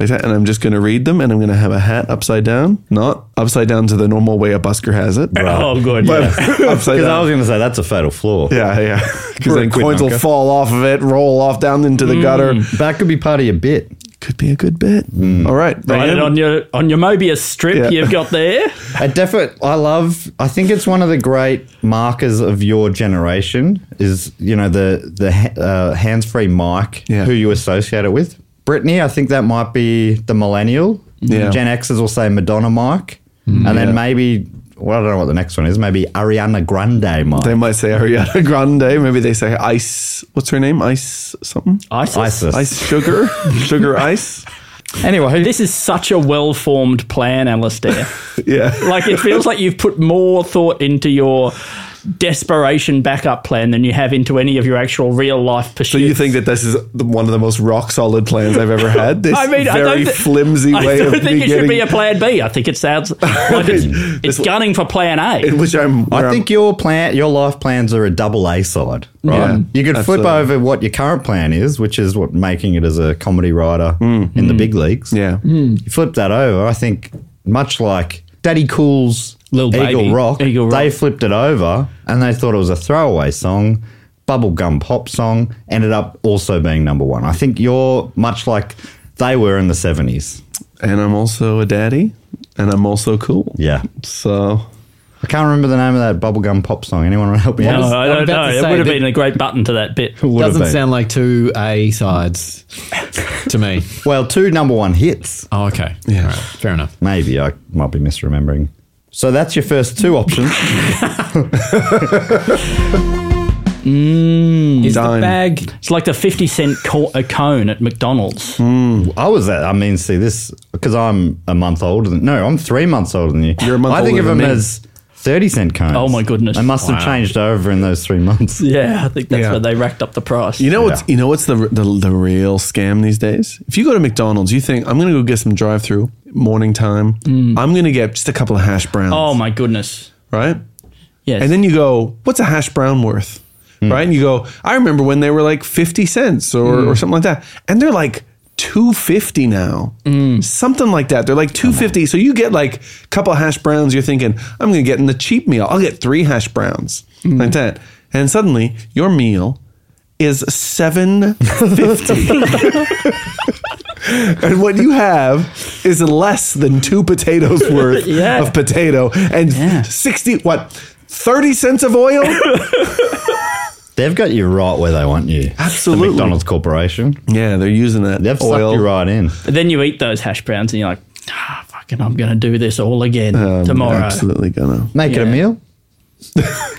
Speaker 3: like that, and I'm just going to read them, and I'm going to have a hat upside down, not upside down to the normal way a busker has it,
Speaker 4: Oh, good.
Speaker 3: but upside
Speaker 1: Because I
Speaker 3: down.
Speaker 1: was going to say that's a fatal flaw.
Speaker 3: yeah, yeah. Because
Speaker 1: Or a
Speaker 3: then coins will
Speaker 1: quidnunker.
Speaker 3: fall off of it, roll off down into the gutter.
Speaker 4: Mm.
Speaker 1: That could be part of your bit.
Speaker 3: Could be a good bit. All right,
Speaker 4: Write it
Speaker 3: Diane.
Speaker 4: on your on your Mobius strip
Speaker 3: Yeah.
Speaker 4: you've got there.
Speaker 1: I definitely, I love. I think it's one of the great markers of your generation is you know the the ha- uh, hands free mic
Speaker 3: Yeah.
Speaker 1: who you associate it with. Brittany, I think that might be the millennial.
Speaker 3: Yeah. Mm.
Speaker 1: Gen Xers will say Madonna mic, and then maybe well, I don't know what the next one is. Maybe Ariana Grande mic.
Speaker 3: They might say Ariana Grande. Maybe they say Ice. What's her name? Ice something.
Speaker 4: ISIS.
Speaker 1: ISIS.
Speaker 3: Ice Sugar. Sugar Ice.
Speaker 1: Anyway,
Speaker 4: This is such a well formed plan, Alistair.
Speaker 3: Yeah.
Speaker 4: like it feels like you've put more thought into your desperation backup plan than you have into any of your actual real life
Speaker 3: So
Speaker 4: pursuits.
Speaker 3: you think that this is the- one of the most rock solid plans I've ever had? This
Speaker 4: I mean, I
Speaker 3: very
Speaker 4: don't thi-
Speaker 3: flimsy
Speaker 4: I
Speaker 3: way
Speaker 4: don't
Speaker 3: of
Speaker 4: think
Speaker 3: me
Speaker 4: it should be
Speaker 3: getting,
Speaker 4: a plan B. I think it sounds like it's, it's gunning for plan A.
Speaker 3: in which I'm. where
Speaker 1: I
Speaker 3: I'm-
Speaker 1: think your plan, your life plans are a double A side, right?
Speaker 3: Yeah,
Speaker 1: you could flip
Speaker 3: absolutely.
Speaker 1: over what your current plan is, which is what making it as a comedy writer in the big leagues.
Speaker 3: Mm. Yeah.
Speaker 4: Hmm.
Speaker 1: You flip that over, I think much like Daddy Cool's
Speaker 4: Lil
Speaker 1: Eagle,
Speaker 4: Baby.
Speaker 1: Rock,
Speaker 4: Eagle Rock.
Speaker 1: they flipped it over and they thought it was a throwaway song, bubblegum pop song, ended up also being number one. I think you're much like they were in the 70s.
Speaker 3: and I'm also a daddy, and I'm also cool.
Speaker 1: Yeah.
Speaker 3: So
Speaker 1: I can't remember the name of that bubblegum pop song. Anyone want to help me
Speaker 4: No,
Speaker 1: out?
Speaker 4: I
Speaker 5: I'm
Speaker 4: don't
Speaker 5: about
Speaker 4: know.
Speaker 5: to
Speaker 4: It
Speaker 5: say
Speaker 4: would have
Speaker 5: that-
Speaker 4: been a great button to that bit.
Speaker 1: Would have
Speaker 5: Doesn't
Speaker 1: been.
Speaker 5: sound like two A sides to me.
Speaker 1: Well, two number one hits.
Speaker 5: Oh, okay. Yeah. Fair enough.
Speaker 1: Maybe I might be misremembering. So that's your first two options.
Speaker 5: Is
Speaker 3: Dime.
Speaker 5: the bag
Speaker 4: It's like the 50 cent co- a cone at McDonald's.
Speaker 3: Hmm.
Speaker 1: I was at, I mean, see this because I'm a month older than no, I'm three months older than you.
Speaker 3: You're a month
Speaker 1: I think
Speaker 3: older
Speaker 1: of
Speaker 3: than
Speaker 1: them
Speaker 3: me.
Speaker 1: as thirty cent cones.
Speaker 4: Oh my goodness.
Speaker 1: They must have
Speaker 4: Wow.
Speaker 1: changed over in those three months.
Speaker 4: Yeah, I think that's
Speaker 3: Yeah.
Speaker 4: where they racked up the price.
Speaker 3: you know
Speaker 1: Yeah.
Speaker 3: what's you know what's the, the the real scam these days? If you go to McDonald's, you think I'm gonna go get some drive through morning time. I'm gonna get just a couple of hash browns.
Speaker 4: Mm. oh my goodness.
Speaker 3: right?
Speaker 4: Yes.
Speaker 3: And then you go, what's a hash brown worth? Right? And you go, I remember when they were like 50 cents or, or something like that. And they're like 250 now. Something like that. They're like 250. So you get like a couple hash browns. You're thinking, I'm going to get in the cheap meal. I'll get three hash browns like that. And suddenly your meal is 750. and what you have is less than two potatoes worth
Speaker 4: Yeah.
Speaker 3: of potato and
Speaker 4: Yeah.
Speaker 3: 60 what 30 cents of oil
Speaker 1: They've got you right where they want you.
Speaker 3: Absolutely.
Speaker 1: The McDonald's Corporation.
Speaker 3: Yeah, they're using that
Speaker 1: They've sucked
Speaker 3: oil.
Speaker 1: you right in.
Speaker 4: But then you eat those hash browns and you're like, ah, fucking, I'm going to do this all again
Speaker 3: Um,
Speaker 4: tomorrow.
Speaker 3: Absolutely gonna.
Speaker 1: Make it a
Speaker 4: Yeah.
Speaker 1: meal.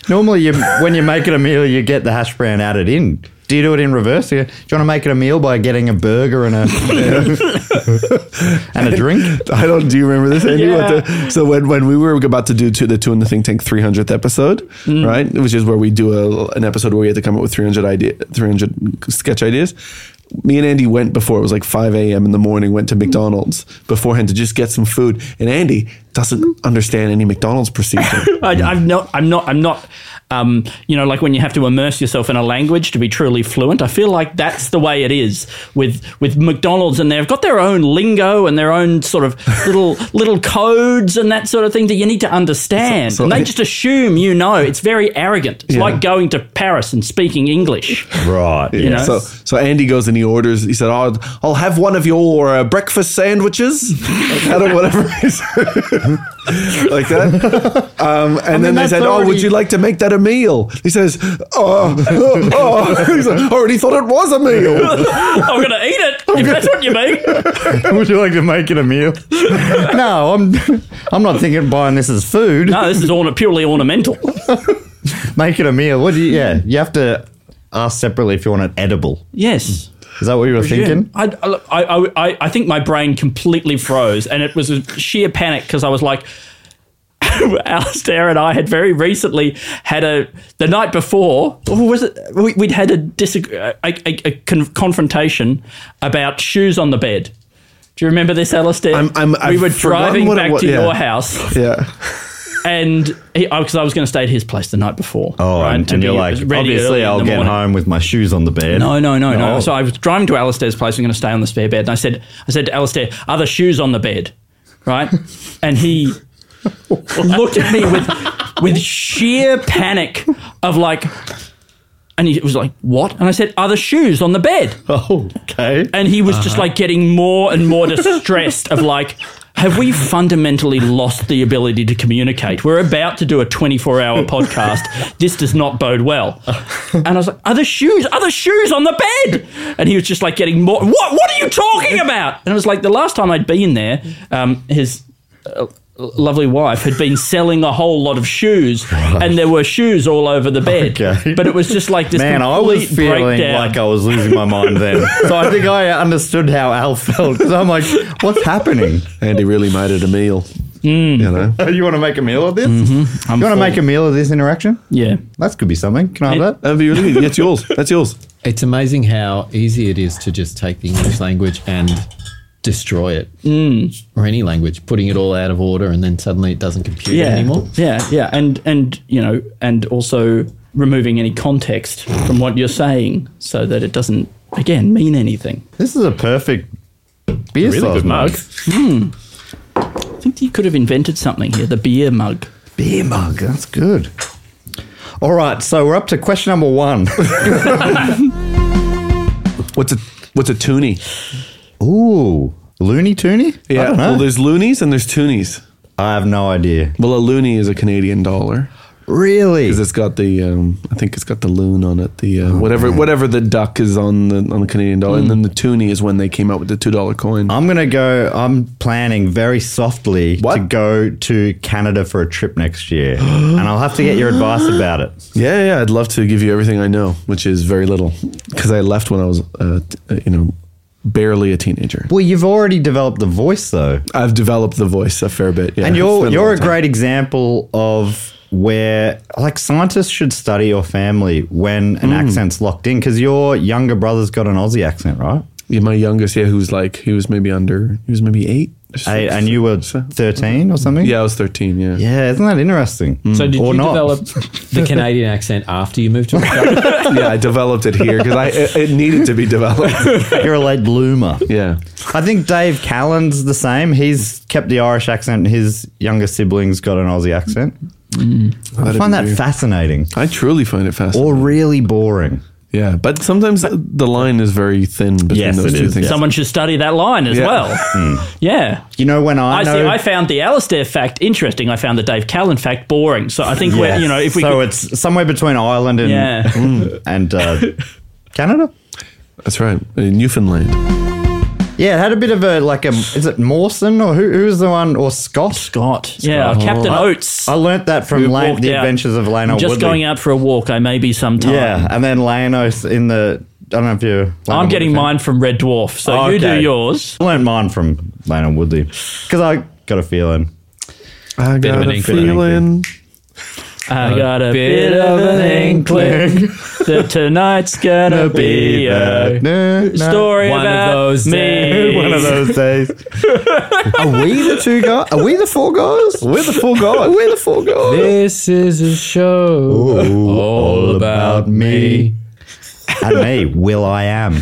Speaker 1: Normally, you, when you make it a meal, you get the hash brown added in. Do you do it in reverse? Do you, do you want to make it a meal by getting a burger and a and a drink?
Speaker 3: I don't. Do you remember this? Andy? What the- so when when we were about to do two, the two in the think tank three hundredth episode, right, which is where we do a, an episode where we had to come up with three hundred idea, three hundred sketch ideas. Me and Andy went before it was like five a.m. in the morning. Went to McDonald's beforehand to just get some food, and Andy doesn't understand any McDonald's procedure.
Speaker 4: I, I'm not. I'm not. I'm not. Um, you know, like when you have to immerse yourself in a language to be truly fluent. I feel like that's the way it is with with McDonald's, and they've got their own lingo and their own sort of little little codes and that sort of thing that you need to understand.
Speaker 3: So- so
Speaker 4: and they
Speaker 3: I-
Speaker 4: just assume you know. It's very arrogant. It's like going to Paris and speaking English.
Speaker 1: Right.
Speaker 4: You know.
Speaker 3: So so Andy goes and he orders. He said, "I'll I'll have one of your uh, breakfast sandwiches, I don't whatever it is. like that." Um, and then they
Speaker 1: that's
Speaker 3: said, "Oh,
Speaker 1: already-
Speaker 3: would you like to make that a meal?" He says, "Oh, oh, oh." He's like, "I already thought it was a meal."
Speaker 4: I'm gonna eat it. If that's what you mean.
Speaker 1: Would you like to make it a meal? no, I'm. I'm not thinking of buying this as food.
Speaker 4: No, this is orna- purely ornamental.
Speaker 1: Make it a meal. What do you? Yeah, you have to ask separately if you want it edible.
Speaker 4: Yes.
Speaker 1: Is that what you were thinking?
Speaker 4: I, I, look, I, I, I think my brain completely froze, and it was a sheer panic because I was like, Alistair and I had very recently had a the night before. Or was it? We, we'd had a, disag- a, a, a con- confrontation about shoes on the bed. Do you remember this, Alistair?
Speaker 3: I'm- I'm-
Speaker 4: we
Speaker 3: I've
Speaker 4: were
Speaker 3: forgotten
Speaker 4: driving
Speaker 3: what it
Speaker 4: back
Speaker 3: wa-
Speaker 4: to
Speaker 3: yeah.
Speaker 4: your house,
Speaker 3: yeah.
Speaker 4: and because I was going to stay at his place the night before.
Speaker 1: Oh,
Speaker 4: right?
Speaker 1: and, and you're
Speaker 4: be
Speaker 1: like,
Speaker 4: ready early
Speaker 1: obviously,
Speaker 4: in
Speaker 1: I'll
Speaker 4: the
Speaker 1: get
Speaker 4: morning.
Speaker 1: home with my shoes on the bed.
Speaker 4: No, no, no, no.
Speaker 1: Oh.
Speaker 4: So I was driving to Alistair's place. I'm going to stay on the spare bed. And I said, I said to Alistair, are the shoes on the bed? Right? And he looked at me with, with sheer panic of like, and he was like, what? And I said, are the shoes on the bed?
Speaker 1: Oh, okay.
Speaker 4: And he was
Speaker 1: Uh-huh.
Speaker 4: just like getting more and more distressed of like, have we fundamentally lost the ability to communicate? We're about to do a 24 hour podcast. This does not bode well. And I was like, are the shoes, are the shoes on the bed? And he was just like getting more, what, what are you talking about? And it was like the last time I'd been there, um, his uh, lovely wife had been selling a whole lot of shoes and there were shoes all over the bed.
Speaker 1: Okay.
Speaker 4: But it was just like this
Speaker 1: Man, I was
Speaker 4: complete
Speaker 1: feeling
Speaker 4: breakdown.
Speaker 1: like I was losing my mind then. so I think I understood how Al felt because I'm like, what's happening?
Speaker 3: Andy really made it a meal. You know.
Speaker 1: You want to make a meal of this?
Speaker 4: Mm-hmm. I'm
Speaker 1: You want to
Speaker 4: full.
Speaker 1: make a meal of this interaction?
Speaker 4: Yeah.
Speaker 1: That could be something. Can I have that?
Speaker 3: That'd be really good. That's yours. That's yours.
Speaker 5: It's amazing how easy it is to just take the English language and destroy it, or any language, putting it all out of order, and then suddenly it doesn't compute
Speaker 4: yeah,
Speaker 5: anymore.
Speaker 4: Yeah, yeah, and and you know, and also removing any context from what you're saying so that it doesn't again mean anything.
Speaker 1: This is a perfect beer
Speaker 10: Really
Speaker 1: size
Speaker 10: good
Speaker 1: mug.
Speaker 10: mug.
Speaker 4: I think you could have invented something here, the beer mug.
Speaker 1: Beer mug. That's good. All right, so we're up to question number one.
Speaker 3: What's a what's a toonie?
Speaker 1: Ooh, loony toony? I
Speaker 3: Yeah.
Speaker 1: don't know.
Speaker 3: Well, there's loonies and there's toonies.
Speaker 1: I have no idea.
Speaker 3: Well, a loonie is a Canadian dollar.
Speaker 1: Really?
Speaker 3: because it's got the um, I think it's got the loon on it, the
Speaker 1: Oh,
Speaker 3: uh, whatever whatever the duck is on the on the Canadian dollar,
Speaker 1: Mm.
Speaker 3: and then the toonie is when they came out with the two dollar coin.
Speaker 1: I'm gonna go. I'm planning very softly to
Speaker 3: What?
Speaker 1: go to Canada for a trip next year, and I'll have to get your advice about it.
Speaker 3: yeah, yeah, I'd love to give you everything I know, which is very little, because I left when I was uh, t- uh, you know barely a teenager.
Speaker 1: Well, you've already developed the voice though,
Speaker 3: I've developed the voice a fair bit, yeah,
Speaker 1: and
Speaker 3: It's
Speaker 1: you're
Speaker 3: been
Speaker 1: you're
Speaker 3: long
Speaker 1: a
Speaker 3: time.
Speaker 1: great example of where like scientists should study your family when an accent's locked in because your younger brother's got an Aussie accent, right?
Speaker 3: Yeah, my youngest, yeah, who's like he was maybe under, he was maybe eight, or
Speaker 1: I,
Speaker 3: six.
Speaker 1: and you were 13 or something.
Speaker 3: yeah, I was thirteen, yeah.
Speaker 1: Yeah, isn't that interesting?
Speaker 5: So did
Speaker 1: Or
Speaker 5: you
Speaker 1: not.
Speaker 5: develop the Canadian accent after you moved to Australia?
Speaker 3: yeah, I developed it here because I it, it needed to be developed.
Speaker 1: You're a late bloomer.
Speaker 3: yeah,
Speaker 1: I think Dave Callan's the same. He's kept the Irish accent. His younger sibling's got an Aussie accent. I
Speaker 3: That'd
Speaker 1: find
Speaker 3: be
Speaker 1: that
Speaker 3: weird.
Speaker 1: fascinating
Speaker 3: I truly find it fascinating.
Speaker 1: or really boring.
Speaker 3: Yeah, but sometimes the line is very thin between
Speaker 1: Yes,
Speaker 3: those
Speaker 1: it
Speaker 3: two
Speaker 1: is,
Speaker 3: things.
Speaker 1: yeah.
Speaker 4: Someone should study that line as
Speaker 3: Yeah.
Speaker 4: well. Yeah.
Speaker 1: You know when I,
Speaker 4: I see.
Speaker 1: know
Speaker 4: I found the Alistair fact interesting. I found the Dave Callan fact boring. So I think we're,
Speaker 1: Yes.
Speaker 4: you know, if we
Speaker 1: so
Speaker 4: could,
Speaker 1: it's somewhere between Ireland and
Speaker 4: Yeah.
Speaker 1: Mm, and uh, Canada.
Speaker 3: That's right, Uh, Newfoundland.
Speaker 1: Yeah, it had a bit of a like a is it Mawson or who who's the one or Scott?
Speaker 4: Scott, yeah, Captain Oates.
Speaker 1: Oh. I learnt that from
Speaker 4: Who
Speaker 1: Lane,
Speaker 4: walked
Speaker 1: the
Speaker 4: out.
Speaker 1: Adventures of Lano
Speaker 4: I'm
Speaker 1: Woodley.
Speaker 4: just going out for a walk. I may be sometime.
Speaker 1: Yeah, and then Lanos in the I don't know if you.
Speaker 4: I'm getting mine from Red Dwarf. So you do
Speaker 1: Okay.
Speaker 4: yours.
Speaker 1: I learned mine from Lano Woodley because I got a feeling.
Speaker 3: I
Speaker 5: of
Speaker 3: got
Speaker 5: an
Speaker 3: a
Speaker 5: inkling.
Speaker 3: feeling.
Speaker 4: I got a bit of an inkling that tonight's gonna be a story
Speaker 5: One of
Speaker 4: about
Speaker 5: those
Speaker 4: me.
Speaker 5: days.
Speaker 1: One of those days.
Speaker 11: Are we the two guys? Are we the four guys? We're the four guys. We're the four guys.
Speaker 5: This is a show all about me.
Speaker 1: and me, Will I am.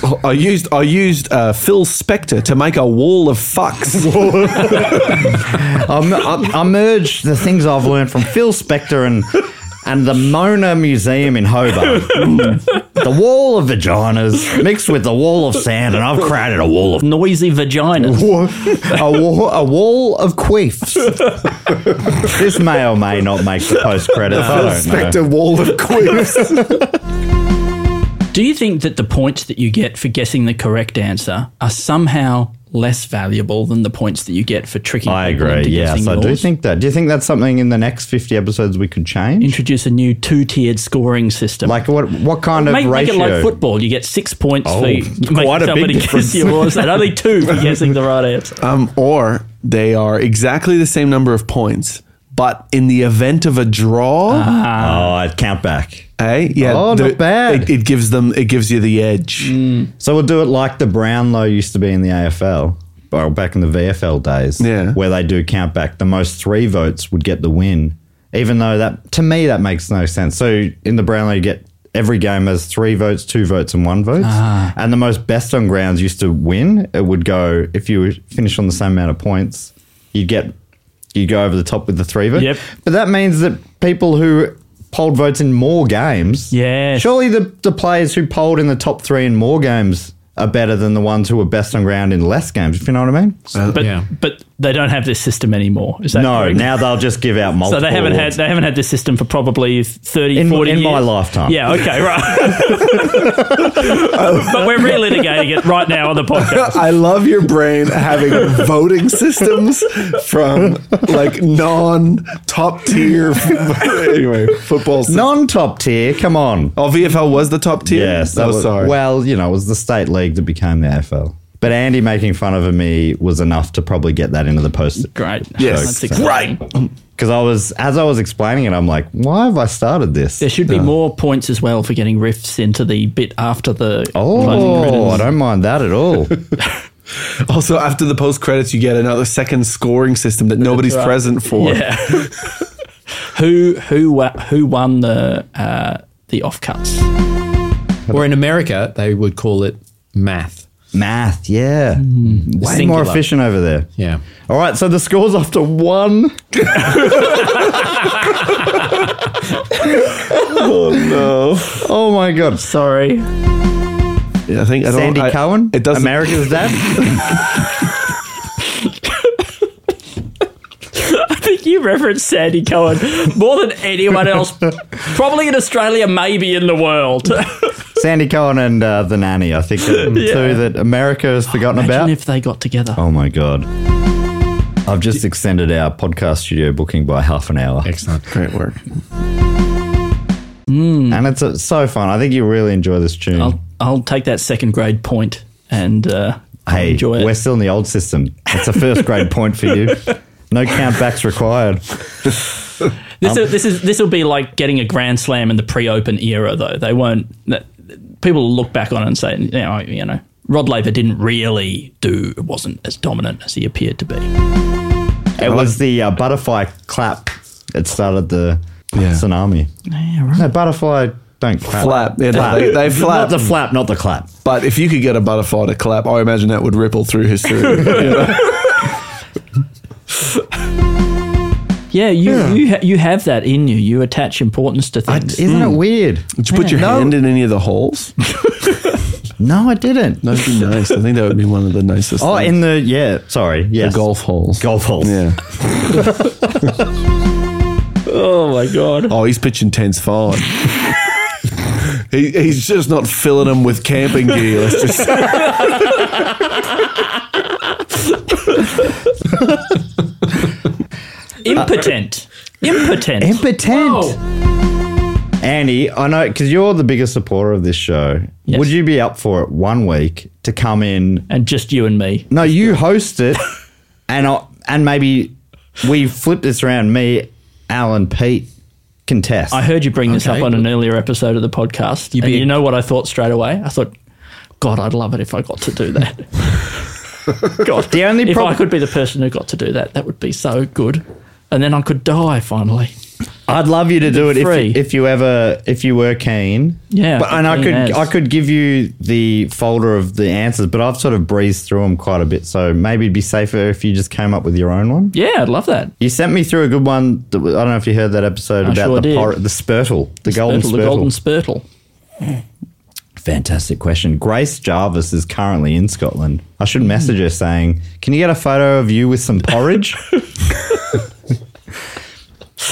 Speaker 3: Oh, I used I used uh, Phil Spector to make a wall of fucks.
Speaker 1: I, mer- I, I merged the things I've learned from Phil Spector and and the Mona Museum in Hobart. the wall of vaginas mixed with the wall of sand, and I've created a wall of
Speaker 4: noisy vaginas.
Speaker 1: a, wall, a wall of queefs. this may or may not make the post credits. I don't know.
Speaker 3: wall of queefs.
Speaker 4: Do you think that the points that you get for guessing the correct answer are somehow less valuable than the points that you get for tricking?
Speaker 1: I
Speaker 4: people
Speaker 1: agree.
Speaker 4: into
Speaker 1: Yes,
Speaker 4: guessing
Speaker 1: I do
Speaker 4: yours?
Speaker 1: think that. Do you think that's something in the next fifty episodes we could change?
Speaker 4: introduce a new two-tiered scoring system.
Speaker 1: Like what? What kind of
Speaker 4: make, make
Speaker 1: ratio?
Speaker 4: it like football. You get six points
Speaker 1: Oh,
Speaker 4: for
Speaker 1: quite
Speaker 4: making
Speaker 1: a big
Speaker 4: somebody
Speaker 1: difference.
Speaker 4: guess yours, and only two for guessing the right answer.
Speaker 3: um, or they are exactly the same number of points, but in the event of a draw,
Speaker 1: oh, I'd count back.
Speaker 3: eh? Yeah,
Speaker 11: Oh,
Speaker 3: the-
Speaker 11: not bad.
Speaker 3: It, it gives them. It gives you the edge.
Speaker 1: So we'll do it like the Brownlow used to be in the AFL, well, back in the VFL days,
Speaker 3: Yeah.
Speaker 1: where they do count back. The most three votes would get the win, even though that, to me, that makes no sense. So in the Brownlow, you get every game has three votes, two votes, and one vote. And the most best on grounds used to win. It would go, if you finish on the same amount of points, you'd get, you go over the top with the three votes.
Speaker 4: Yep.
Speaker 1: But that means that people who polled votes in more games
Speaker 4: Yes.
Speaker 1: Surely the, the players who polled in the top three in more games are better than the ones who were best on ground in less games, if you know what I mean?
Speaker 4: But
Speaker 5: yeah.
Speaker 4: but they don't have this system anymore. Is that
Speaker 1: Uh, no,
Speaker 4: correct?
Speaker 1: now they'll just give out
Speaker 4: So
Speaker 1: multiple.
Speaker 4: they haven't had
Speaker 1: awards.
Speaker 4: they haven't had this system for probably 30,
Speaker 1: In-
Speaker 4: 40
Speaker 1: in
Speaker 4: years.
Speaker 1: my lifetime.
Speaker 4: Yeah, okay, right. but we're relitigating it right now on the podcast.
Speaker 3: I love your brain having voting systems from like non top tier. anyway, football.
Speaker 1: Non top tier, come on.
Speaker 3: Oh, VFL was the top tier.
Speaker 1: Yes,
Speaker 3: that was sorry.
Speaker 1: Well, you know, it was the state league that became the AFL. But Andy making fun of me was enough to probably get that into the post.
Speaker 4: Great.
Speaker 3: Yes.
Speaker 4: That's exciting.
Speaker 1: Because I was, as I was explaining it, I'm like, why have I started this?
Speaker 4: There should be more points as well for getting riffs into the bit after the closing
Speaker 1: Oh,
Speaker 4: credits.
Speaker 1: I don't mind that at all.
Speaker 3: also, after the post credits, you get another second scoring system that nobody's present for.
Speaker 4: Yeah. who who wa- who won the uh, the offcuts?
Speaker 5: Or in America, they would call it math.
Speaker 1: Math, yeah.
Speaker 4: Hmm.
Speaker 1: Way more
Speaker 5: Singular.
Speaker 1: efficient over there.
Speaker 5: Yeah.
Speaker 1: All right, so the score's off to one. oh no! Oh my god!
Speaker 4: Sorry,
Speaker 3: Yeah, I think I don't,
Speaker 1: Sandy
Speaker 3: I-
Speaker 1: Cohen,
Speaker 3: It doesn't.
Speaker 1: America's Dad.
Speaker 4: I think you referenced Sandy Cohen more than anyone else, probably in Australia, maybe in the world.
Speaker 1: Sandy Cohen and uh, the nanny. I think are the two that America has forgotten about.
Speaker 4: Imagine if they got together.
Speaker 1: oh my god! I've just extended our podcast studio booking by half an hour,
Speaker 5: Excellent.
Speaker 3: Great work.
Speaker 1: and it's uh, so fun. I think you really enjoy this tune.
Speaker 4: Hmm. I'll I'll take that second grade point and uh, I'll
Speaker 1: hey,
Speaker 4: enjoy it.
Speaker 1: we're still in the old system. It's a first grade point for you. No countbacks required.
Speaker 4: This will this is this will be like getting a grand slam in the pre-open era, though. They won't. That, people will look back on it and say, you know, you know, Rod Laver didn't really do. It wasn't as dominant as he appeared to be.
Speaker 1: It was the uh, butterfly clap that started the
Speaker 3: Yeah.
Speaker 1: tsunami. No, butterfly don't clap.
Speaker 3: Flap. Yeah, no, they, they flap.
Speaker 1: Not the flap, not the clap.
Speaker 3: but if you could get a butterfly to clap, I imagine that would ripple through history. you know?
Speaker 4: Yeah, you you ha- you have that in you. You attach importance to
Speaker 12: I,
Speaker 4: things.
Speaker 12: isn't
Speaker 3: Hmm.
Speaker 12: it weird?
Speaker 3: Did you put your
Speaker 12: No.
Speaker 3: hand in any of the holes?
Speaker 12: No, I didn't.
Speaker 3: That'd be nice. I think that would be one of the nicest.
Speaker 1: Oh,
Speaker 3: things.
Speaker 1: in the yeah, sorry, yes,
Speaker 3: the golf holes.
Speaker 1: golf holes.
Speaker 3: Yeah.
Speaker 4: oh my god!
Speaker 3: Oh, he's pitching tents forward. he, he's just not filling them with camping gear. Let's just say.
Speaker 4: Impotent, impotent.
Speaker 1: Impotent. Annie, I know because you're the biggest supporter of this show.
Speaker 4: Yes.
Speaker 1: Would you be up for it one week to come in?
Speaker 4: and just you and me.
Speaker 1: No, you host it, and I, and maybe we flip this around. Me, Alan, Pete contest.
Speaker 4: I heard you bring this
Speaker 5: Okay.
Speaker 4: up on an earlier episode of the podcast,
Speaker 5: You
Speaker 4: and
Speaker 5: be-
Speaker 4: you know what I thought straight away? I thought, God, I'd love it if I got to do that. God,
Speaker 1: The only
Speaker 4: if
Speaker 1: prob-
Speaker 4: I could be the person who got to do that, that would be so good. And then I could die finally.
Speaker 1: I'd love you to do it if
Speaker 4: free.
Speaker 1: you, if you ever if you were keen.
Speaker 4: Yeah,
Speaker 1: but, and I
Speaker 4: keen
Speaker 1: could
Speaker 4: as.
Speaker 1: I could give you the folder of the answers, but I've sort of breezed through them quite a bit, so maybe it'd be safer if you just came up with your own one.
Speaker 4: Yeah, I'd love that.
Speaker 1: You sent me through a good one. That, was- I don't know if you heard that episode
Speaker 4: I
Speaker 1: about
Speaker 4: sure
Speaker 1: the
Speaker 4: did.
Speaker 1: pirate- the spurtle, the, golden
Speaker 4: Spurtle,
Speaker 1: spurtle.
Speaker 4: the golden spurtle.
Speaker 1: Fantastic question. Grace Jarvis is currently in Scotland. I should message her saying, "Can you get a photo of you with some porridge?"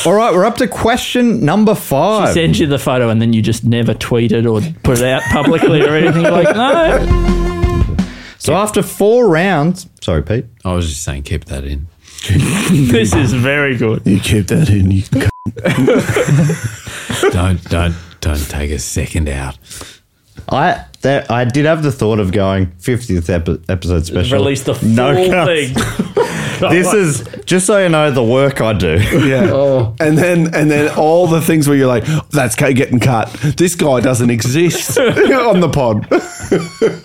Speaker 1: All right, we're up to question number
Speaker 4: She
Speaker 1: five.
Speaker 4: sends you the photo, and then you just never tweeted or put it out publicly or anything like no.
Speaker 1: So after four rounds, sorry, Pete.
Speaker 5: I was just saying, keep that in.
Speaker 4: This is very good.
Speaker 3: You keep that in. You c-
Speaker 5: Don't don't don't take a second out.
Speaker 1: I that I did have the thought of going 50th epi- episode special.
Speaker 4: Release the full
Speaker 1: cuts.
Speaker 4: thing.
Speaker 1: This is just so you know the work I do.
Speaker 3: yeah. And then and then all the things where you're like, that's ca- getting cut. This guy doesn't exist on the pod.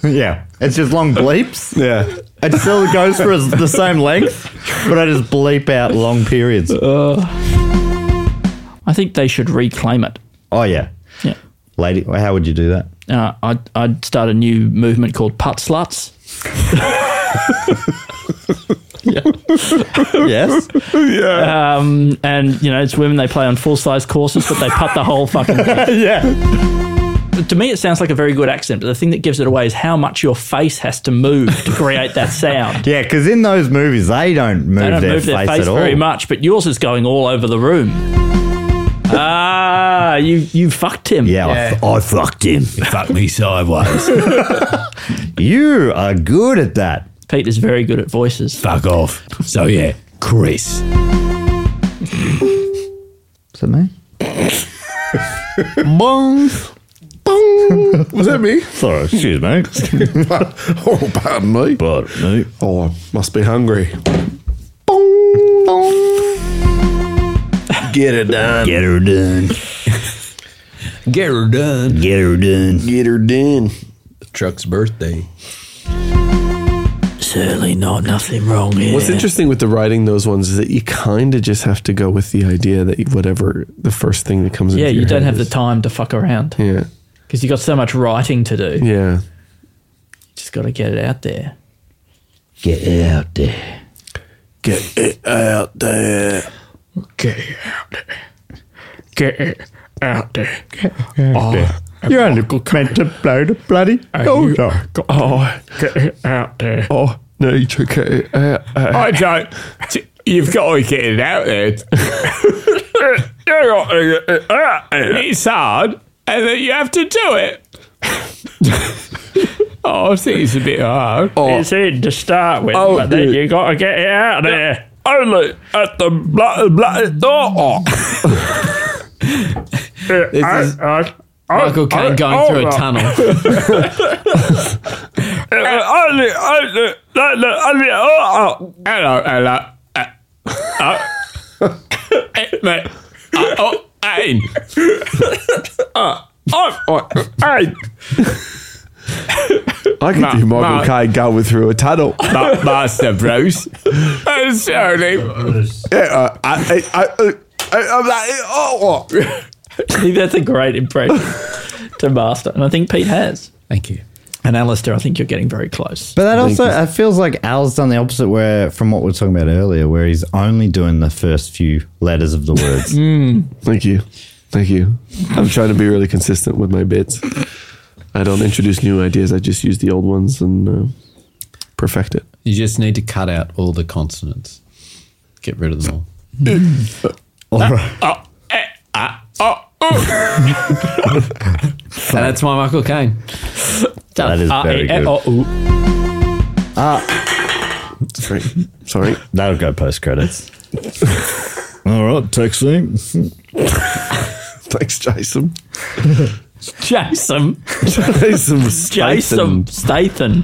Speaker 1: yeah, it's just long bleeps.
Speaker 3: yeah.
Speaker 1: It still goes for as- the same length, but I just bleep out long periods.
Speaker 4: I think they should reclaim it.
Speaker 1: Oh yeah,
Speaker 4: Yeah.
Speaker 1: lady, how would you do that?
Speaker 4: Uh, I'd, I'd start a new movement called Putt Sluts.
Speaker 1: Yes,
Speaker 4: Um, and, you know, it's women, they play on full size courses, but they putt the whole fucking thing.
Speaker 1: yeah.
Speaker 4: to me, it sounds like a very good accent, but the thing that gives it away is how much your face has to move to create that sound.
Speaker 1: Yeah, because in those movies, they don't move,
Speaker 4: They don't
Speaker 1: their,
Speaker 4: move their
Speaker 1: face,
Speaker 4: face
Speaker 1: at all.
Speaker 4: very much, but yours is going all over the room. Ah, you, you fucked him.
Speaker 1: Yeah, I fu- I fucked him.
Speaker 5: Fuck me sideways.
Speaker 1: You are good at that.
Speaker 4: Pete is very good at voices.
Speaker 5: Fuck off. So yeah, Chris.
Speaker 1: Is it me?
Speaker 3: Bong. Bong. Was that me?
Speaker 1: Sorry, excuse me.
Speaker 3: Oh, pardon me.
Speaker 1: but no.
Speaker 3: Oh, I must be hungry.
Speaker 13: Get it done.
Speaker 1: Get her done.
Speaker 5: Get her done.
Speaker 1: Get her done.
Speaker 3: Get her done.
Speaker 5: Truck's birthday.
Speaker 4: Certainly not nothing wrong here.
Speaker 3: What's interesting with the writing those ones is that you kind of just have to go with the idea that you- whatever the first thing that comes.
Speaker 4: yeah,
Speaker 3: into
Speaker 4: you
Speaker 3: your
Speaker 4: don't
Speaker 3: head
Speaker 4: have the time to fuck around
Speaker 3: is.
Speaker 4: because you've got so much writing to do.
Speaker 3: Yeah, yeah.
Speaker 4: Just got to get it out there.
Speaker 1: Get it out there.
Speaker 3: Get it out there.
Speaker 4: Get it out there. Oh,
Speaker 1: You're only meant to blow the bloody doors off.
Speaker 3: Oh,
Speaker 4: Get it out there.
Speaker 3: oh, need to get it out.
Speaker 14: I don't. t- You've got to get it out there. You got to get it out there. it's hard, and then you have to do it. oh, I think it's a bit hard.
Speaker 4: It's in to start with,
Speaker 14: Oh,
Speaker 4: but then
Speaker 14: dude.
Speaker 4: you got to get it out there.
Speaker 14: Only at the bla bla door.
Speaker 5: This is Michael Caine
Speaker 4: oh,
Speaker 5: going through a tunnel.
Speaker 14: Only at the at the at the oh, oh. Hello, hello. Uh, oh. Eh, mate. Uh, oh, Ain. Uh, oh, oh, Ain.
Speaker 3: I can do Michael
Speaker 14: Ma-
Speaker 3: Caine going through a tunnel.
Speaker 14: Ma- Master Bruce. And slowly.
Speaker 3: Yeah, I, I, I, uh, I, I'm like, oh, oh.
Speaker 4: I think that's a great impression to master, and I think Pete has.
Speaker 5: Thank you.
Speaker 4: And Alistair, I think you're getting very close.
Speaker 1: But that also it feels like Al's done the opposite where from what we were talking about earlier, where he's only doing the first few letters of the words.
Speaker 3: Thank you. Thank you. I'm trying to be really consistent with my bits. I don't introduce new ideas. I just use the old ones and uh, perfect it.
Speaker 5: You just need to cut out all the consonants. Get rid of them all. And that's my Michael Caine.
Speaker 1: that is very good.
Speaker 3: Sorry. Sorry.
Speaker 1: That'll go post credits. All right, texting.
Speaker 3: Thanks, Jason.
Speaker 4: Jason.
Speaker 3: Jason. Statham.
Speaker 4: Jason Statham.